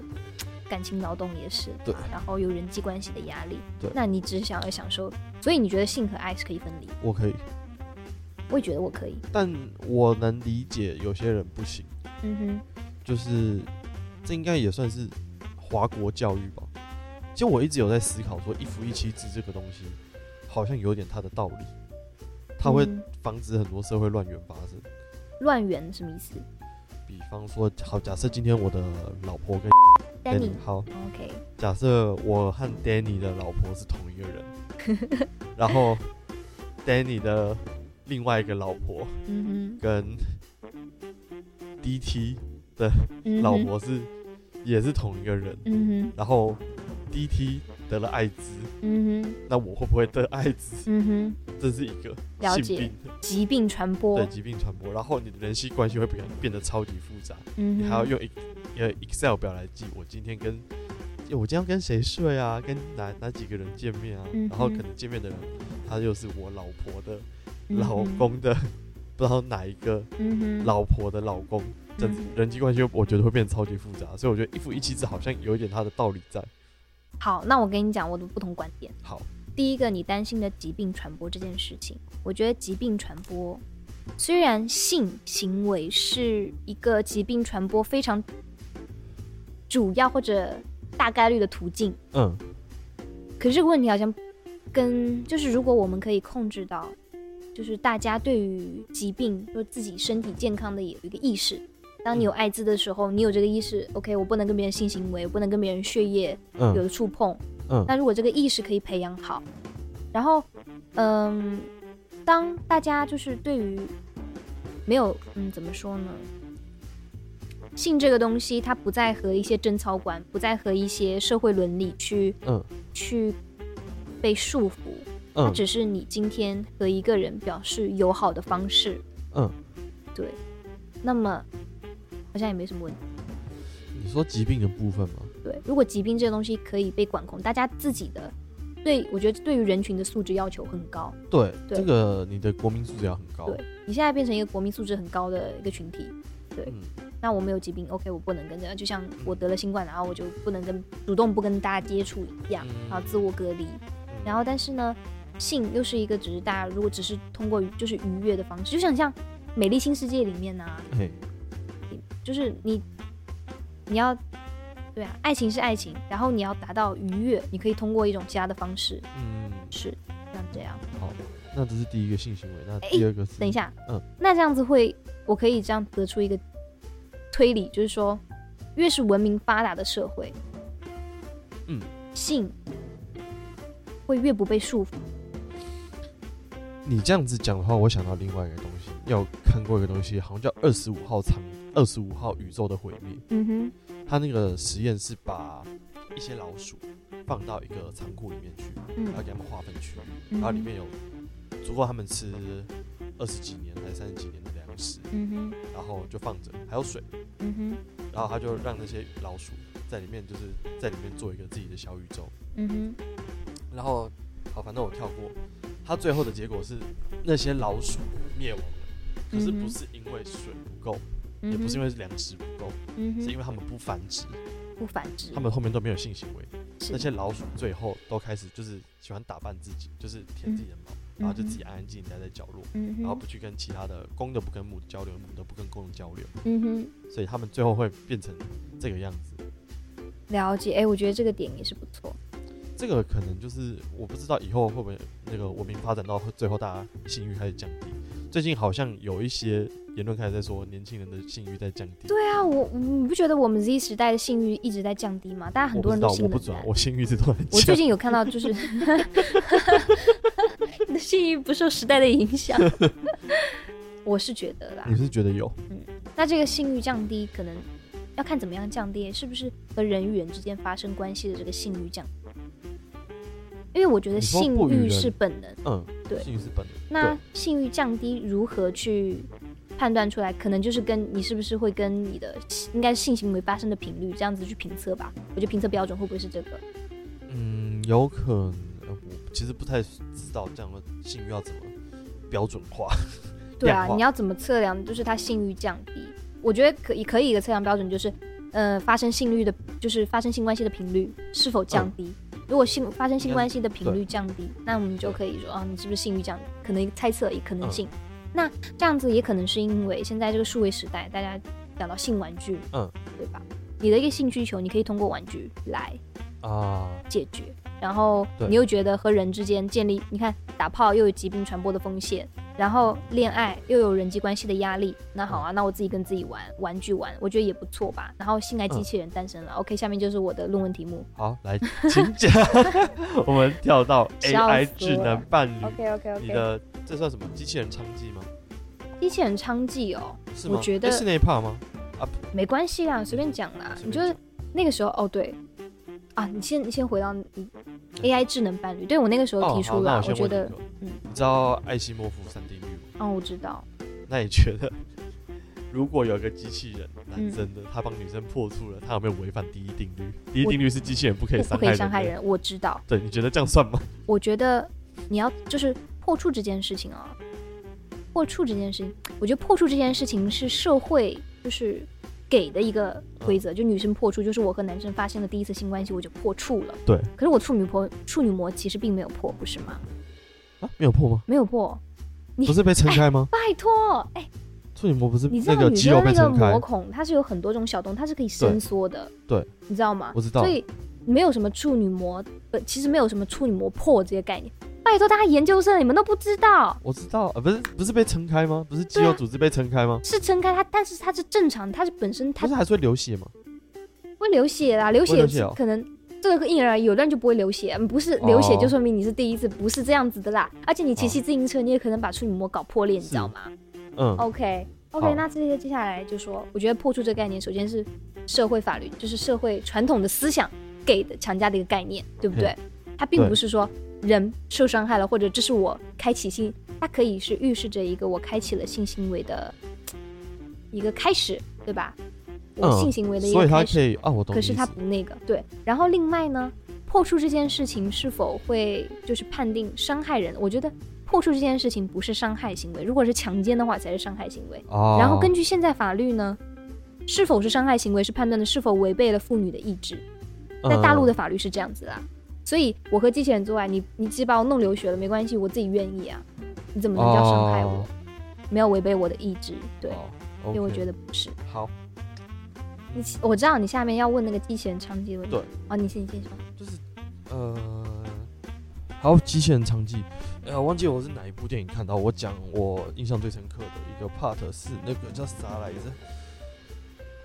S2: 感情劳动也是，
S1: 对，
S2: 然后有人际关系的压力，
S1: 对
S2: 那你只想要享受，所以你觉得性和爱是可以分离？
S1: 我可以，
S2: 我也觉得我可以，
S1: 但我能理解有些人不行，
S2: 嗯哼，
S1: 就是这应该也算是华国教育吧。其实我一直有在思考说一夫一妻制这个东西，好像有点它的道理，它会
S2: 嗯
S1: 防止很多社会乱源发生。
S2: 乱源什么意思？
S1: 比方说，好，假设今天我的老婆跟
S2: 丹尼
S1: Danny 好，
S2: ，OK，
S1: 假设我和 Danny 的老婆是同一个人， 然后 Danny 的另外一个老婆
S2: 嗯
S1: 跟 DT
S2: 哼，嗯哼
S1: 老，婆是也是同一个人，
S2: 嗯
S1: 然后 DT 得了艾滋，
S2: 哼，嗯哼，
S1: 那我会不会得艾滋？
S2: 嗯哼。
S1: 这是一个
S2: 了解
S1: 性病
S2: 疾病传播
S1: 对，疾病传播，然后你的人际关系会变变得超级复杂，
S2: 嗯
S1: 你
S2: 哼，
S1: 还要用 Ex- 呃 Excel 表来记我今天跟哎我今天要跟谁睡啊，跟哪哪几个人见面啊，
S2: 嗯哼
S1: 然后可能见面的人他又是我老婆的、
S2: 嗯哼
S1: 老，公的，不知道哪一个
S2: 嗯哼，
S1: 老婆的老公，这样子
S2: 嗯
S1: 人际关系我觉得会变得超级复杂，所以我觉得一夫一妻制好像有一点它的道理在。
S2: 好，那我跟你讲我的不同观点。
S1: 好，
S2: 第一个，你担心的疾病传播这件事情，我觉得疾病传播虽然性行为是一个疾病传播非常主要或者大概率的途径，
S1: 嗯，
S2: 可是这个问题好像跟就是如果我们可以控制到，就是大家对于疾病说自己身体健康的有一个意识。当你有艾滋的时候，你有这个意识，OK，我不能跟别人性行为，我不能跟别人血液有
S1: 嗯
S2: 的触碰。
S1: 嗯
S2: 那如果这个意识可以培养好，然后，嗯，当大家就是对于没有，嗯，怎么说呢？性这个东西，它不再和一些贞操观，不再和一些社会伦理去，
S1: 嗯，
S2: 去被束缚。它
S1: 嗯
S2: 只是你今天和一个人表示友好的方式。
S1: 嗯，
S2: 对。那么好像也没什么问题。
S1: 你说疾病的部分吗？
S2: 对，如果疾病这个东西可以被管控，大家自己的对我觉得对于人群的素质要求很高。
S1: 对，
S2: 对
S1: 这个你的国民素质要很高。
S2: 对你现在变成一个国民素质很高的一个群体，
S1: 嗯，
S2: 那我们有疾病，OK，我不能跟着，就像我得了新冠，然后我就不能跟主动不跟大家接触一样，
S1: 嗯
S2: 然后自我隔离。然后但是呢，性又是一个只是大家如果只是通过就是愉悦的方式，就像像《美丽新世界》里面呐、
S1: 嘿，
S2: 就是你你要对啊，爱情是爱情，然后你要达到愉悦，你可以通过一种其他的方式，
S1: 嗯，
S2: 是像这样。
S1: 好，那这是第一个性行为，那
S2: 哎
S1: 第二个是
S2: 等一，下，
S1: 嗯，
S2: 那这样子会，我可以这样得出一个推理，就是说，越是文明发达的社会，
S1: 嗯，
S2: 性会越不被束缚。
S1: 你这样子讲的话，我想到另外一个东西，要看过一个东西，好像叫二十五号长二十五号宇宙的毁灭。
S2: 嗯
S1: 他那个实验是把一些老鼠放到一个仓库里面去，
S2: 哼，
S1: 然
S2: 嗯
S1: 后给他们划分区，
S2: 嗯
S1: 然后里，面有足够他们吃二十几年还是三十几年的粮食，
S2: 嗯哼，
S1: 然后就放着，还有水，
S2: 嗯哼，
S1: 然后他就让那些老鼠在里面，就是在里面做一个自己的小宇宙。
S2: 嗯哼，
S1: 然后，好，反正我跳过。他最后的结果是那些老鼠灭亡了，可是
S2: 嗯哼
S1: 不是因为水不够，
S2: 嗯哼，
S1: 也不是因
S2: 为，
S1: 为粮食不够，
S2: 嗯
S1: 是因
S2: 哼，
S1: 为他们不繁殖，
S2: 不反制，
S1: 他们后面都没有性行为。
S2: 是
S1: 那些老鼠最后都开始就是喜欢打扮自己，就是舔自己的毛，然后就自己安安静静待在角落，
S2: 嗯哼，
S1: 然后不去跟其他的公的不跟母的交流，母的不跟公的交流，
S2: 嗯哼，
S1: 所以他们最后会变成这个样子。
S2: 了解。哎、我觉得这个点也是不错。
S1: 这个可能就是我不知道以后会不会那个文明发展到最后，大家性欲开始降低。最近好像有一些言论开始在说年轻人的性欲在降低。
S2: 对啊，我你不觉得我们 Z 时代的性欲一直在降低吗？大家很
S1: 我
S2: 多
S1: 不知
S2: 人
S1: 道，
S2: 都
S1: 我
S2: 性
S1: 不
S2: 冷
S1: 准
S2: 淡，。
S1: 啊我性欲是都很
S2: 我最
S1: 降。
S2: 近有看到，就是 你的信誉不受时代的影响，我是觉得啦
S1: 你。是觉得有？
S2: 那这个信誉降低，可能要看怎么样降低，是不是和人与人之间发生关系的这个信誉降低？因为我觉得
S1: 你说
S2: 性
S1: 不与
S2: 欲
S1: 人
S2: 是本能，
S1: 嗯，
S2: 对
S1: 性欲是本能。
S2: 那性欲降低如何去判断出来？可能就是跟你是不是会跟你的应该是性行为发生的频率这样子去评测吧。我觉得评测标准会不会是这个？
S1: 嗯，有可能，呃我其实不太知道这样的性欲要怎么标准化。
S2: 对
S1: 量
S2: 啊，
S1: 化
S2: 你要怎么测量？就是他性欲降低，我觉得可以可以一个测量标准就是，呃，发生性欲的，就是发生性关系的频率是否降低。
S1: 嗯
S2: 如果性发生性关系的频率降低，那我们就可以说，啊，你是不是性欲降低？可能一个猜测一个可能性。
S1: 嗯
S2: 那这样子也可能是因为现在这个数位时代，大家讲到性玩具，
S1: 嗯，
S2: 对吧？你的一个性需求，你可以通过玩具来
S1: 啊，
S2: 解决。然后
S1: 对
S2: 你又觉得和人之间建立，你看打炮又有疾病传播的风险，然后恋爱又有人际关系的压力。那
S1: 嗯
S2: 好啊，那我自己跟自己玩玩具玩，我觉得也不错吧。然后
S1: 嗯
S2: 性爱机器人诞生了、o k 下面就是我的论文题目。
S1: 好，来，请讲。 我们跳 到
S2: 笑
S1: AI
S2: 死
S1: 智
S2: 我
S1: 能
S2: 了
S1: 伴侣
S2: OK OK
S1: 你的这算什么？机器人娼妓吗？
S2: 机器人娼妓哦，
S1: 是
S2: 我
S1: 吗？
S2: 觉得
S1: 诶是那一 part 吗？
S2: 没关系啦，随便讲
S1: 嗯
S2: 啦。
S1: 随便
S2: 你就是那个时候哦，对啊，你先你先回到你 AI 智能伴侣，对我那个时候
S1: 嗯哦，
S2: 提
S1: 好
S2: 出
S1: 那
S2: 了，
S1: 我
S2: 我
S1: 先
S2: 觉
S1: 问你一
S2: 得
S1: 个，
S2: 嗯
S1: 你知道艾希莫夫三定律吗？
S2: 哦，我知道，
S1: 那你觉得，如果有一个机器人，男生的，他帮女生破处了，他有没有违反第一定律？第一
S2: 我
S1: 定律是机器人不可以
S2: 不
S1: 伤
S2: 可
S1: 害
S2: 以
S1: 人。
S2: 伤害。人，我知道。
S1: 对，你觉得这样算吗？
S2: 我觉得你要就是破处这件事情啊，破处这件事情，我觉得破处这件事情是社会就是给的一个规
S1: 嗯
S2: 则，就女生破处就是我和男生发生了第一次性关系我就破处了。
S1: 对。
S2: 可是我处女婆处女膜其实并没有破，不是吗？
S1: 啊，没有破 吗？
S2: 没有破，你
S1: 不是被撑开吗？
S2: 拜托，哎、
S1: 处女膜不是
S2: 你知
S1: 那
S2: 道
S1: 个
S2: 女
S1: 肌
S2: 生
S1: 肉
S2: 的
S1: 被
S2: 那个
S1: 撑开
S2: 膜？孔它是有很多种小洞，它是可以伸缩的。
S1: 对对
S2: 你知道吗？
S1: 我知道
S2: 所以没有什么处女膜，不，其实没有什么处女膜破这些概念。拜托，大家研究生你们都不知道。
S1: 我知道，呃，不是不是被撑开吗？不是肌肉
S2: 啊
S1: 组织被撑开吗？
S2: 是撑开它，但是它是正常，它是本身它
S1: 不是还是会流血吗？
S2: 会流血啦，流
S1: 会流
S2: 血
S1: 血哦
S2: 可能这个因人而异，有的人就不会流血，嗯不是流血就说明你是第一次，不是这样子的啦。而且你骑
S1: 哦
S2: 骑自行车，你也可能把处女膜搞破裂，你知道吗
S1: 嗯，
S2: ？OK
S1: 好
S2: OK，那这些接下来就说，我觉得破除这个概念，首先是社会法律，就是社会传统的思想给的强加的一个概念，对不对？它并
S1: 对
S2: 不是说人受伤害了，或者这是我开启性，它可以是预示着一个我开启了性行为的一个开始，对吧？我
S1: 嗯
S2: 性行为的一
S1: 所
S2: 个
S1: 以它
S2: 开始，
S1: 可以啊，我懂
S2: 可
S1: 你
S2: 是
S1: 意
S2: 它
S1: 思。
S2: 不那个对。然后另外呢，破处这件事情是否会就是判定伤害人？我觉得破处这件事情不是伤害行为，如果是强奸的话才是伤害行为。
S1: 哦，
S2: 然后根据现在法律呢，是否是伤害行为是判断的是否违背了妇女的意志。
S1: 嗯
S2: 在大陆的法律是这样子啊，所以我和机器人做爱，你你即使把我弄流血了没关系，我自己愿意啊，你
S1: 嗯
S2: 怎么能叫伤害
S1: 哦
S2: 我？没有违背我的意志，
S1: 对
S2: 对，所以我觉
S1: 得
S2: 得不是。
S1: 哦好，
S2: 你我知道你下面要问那个机器人娼妓问题，
S1: 对，
S2: 哦，你先你先说，
S1: 就是呃，好，机器人娼妓，呃，忘记我是哪一部电影看到，我讲我印象最深刻的一个 part 是那个叫啥来着？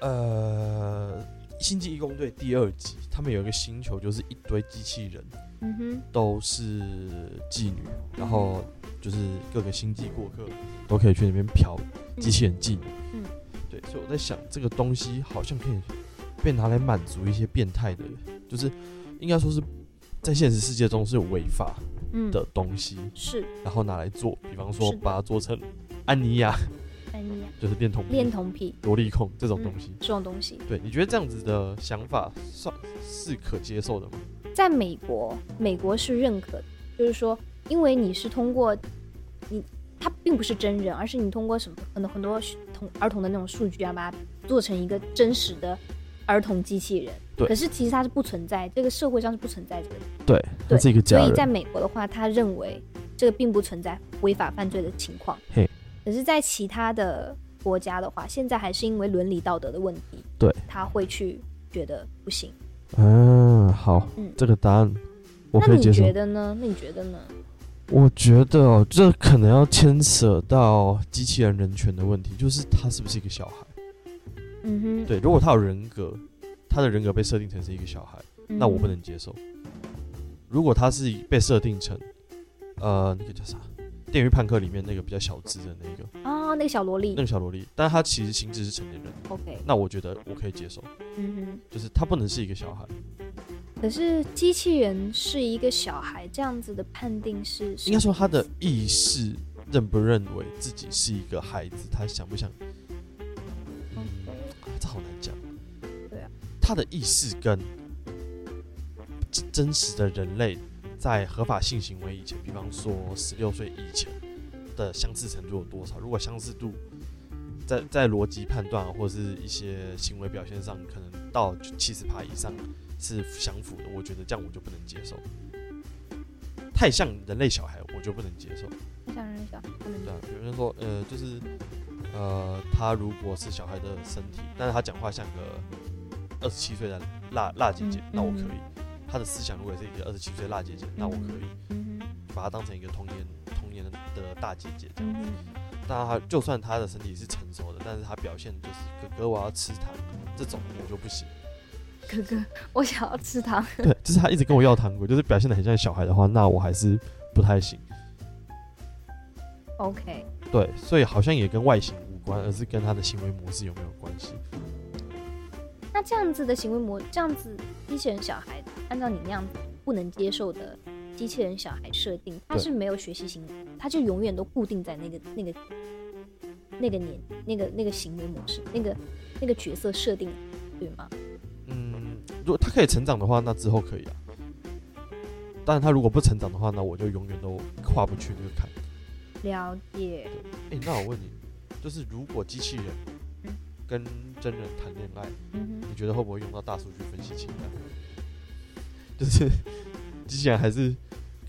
S1: 呃，《星际义工队》第二集，他们有一个星球，就是一堆机器人。
S2: 嗯哼，
S1: 都是妓女，然后就是各个星际过客都可以去那边嫖机器人妓女。
S2: 嗯，
S1: 对，所以我在想，这个东西好像可以被拿来满足一些变态的，就是应该说是在现实世界中是有违法
S2: 嗯，
S1: 的东西，
S2: 是
S1: 然后拿来做，比方说
S2: 是的
S1: 把它做成安妮亚，
S2: 安妮亚
S1: 就是恋童癖
S2: 恋童癖
S1: 萝莉控这
S2: 嗯
S1: 种东西。
S2: 这种东西，
S1: 对，你觉得这样子的想法算是可接受的吗？
S2: 在美国，美国是认可的，就是说，因为你是通过你，它并不是真人，而是你通过什么很多很多童儿童的那种数据啊，把它做成一个真实的儿童机器人。
S1: 对
S2: 可是其实它是不存在，这个社会上是不存在这个的。
S1: 对，
S2: 对
S1: 一个
S2: 所以在美国的话，他认为这个并不存在违法犯罪的情况。
S1: 嘿
S2: 可是，在其他的国家的话，现在还是因为伦理道德的问题，
S1: 对，
S2: 他会去觉得不行。
S1: 嗯，好，
S2: 嗯
S1: 这个答案我
S2: 那
S1: 可以
S2: 你
S1: 接受
S2: 觉。得呢？那你觉得呢？
S1: 我觉得哦，这可能要牵扯到机器人人权的问题，就是他是不是一个小孩？
S2: 嗯哼，
S1: 对，如果他有人格，他的人格被设定成是一个小孩，
S2: 嗯
S1: 那我不能接受。如果他是被设定成，呃，那个叫啥，《电锯判客》里面那个比较小只的那个
S2: 哦，那个小萝莉
S1: 那个小萝莉，但他其实心智是成年人，
S2: ，OK，
S1: 那我觉得我可以接受，
S2: 嗯
S1: 就是他不能是一个小孩。
S2: 哼。可是机器人是一个小孩，这样子的判定是
S1: 应该说他的意识认不认为自己是一个孩子，他想不想？嗯，这好难讲。
S2: 对啊，
S1: 他的意识跟真真实的人类在合法性行为以前，比方说十六岁以前的相似程度有多少？如果相似度在在逻辑判断或者是一些行为表现上，可能到七十趴以上是相符的，我觉得这样我就不能接受。太像人类小孩，我就不能接受。
S2: 小人小孩不能
S1: 对啊，有人说，呃，就是，呃，他如果是小孩的身体，但是他讲话像个二十七岁的辣辣姐姐，
S2: 嗯
S1: 那我可
S2: 嗯
S1: 以；他的思想如果是一个二十七岁辣姐姐，那我可以
S2: 嗯哼
S1: 把她当成一个童年童年的大姐姐这样
S2: 嗯
S1: 子。
S2: 哼
S1: 那他就算他的身体是成熟的，但是他表现就是哥哥我要吃糖这种，我就不 行。
S2: 哥哥，我想要吃糖。
S1: 对，就是他一直跟我要糖果，就是表现的很像小孩的话，那我还是不太行。
S2: OK，
S1: 对，所以好像也跟外形无关，而是跟他的行为模式有没有关系。
S2: 那这样子的行为模，这样子机器人小孩，按照你那样子不能接受的机器人小孩设定，他
S1: 对
S2: 是没有学习行为，他就永远都固定在那个那个那个年那个那个行为模式，那个那个角色设定，对吗？
S1: 嗯，如果他可以成长的话，那之后可以啊。但是啊他如果不成长的话，那我就永远都跨不去这个坎。
S2: 了解。
S1: 哎、那我问你，就是如果机器人
S2: 嗯
S1: 跟真人谈恋爱，
S2: 嗯哼。
S1: 你觉得会不会用到大数据分析情感？就是机器人还是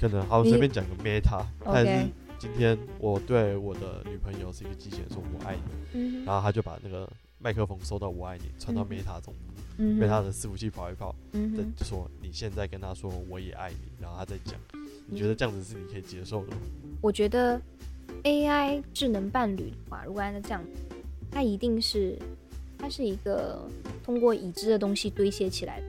S1: 可能好
S2: 你
S1: 随便讲个 Meta，他
S2: OK
S1: 还是今天我对我的女朋友是一个机器人说我爱你，
S2: 嗯
S1: 然后他就把那个麦克风收到我爱你，传到
S2: 嗯
S1: Meta 中，
S2: 嗯
S1: 被
S2: 哼
S1: 他的伺服器跑一跑。
S2: 嗯
S1: 对
S2: 哼，
S1: 就说你现在跟他说我也爱你，然后他再讲，你觉得这样子是你可以接受的吗？
S2: 我觉得 AI 智能伴侣的话，如果按照这样，它一定是它是一个通过已知的东西堆砌起来的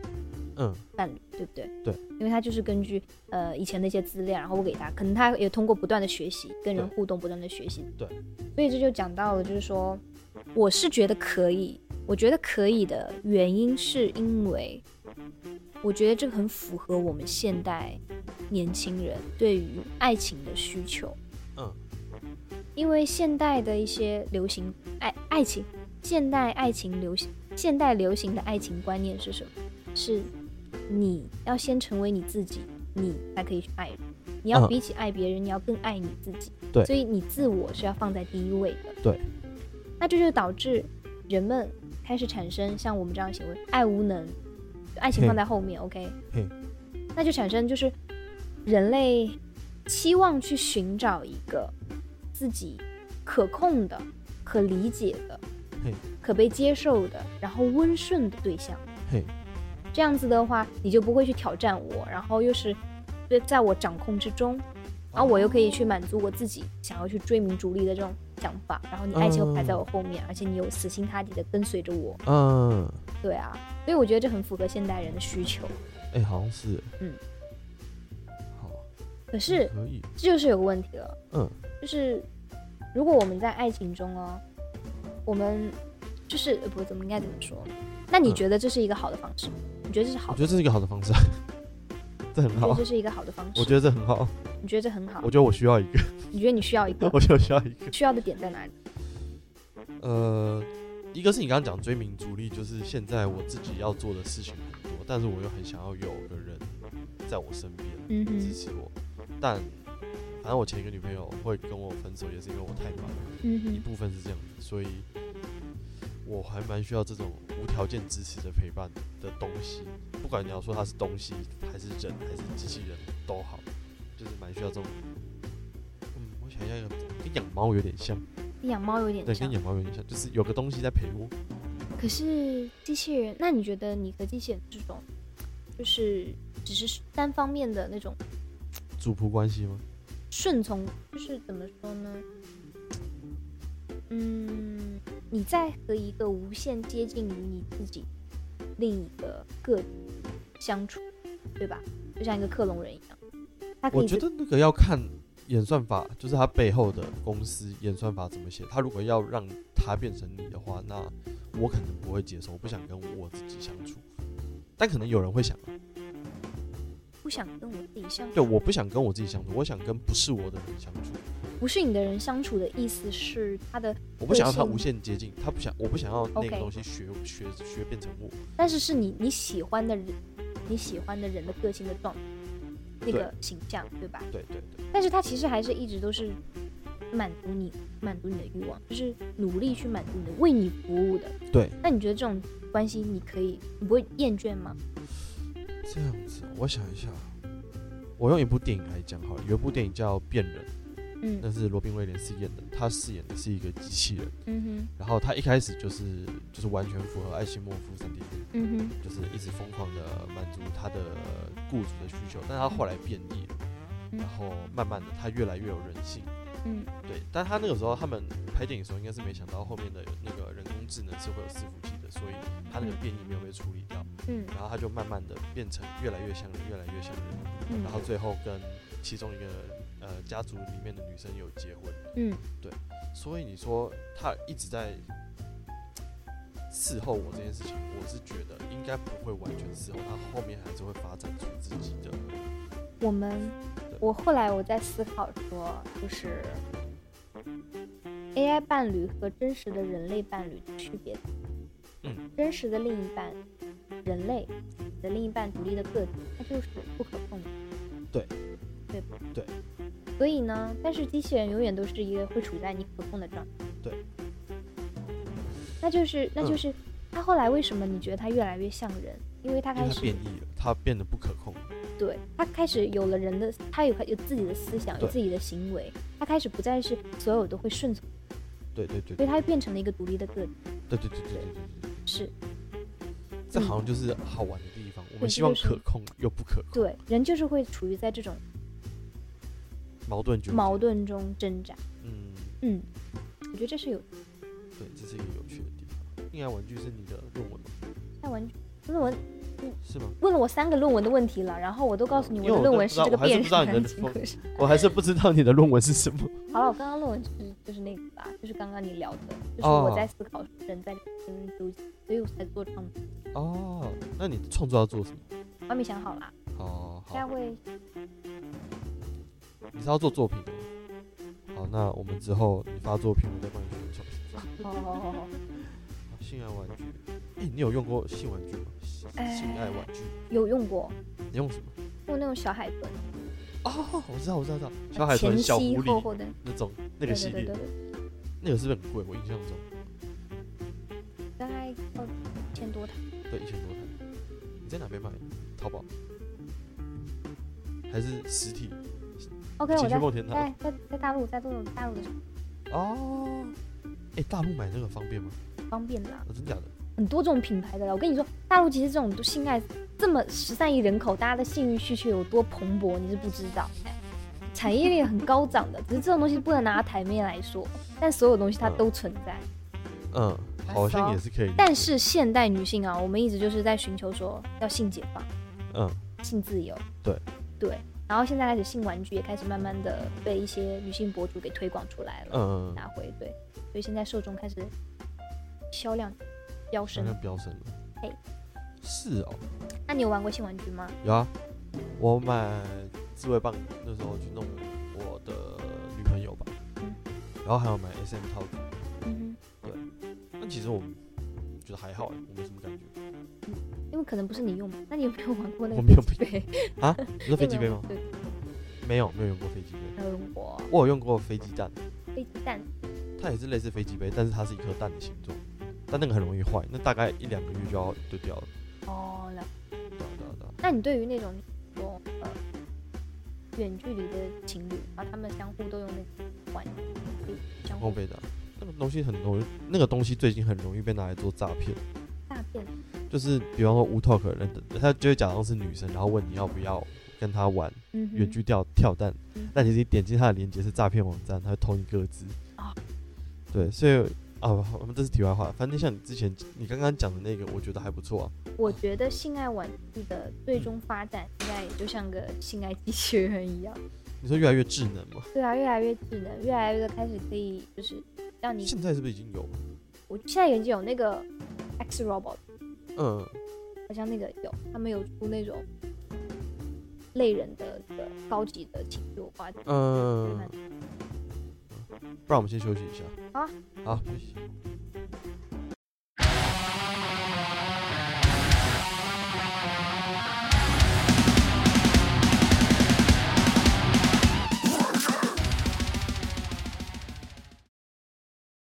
S1: 嗯，
S2: 伴侣，对不对？
S1: 对，
S2: 因为它就是根据呃以前的一些资料，然后我给它，可能它也通过不断的学习，跟人
S1: 对
S2: 互动，不断的学习。
S1: 对，
S2: 所以这就讲到了，就是说，我是觉得可以，我觉得可以的原因是因为我觉得这个很符合我们现代年轻人对于爱情的需求。
S1: 嗯，
S2: 因为现代的一些流行爱爱情，现代爱情流行，现代流行的爱情观念是什么？是你要先成为你自己，你才可以去爱人。你要
S1: 嗯
S2: 比起爱别人，你要更爱你自己。
S1: 对
S2: 所以你自我是要放在第一位的。
S1: 对，
S2: 那这就导致人们开始产生像我们这样的行为，爱无能，就爱情
S1: 嘿
S2: 放在后面，OK？
S1: 嘿
S2: 那就产生就是人类期望去寻找一个自己可控的、可理解的
S1: 嘿、
S2: 可被接受的，然后温顺的对象。
S1: 嘿，
S2: 这样子的话，你就不会去挑战我，然后又是在在我掌控之中，
S1: 哦
S2: 然后我又可以去满足我自己想要去追名逐利的这种想法，然后你爱情又排在我后面，而且你又死心塌地的跟随着我，
S1: 嗯，
S2: 对啊，所以我觉得这很符合现代人的需求。
S1: 哎，好像是，
S2: 嗯，
S1: 好，嗯
S2: 可是
S1: 可以，
S2: 这就是有个问题了，
S1: 嗯，
S2: 就是如果我们在爱情中哦，我们就是呃不怎么应该怎么说？那你
S1: 嗯
S2: 觉得这是一个好的方式吗？你觉得这是
S1: 我
S2: 好
S1: 觉
S2: 的？
S1: 得这是一个好的方式，啊 这很
S2: 你觉得
S1: 好
S2: 这，是一个好的方式？
S1: 我觉得这很好，
S2: 你觉得这很好
S1: 我？觉得我需要一 个，
S2: 你觉得你需要一个？
S1: 我觉得我需要一个，
S2: 需要的点在哪里？
S1: 呃，一个是你刚刚讲追名逐利，就是现在我自己要做的事情很多，但是我又很想要有个人在我身边
S2: 嗯
S1: 支
S2: 哼，
S1: 持我，但反正我前一个女朋友会跟我分手，也是因为我太忙了。
S2: 嗯
S1: 一
S2: 哼，
S1: 部分是这样子，所以我还蛮需要这种无条件支持的陪伴的东西，不管你要说它是东西还是人还是机器人都好，就是蛮需要这种。嗯，我想要一个跟养猫有点像，
S2: 跟养猫有点
S1: 对，
S2: 像
S1: 跟。养猫有点像，就是有个东西在陪我。
S2: 可是机器人，那你觉得你和机器人这种，就是只是单方面的那种
S1: 主仆关系吗？
S2: 顺从，就是怎么说呢？嗯，你在和一个无限接近于你自己另一个个体相处，对吧？就像一个克隆人一样，他可
S1: 我
S2: 以
S1: 觉
S2: 自
S1: 得那个要看演算法，就是它背后的公司演算法怎么写。它如果要让它变成你的话，那我可能不会接受，我不想跟我自己相处。但可能有人会想啊，
S2: 不想跟我自己相处。
S1: 对，我不想跟我自己相处，我想跟不是我的人相处。
S2: 不是你的人相处的意思是他的
S1: 我不想要
S2: 对
S1: 他
S2: 是啊
S1: 无限接近，他不想，我不想要那
S2: OK
S1: 个东西学学学变成我。
S2: 但是是你你喜欢的人，你喜欢的人的个性的状态，那个形象，对吧？
S1: 对对对，
S2: 但是他其实还是一直都是满足你，满足你的欲望，就是努力去满足你的，为你服务的。
S1: 对。
S2: 那你觉得这种关系，你可以，你不会厌倦吗？
S1: 这样子，啊我想一下，我用一部电影来讲好了，有一部电影叫《变人》，
S2: 嗯
S1: 那是罗宾威廉饰演的，他饰演的是一个机器人，
S2: 嗯
S1: 然后他一开始就是就是完全符合艾希莫夫三定律，
S2: 哼嗯哼
S1: 就是一直疯狂的满足他的雇主的需求，但他后来变异了，
S2: 嗯
S1: 然后慢慢的他越来越有人性。
S2: 嗯
S1: 对，但他那个时候他们拍电影的时候，应该是没想到后面的那个人工智能是会有伺服器的，所以他那个变异没有被处理掉，
S2: 嗯
S1: 然后他就慢慢的变成越来越像人，越来越像人，
S2: 嗯，
S1: 然后最后跟其中一个呃家族里面的女生有结婚，
S2: 嗯
S1: 所以你说他一直在伺候我这件事情，我是觉得应该不会完全伺候，他后面还是会发展出自己的，
S2: 我们，我后来我在思考说，就是 AI 伴侣和真实的人类伴侣的区别。
S1: 嗯，
S2: 真实的另一半，人类的另一半独立的个体，它就是不可控的。
S1: 对，
S2: 对吧？
S1: 对。
S2: 所以呢，但是机器人永远都是一个会处在你可控的状态。
S1: 对。
S2: 那就是，那就
S1: 嗯
S2: 是，他后来为什么你觉得他越来越像人？因为他
S1: 因
S2: 开
S1: 为
S2: 始
S1: 他变异了，他变得不可控了。
S2: 对他开始有了人的，他有有自己的思想，有
S1: 对
S2: 自己的行为，他开始不再是所有都会顺从，
S1: 对对对
S2: 所
S1: 对
S2: 以他变成了一个独立的个体。
S1: 对对对对对对对。
S2: 是
S1: 这
S2: 嗯
S1: 好像就是好玩的地方。我
S2: 对
S1: 们希
S2: 这
S1: 望
S2: 就是
S1: 可控又不可控，
S2: 对人就是会处于在这种
S1: 矛盾纠结
S2: 矛。盾中挣扎。
S1: 嗯，
S2: 嗯，我觉得这是有
S1: 对，这是一个有趣的地方。恋爱玩具是你的论文吗？
S2: 在完论文
S1: 是吗？
S2: 问了我三个论文的问题了，然后我都告诉你
S1: 因
S2: 我
S1: 为
S2: 的
S1: 我
S2: 论
S1: 都
S2: 文
S1: 不
S2: 是
S1: 知道
S2: 这
S1: 我还
S2: 个
S1: 是
S2: 变
S1: 不
S2: 数
S1: 知道你的
S2: 结果是。
S1: 我还是不知道你的论文是什么。
S2: 好了，我刚刚论文就是就是那个吧，就是刚刚你聊的，就是
S1: 哦
S2: 我在思考人在跟纠结，所以我才做创作，
S1: 哦，那你创作要做什么？
S2: 我还没想好啦，啊
S1: 哦，
S2: 应该
S1: 好，
S2: 会
S1: 你是要做作品的吗。好，那我们之后你发作品，我再帮你宣传。
S2: 哦
S1: 啊
S2: 好好好好好。
S1: 好性爱玩具，哎、你有用过性玩具吗？性
S2: 呃
S1: 性爱玩具，
S2: 有用过，
S1: 你用什么？
S2: 用那种小海豚，
S1: 哦，我知道，我知道，知道小海
S2: 前
S1: 豚、小
S2: 吸
S1: 狐
S2: 后
S1: 狸
S2: 后的，
S1: 那种那
S2: 对
S1: 个
S2: 对
S1: 系
S2: 对
S1: 列
S2: 对，对，
S1: 那个是不是很贵？我印象中，
S2: 大概要一千多台，
S1: 对，一千多台。你在哪边买？淘宝还是实体？
S2: OK，我
S1: 进去
S2: 在
S1: 梦天堂
S2: 在在在大陆，在大陆大陆的时候
S1: 哦。哎、大陆买那个方便吗？
S2: 方便啦，
S1: 啊、真假的？
S2: 很多这种品牌的啦。我跟你说，大陆其实这种性爱这么十三亿人口，大家的性欲需求有多蓬勃，你是不知道。产业链很高涨的，只是这种东西不能拿台面来说，但所有东西它
S1: 嗯
S2: 都存在。
S1: 嗯，好像也是可以。
S2: 但是现代女性啊，我们一直就是在寻求说要性解放、
S1: 嗯，
S2: 性自由，
S1: 对
S2: 对。然后现在开始性玩具也开始慢慢的被一些女性博主给推广出来
S1: 嗯
S2: 了，
S1: 嗯，嗯
S2: 拿回对，所以现在受众开始销量飙
S1: 销
S2: 升。
S1: 量飙升了。
S2: 嘿
S1: 是哦，
S2: 那你有玩过性玩具吗？
S1: 有啊，我买自慰棒那时候去弄我的女朋友吧，
S2: 嗯
S1: 然后还有买 SM 套子。
S2: 嗯
S1: 那其实我觉得还好、欸，我没什么感觉。
S2: 哼，因为可能不是你用嘛。那你有没有玩过那个
S1: 我没有
S2: 飞机杯？
S1: 你 说飞机杯吗？
S2: 对，
S1: 没有，没有用过飞机杯。
S2: 没有用过
S1: 我有用过飞机蛋，
S2: 飞机蛋。
S1: 它也是类似飞机杯，但是它是一颗蛋的形状，但那个很容易坏，那大概一两个月就要丢掉了。
S2: 哦，了。
S1: 对啊对啊对啊
S2: 那你对于那种说呃远距离的情侣，然后他们相互都用那个玩具，相
S1: 后
S2: 互
S1: 背的啊，那个东西很容易，那个东西最近很容易被拿来做诈骗。
S2: 诈骗。
S1: 就是比方说无 talk 的人，他就会假装是女生，然后问你要不要跟他玩
S2: 嗯哼，
S1: 远距跳跳蛋
S2: 嗯，
S1: 但其实你点进他的链接是诈骗网站，他会偷你个资
S2: 啊。
S1: 对，所以啊，我们这是题外话，反正像你之前你刚刚讲的那个，我觉得还不错啊。
S2: 我觉得性爱玩具的最终发展，现在也就像个性爱机器人一样。
S1: 你说越来越智能嘛？
S2: 对啊，越来越智能，越来越开始可以就是让你，
S1: 现在是不是已经有？
S2: 我现在已经有那个 X Robot，
S1: 嗯，
S2: 好像那个有，他们有出那种类人的这个高级的情侣花。
S1: 嗯，不然我们先休息一下。
S2: 好啊，
S1: 好，休息。